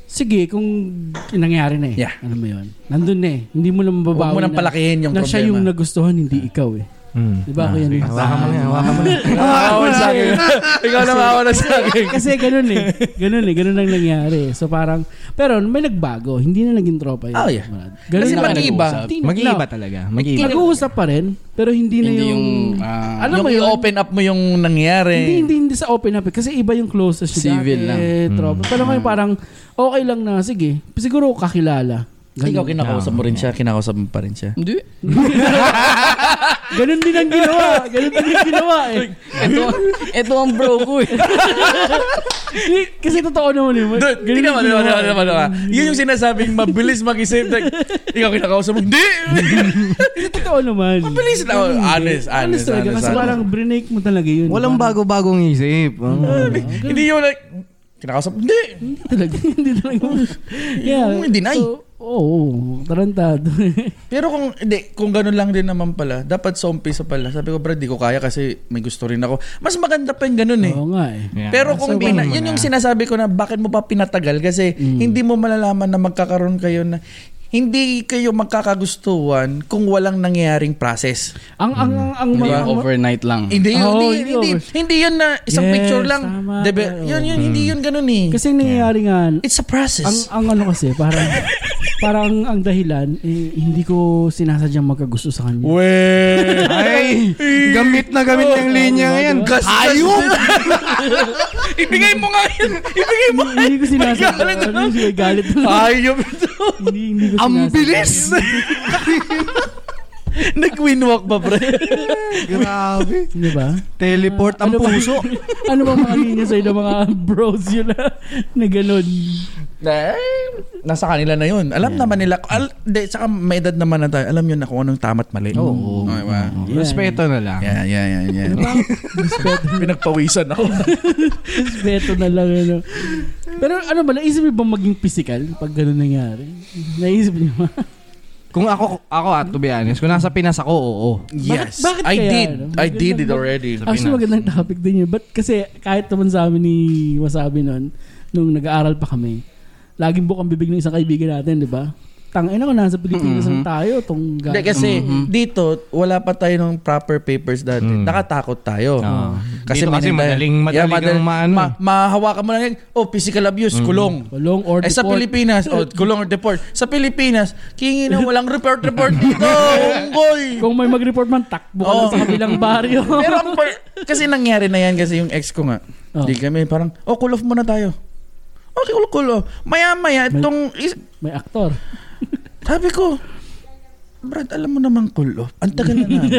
Speaker 1: sige, kung nangyari na eh.
Speaker 2: Yeah.
Speaker 1: Ano mo yun? Nandun na eh. Hindi mo na mababawi
Speaker 2: Huwag mo nang
Speaker 1: na-
Speaker 2: palakihin yung
Speaker 1: na siya
Speaker 2: problema.
Speaker 1: yung
Speaker 2: Ah.
Speaker 1: nagustuhan, hindi ikaw eh.
Speaker 3: Mm.
Speaker 1: Di ba, Kuya Nin?
Speaker 3: Hawakan mo na, yan, hawakan mo na. Ah,
Speaker 2: Nakawa sa akin. Ikaw na makawa sa akin.
Speaker 1: Kasi ganun eh. Ganun eh. Ganun ang nangyari. So parang, pero may nagbago. Hindi na naging tropa yun.
Speaker 2: Oh, yeah.
Speaker 1: Brad.
Speaker 2: Kasi mag-iba.
Speaker 1: na kayo nag-uusap. Hindi na-
Speaker 3: Mag-iiba talaga. Mag-iiba.
Speaker 1: Nag-uusap pa rin, pero hindi na
Speaker 4: Hindi
Speaker 1: yung...
Speaker 4: Ano yung... ah, Ano?
Speaker 1: Alam
Speaker 2: yung
Speaker 1: mo yun?
Speaker 2: i-open up mo yung nangyari.
Speaker 1: Hindi, hindi, hindi sa open up. eh. Kasi iba yung closest niya
Speaker 4: Civil
Speaker 1: dati, Eh,
Speaker 4: lang.
Speaker 2: Hmm.
Speaker 1: tropa. Pero ngayon parang okay lang na, sige. Siguro kakilala.
Speaker 2: Ikaw kinakausap mo rin siya, kinakausap mo pa rin siya.
Speaker 4: Hindi.
Speaker 1: Ganun din ang ginawa. Ganun din ang ginawa eh.
Speaker 4: Ito, ito ang bro ko eh.
Speaker 1: Kasi totoo naman yun.
Speaker 2: Dude,
Speaker 1: Ganun
Speaker 2: tingnan mo,
Speaker 1: yung
Speaker 2: tingnan mo,
Speaker 1: ginawa.
Speaker 2: tingnan mo, tingnan mo. Yun yung sinasabing mabilis mag-isip. Like, ikaw kinakausap mo, hindi!
Speaker 1: Kasi totoo naman.
Speaker 2: Mabilis na. Oh, honest, honest, honest.
Speaker 1: talaga. Kasi
Speaker 2: honest.
Speaker 1: parang brinake mo talaga yun.
Speaker 3: Walang
Speaker 1: Parang-
Speaker 3: bago-bagong isip. Oh.
Speaker 2: Hindi yung like, kinakausap mo, hindi!
Speaker 1: Hindi talaga. Hindi talaga. Yeah.
Speaker 2: Yung deny.
Speaker 1: So, Oo. Oh, tarantado.
Speaker 2: Pero kung, hindi, kung ganun lang din naman pala, dapat sa umpisa pala. Sabi ko, bro, di ko kaya kasi may gusto rin ako. Mas maganda pa yung ganun eh.
Speaker 1: Oo nga eh.
Speaker 3: Yeah.
Speaker 2: Pero kung
Speaker 3: So,
Speaker 2: pina-
Speaker 3: wala mo
Speaker 2: yun
Speaker 3: na.
Speaker 2: yung sinasabi ko na bakit mo pa pinatagal kasi hindi mo malalaman na magkakaroon kayo na hindi kayo magkakagustuhan kung walang nangyayaring process.
Speaker 1: Ang, ang, ang, ang,
Speaker 4: Hindi
Speaker 1: ang,
Speaker 4: yung overnight lang.
Speaker 2: Hindi yun,
Speaker 1: Oh,
Speaker 2: hindi,
Speaker 1: yun.
Speaker 2: hindi, hindi yun na isang
Speaker 1: Yes,
Speaker 2: picture lang.
Speaker 1: tama,
Speaker 2: Diba?
Speaker 1: pero-
Speaker 2: Yun, yun, hindi yun ganun eh.
Speaker 1: kasi ang nangyayari nga,
Speaker 2: It's a process.
Speaker 1: ang, ang ano kasi, parang, parang ang dahilan, eh, hindi ko sinasadyang magkagusto sa kanya.
Speaker 3: Oh
Speaker 2: Well,
Speaker 3: Ay, gamit na gamit ng linya ngayon.
Speaker 2: gas Ayun! Ibigay mo nga yun! Ibigay mo nga
Speaker 1: hindi ko sinasadya.
Speaker 2: May galit na-
Speaker 1: Ano siya, galit na.
Speaker 2: Ayun!
Speaker 1: hindi, hindi ko
Speaker 3: Ang
Speaker 1: sinasadya.
Speaker 3: bilis!
Speaker 2: Nag-winwalk ba, bro?
Speaker 3: Grabe.
Speaker 1: Di ba?
Speaker 3: Teleport ang
Speaker 1: Ano ba-
Speaker 3: puso.
Speaker 1: ano ba mga linya sa'yo ng mga bros yun na, na ganun?
Speaker 2: Eh, nasa kanila na yun. Alam naman nila. Al, de, saka may edad naman na tayo. Alam yun na kung anong tama't mali. Oo. Okay ba?
Speaker 1: Yeah.
Speaker 3: Respeto na lang.
Speaker 2: Yeah, yeah, yeah, yeah. Pinagpawisan ako.
Speaker 1: Respeto na lang. Ano. Pero ano ba, naisip niyo ba maging physical pag ganun nangyari? Naisip niyo ba?
Speaker 3: Kung ako, ako ah, to be honest, kung nasa Pinas ako, oo.
Speaker 2: yes.
Speaker 1: bakit
Speaker 2: I
Speaker 1: kaya,
Speaker 2: did.
Speaker 1: ano?
Speaker 2: I did it already.
Speaker 1: Actually, magandang topic din yun. But kasi kahit naman sa amin ni Wasabi noon, nung nag-aaral pa kami, laging bukang bibig ng isang kaibigan natin, di ba? Tangin ako, nasa Pilipinas lang tayo. Tong
Speaker 2: Mm-hmm. Hindi,
Speaker 1: gag-
Speaker 2: kasi dito, wala pa tayo ng proper papers dati. Nakatakot tayo.
Speaker 3: Mm. Ah.
Speaker 2: Kasi,
Speaker 3: Dito kasi
Speaker 2: meron tayo-
Speaker 3: madaling- madaling ang maano eh. Mm.
Speaker 2: ma- mahawakan mo lang yan. Oh, physical abuse, kulong.
Speaker 1: Kulong or
Speaker 2: eh, sa
Speaker 1: deport.
Speaker 2: Pilipinas, oh, kulong or deport. Sa Pilipinas, kingi na walang report report dito. Unggoy.
Speaker 1: Kung may mag-report man, takbo ka lang
Speaker 2: Oo.
Speaker 1: sa kabilang baryo.
Speaker 2: Oh. Pero ang par- kasi nangyari na yan kasi yung ex ko nga.
Speaker 1: Oh.
Speaker 2: Di kami parang, oh, cool off muna tayo. Okay, cool, cool off. Maya-maya, itong, is-
Speaker 1: may aktor.
Speaker 2: sabi ko, Brad, alam mo naman cool off. Ang tagal na namin.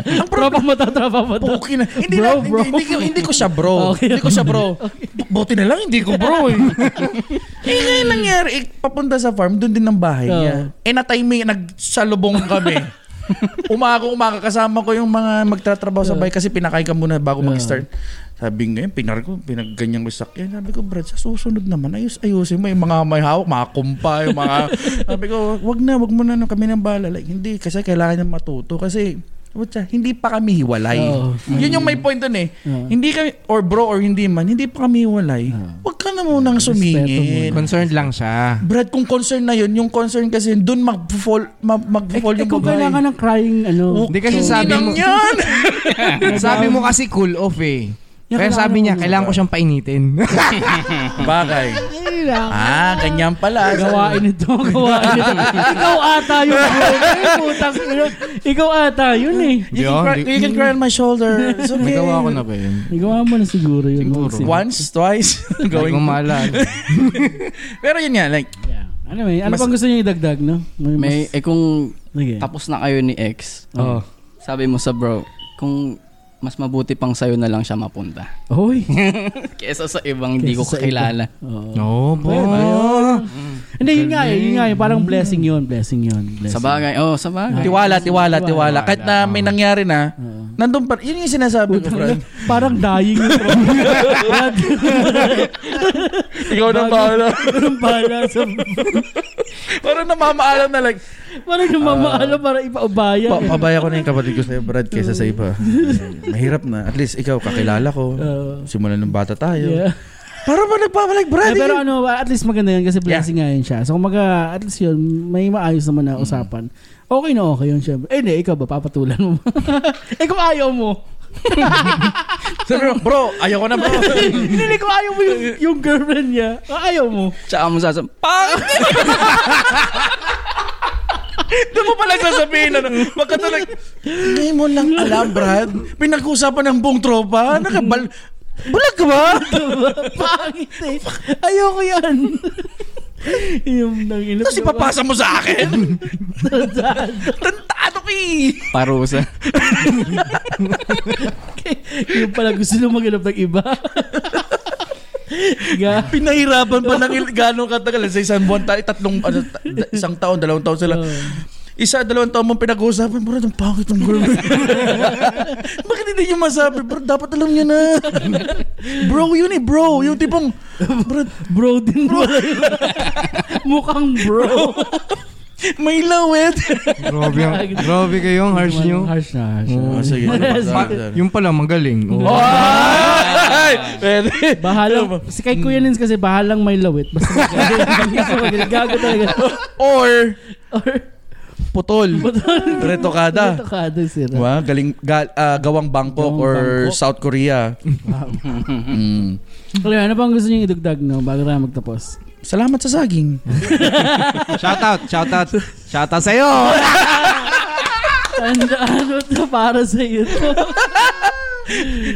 Speaker 2: ang
Speaker 1: Tropa
Speaker 2: problem,
Speaker 1: mo to, tropa mo to.
Speaker 2: Puki na. Hindi,
Speaker 1: Bro,
Speaker 2: na,
Speaker 1: bro.
Speaker 2: Hindi, hindi, ko, hindi ko siya bro.
Speaker 1: Okay.
Speaker 2: Hindi ko siya bro. Buti na lang, hindi ko bro eh. eh ngayon nangyari, eh, papunta sa farm, doon din ng bahay
Speaker 1: Oo.
Speaker 2: niya. Eh natay may nagsalubong kami. umaga umaga kasama ko yung mga magtatrabaho sa bahay kasi pinakay ka muna bago mag-start. Sabi ngayon, pinar ko, pinagganyan ko sa sakyan. Sabi ko, Brad, sa susunod naman, ayos, ayusin mo yung mga may hawak, mga kumpa, yung mga... sabi ko, wag na, wag mo na, no, kami nang bahala. Like, hindi, kasi kailangan niya matuto. Kasi, what's hindi pa kami hiwalay.
Speaker 1: Oo.
Speaker 2: Yun yung may point dun eh.
Speaker 1: Oo.
Speaker 2: Hindi kami, or bro or hindi man, hindi pa kami hiwalay. Huwag ka na munang sumingin.
Speaker 3: Concerned lang siya.
Speaker 2: Brad, kung concern na yun, yung concern kasi yun, dun mag-fall, mag-
Speaker 1: Eh,
Speaker 2: mag-fall
Speaker 1: eh,
Speaker 2: yung
Speaker 1: kung
Speaker 2: babae.
Speaker 1: kailangan ng crying, ano.
Speaker 3: Hindi kasi sabi
Speaker 2: Inang
Speaker 3: mo,
Speaker 2: yan!
Speaker 3: sabi mo kasi cool off eh.
Speaker 1: Yeah,
Speaker 3: Kaya
Speaker 1: kailangan
Speaker 3: sabi niya,
Speaker 1: mo-
Speaker 3: kailangan ko siyang painitin.
Speaker 2: Bagay. Ah, ganyan pala.
Speaker 1: Gawain ito, gawain ito. Ikaw ata yun. bro. Eh, putang ina. Ikaw ata yun eh.
Speaker 2: You can, cry, you can cry on my shoulder. It's okay.
Speaker 3: Mm. Nagawa ko na ba yun?
Speaker 1: Nagawa mo na siguro yun.
Speaker 3: Siguro.
Speaker 1: Maxine.
Speaker 2: Once, twice,
Speaker 3: Hindi ko
Speaker 2: going.
Speaker 3: maalala.
Speaker 2: Pero yun nga, like,
Speaker 1: Yeah. Ano may, ano
Speaker 2: Mas-
Speaker 1: pang gusto niyo idagdag, no?
Speaker 4: May, eh kung
Speaker 1: Sige.
Speaker 4: tapos na kayo ni ex, sabi mo sa bro, kung mas mabuti pang sa'yo na lang siya mapunta.
Speaker 1: Hoy.
Speaker 4: Kesa sa ibang hindi ko
Speaker 1: Kesa sa iba.
Speaker 4: kakilala.
Speaker 1: Oo.
Speaker 3: No, po.
Speaker 1: Ayun, ayun. Hindi, yun nga eh. Yun nga eh. Parang blessing yun. Blessing yun. Blessing.
Speaker 4: Sa bagay, oh, sa bagay.
Speaker 2: tiwala, Ah, tiwala, Ah. tiwala. Kahit na may nangyari na,
Speaker 1: Oo.
Speaker 2: nandun pa, yun yung sinasabi ko,
Speaker 1: Putang ina,
Speaker 2: Brad.
Speaker 1: Parang dying yung problem.
Speaker 2: Ikaw
Speaker 1: na bahala. Parang bahala sa...
Speaker 2: Parang namamaalam na like,
Speaker 1: Parang namamaala para ipaubaya.
Speaker 2: pa pabaya ko na yung kapatid ko sa'yo, Brad, kaysa sa iba. Ayan, Mahirap na. At least ikaw, kakilala ko.
Speaker 1: Oo.
Speaker 2: Simulan ng bata tayo.
Speaker 1: Yeah.
Speaker 2: Parang ba nagpapalik, Brad?
Speaker 1: Eh, pero ano, at least maganda yun kasi blessing nga yun siya. So kumaga, at least yun, may maayos naman na usapan. Okay na okay yun siya. Eh, hindi, ikaw ba? Papatulan mo. ba? eh, kung ayaw mo.
Speaker 2: Sabi ko, bro, ayoko na, bro.
Speaker 1: hindi, hindi, kung ayaw mo yung, yung girlfriend niya. ah, Ayaw mo.
Speaker 4: Tsaka mo sasam,
Speaker 2: Doon mo pala sasabihin, ano, magkatalag. Hindi mo lang alam, Brad. Pinag-usapan ng buong tropa. Nakabal... Bulag ka ba?
Speaker 1: Pangit eh. Ayoko yan. yung nang ina.
Speaker 2: Kasi papasa mo sa akin. Tantado ka eh.
Speaker 4: parusa.
Speaker 1: yung pala gusto nung maganap ng iba. Ga-
Speaker 2: Pinahirapan pa ng il- gano'ng katagal. Sa isang buwan tayo, tatlong, ano, ta- da- isang taon, dalawang taon sila. Isa, dalawang taon mong pinag-uusapan, bro, ang pangit ng girl. Bakit hindi niyo masabi? Bro, dapat alam niyo na. bro, yun eh, bro. Yung tipong, bro,
Speaker 1: Bro din bro. Mukhang bro.
Speaker 2: may lawet.
Speaker 3: Grabe, yung, grabe kayong harsh nyo.
Speaker 1: Harsh Ano na, harsh na.
Speaker 2: Oh, sige.
Speaker 3: Pa- yung pala, magaling. Oo.
Speaker 2: Ay! Pwede.
Speaker 1: Bahala. Si kay Kuya Lins kasi bahalang may lawit. Basta magaling. Gago talaga.
Speaker 2: Or,
Speaker 1: Or,
Speaker 2: putol. Retokada.
Speaker 1: ito ka, ito sira.
Speaker 2: Wow, galing ga- ah, gawang Bangkok
Speaker 1: Gawang
Speaker 2: or
Speaker 1: Bangkok.
Speaker 2: South Korea. Mm.
Speaker 1: Kuya, ano pang gusto niyo idugdag no? Bago tayo magtapos.
Speaker 2: Salamat sa saging.
Speaker 3: Shout out, shout out. Shout out sa'yo.
Speaker 1: Ano, ano to para sa iyo to?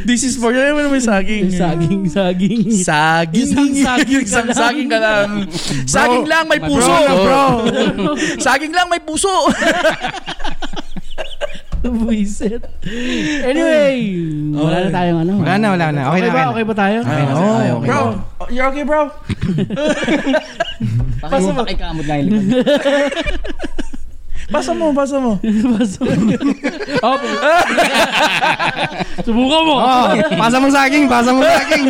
Speaker 2: This is for you. Ano may saging?
Speaker 1: Saging, saging.
Speaker 2: Saging.
Speaker 1: Isang saging
Speaker 2: Isang
Speaker 1: ka lang.
Speaker 2: saging ka lang. Saging lang may
Speaker 3: My
Speaker 2: puso.
Speaker 3: bro, bro.
Speaker 2: saging lang may puso.
Speaker 1: Buisit. Anyway, wala na tayong ano.
Speaker 3: Wala na, wala na. Okay na,
Speaker 1: ba?
Speaker 3: okay na.
Speaker 1: Okay ba tayo?
Speaker 3: Okay na,
Speaker 2: Oh,
Speaker 3: okay na.
Speaker 2: bro, you're okay, bro?
Speaker 4: Pasa mo. Pakikamot nga yung likod.
Speaker 2: Basa mo, basa mo.
Speaker 1: Basta- oh, Subukan mo.
Speaker 3: Oh, pasa mo saging, pasa mo saging.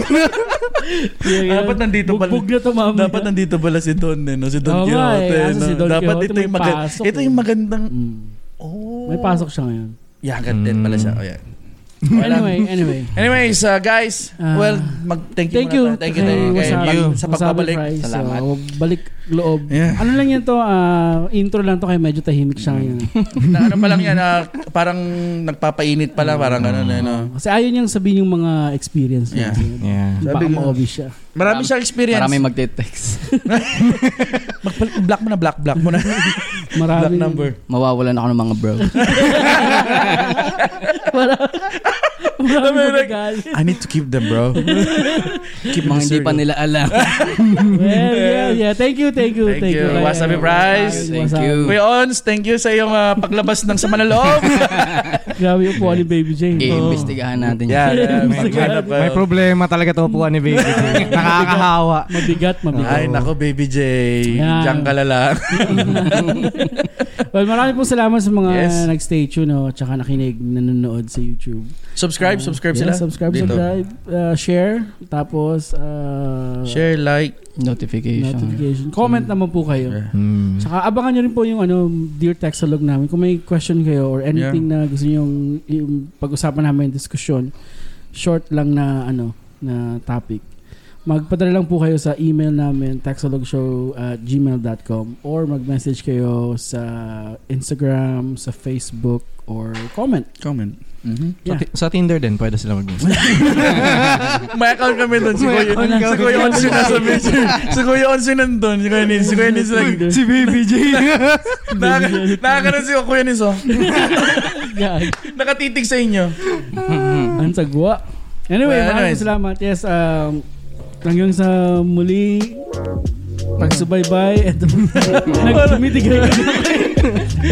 Speaker 2: Dapat nandito pala.
Speaker 1: Bugbog na to, ma'am.
Speaker 2: Dapat nandito pala si Don, eh, no? si Don
Speaker 1: Oo nga eh,
Speaker 2: Quixote.
Speaker 1: kaso
Speaker 2: no?
Speaker 1: si Don
Speaker 2: Dapat
Speaker 1: Quixote
Speaker 2: ito yung,
Speaker 1: may
Speaker 2: maga-
Speaker 1: pasok
Speaker 2: ito
Speaker 1: eh.
Speaker 2: yung magandang...
Speaker 1: Mm.
Speaker 2: Oh.
Speaker 1: May pasok siya ngayon.
Speaker 2: Yagat din pala siya. Oh, yeah. Wala.
Speaker 1: Anyway, anyway.
Speaker 2: Anyways, uh, guys,
Speaker 1: Ah.
Speaker 2: well, mag thank you.
Speaker 1: Thank
Speaker 2: muna tayo.
Speaker 1: you.
Speaker 2: Thank you, thank you,
Speaker 1: kay
Speaker 2: kay
Speaker 1: Wasabi-
Speaker 2: you sa
Speaker 1: Wasabi
Speaker 2: pagbabalik.
Speaker 1: Fries.
Speaker 2: Salamat.
Speaker 1: So, oh, balik loob.
Speaker 2: Yeah.
Speaker 1: Ano lang yan to? ah, intro lang to kaya medyo tahimik siya ngayon.
Speaker 2: na ano pa lang yan, ah, parang nagpapainit pala, parang ganun, ano.
Speaker 1: Kasi ayaw niyang sabihin yung mga experience niya.
Speaker 2: Yeah.
Speaker 3: Yeah.
Speaker 1: Baka
Speaker 2: Sabi ko-
Speaker 1: ma-obvious siya.
Speaker 2: Marami siyang experience.
Speaker 4: Marami magte-text.
Speaker 2: Magpal- black mo na, black, black mo na. black
Speaker 1: Marami.
Speaker 2: number.
Speaker 4: Mawawalan ako ng mga bro.
Speaker 1: Marami
Speaker 2: Sabi, like,
Speaker 1: magagal.
Speaker 2: I need to keep them, bro. keep
Speaker 4: Mga hindi pa nila alam.
Speaker 1: Well, yeah, yeah. Thank you, thank you,
Speaker 2: Thank
Speaker 1: thank,
Speaker 2: you.
Speaker 1: you.
Speaker 2: Wasabi Fries.
Speaker 4: Thank you.
Speaker 2: Kuya Ons, thank you sa iyong ah, paglabas ng sama na loob.
Speaker 1: Grabe yung kuha ni Baby Jane. Oo.
Speaker 4: I-imbestigahan natin yan.
Speaker 2: yeah, yeah,
Speaker 3: May,
Speaker 2: maghanap, ah.
Speaker 3: may problema talaga to po ah, ni Baby. Jane. Nakakahawa.
Speaker 1: Mabigat, mabigat.
Speaker 3: Diba?
Speaker 2: Ay, nako, baby J.
Speaker 1: Yan.
Speaker 2: Diyan ka lala.
Speaker 1: Well, marami po salamat sa mga
Speaker 2: Yes.
Speaker 1: nag-stay tune no, at saka nakinig, nanonood sa YouTube.
Speaker 3: Ah,
Speaker 2: subscribe, subscribe
Speaker 1: Yeah,
Speaker 2: sila.
Speaker 1: Subscribe,
Speaker 2: Dito.
Speaker 1: subscribe, uh, share, tapos uh,
Speaker 2: Share, like,
Speaker 4: Notification.
Speaker 1: notification. Comment naman po kayo.
Speaker 2: Yeah.
Speaker 3: Hmm.
Speaker 1: Saka abangan nyo rin po yung ano, Dear Texalog namin. Kung may question kayo or anything na gusto nyo yung, yung pag-usapan namin, diskusyon, short lang na ano na topic. Magpadala lang po kayo sa email namin texalogshow at gmail.com or mag-message kayo sa Instagram, sa Facebook, or comment.
Speaker 2: comment. Mhm.
Speaker 3: Sa,
Speaker 1: Yeah.
Speaker 3: ti- sa Tinder din, pwede sila mag-message.
Speaker 2: May account kami doon. Si Kuya,
Speaker 3: May account
Speaker 1: Ano
Speaker 3: lang.
Speaker 2: si Kuya Ons yung nasa picture. Si Kuya Ons yung nandun. Si Kuya Nins. Si Kuya Nins lang.
Speaker 3: si Baby J.
Speaker 2: Nakaka- Nakakaroon si Kuya Nins. Oh.
Speaker 1: Gag.
Speaker 2: Nakatitig sa inyo.
Speaker 1: Ang sagwa. Anyway,
Speaker 2: Well,
Speaker 1: maraming
Speaker 2: anyways.
Speaker 1: salamat. Yes, um, hanggang sa muli. Pagsubaybay. Ito. Nagtumitigay ka na.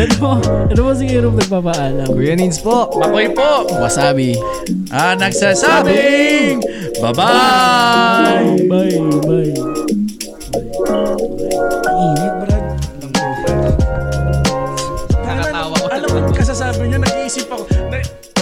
Speaker 1: ito, ito po si Irong nagpapaalam.
Speaker 3: Kuya Nins po.
Speaker 2: Makoy po.
Speaker 4: Wasabi.
Speaker 2: Ah, nagsasabing. Bye-bye.
Speaker 1: Bye, bye.
Speaker 2: Alam mo, kasasabi niyo, nag-iisip ako. Na-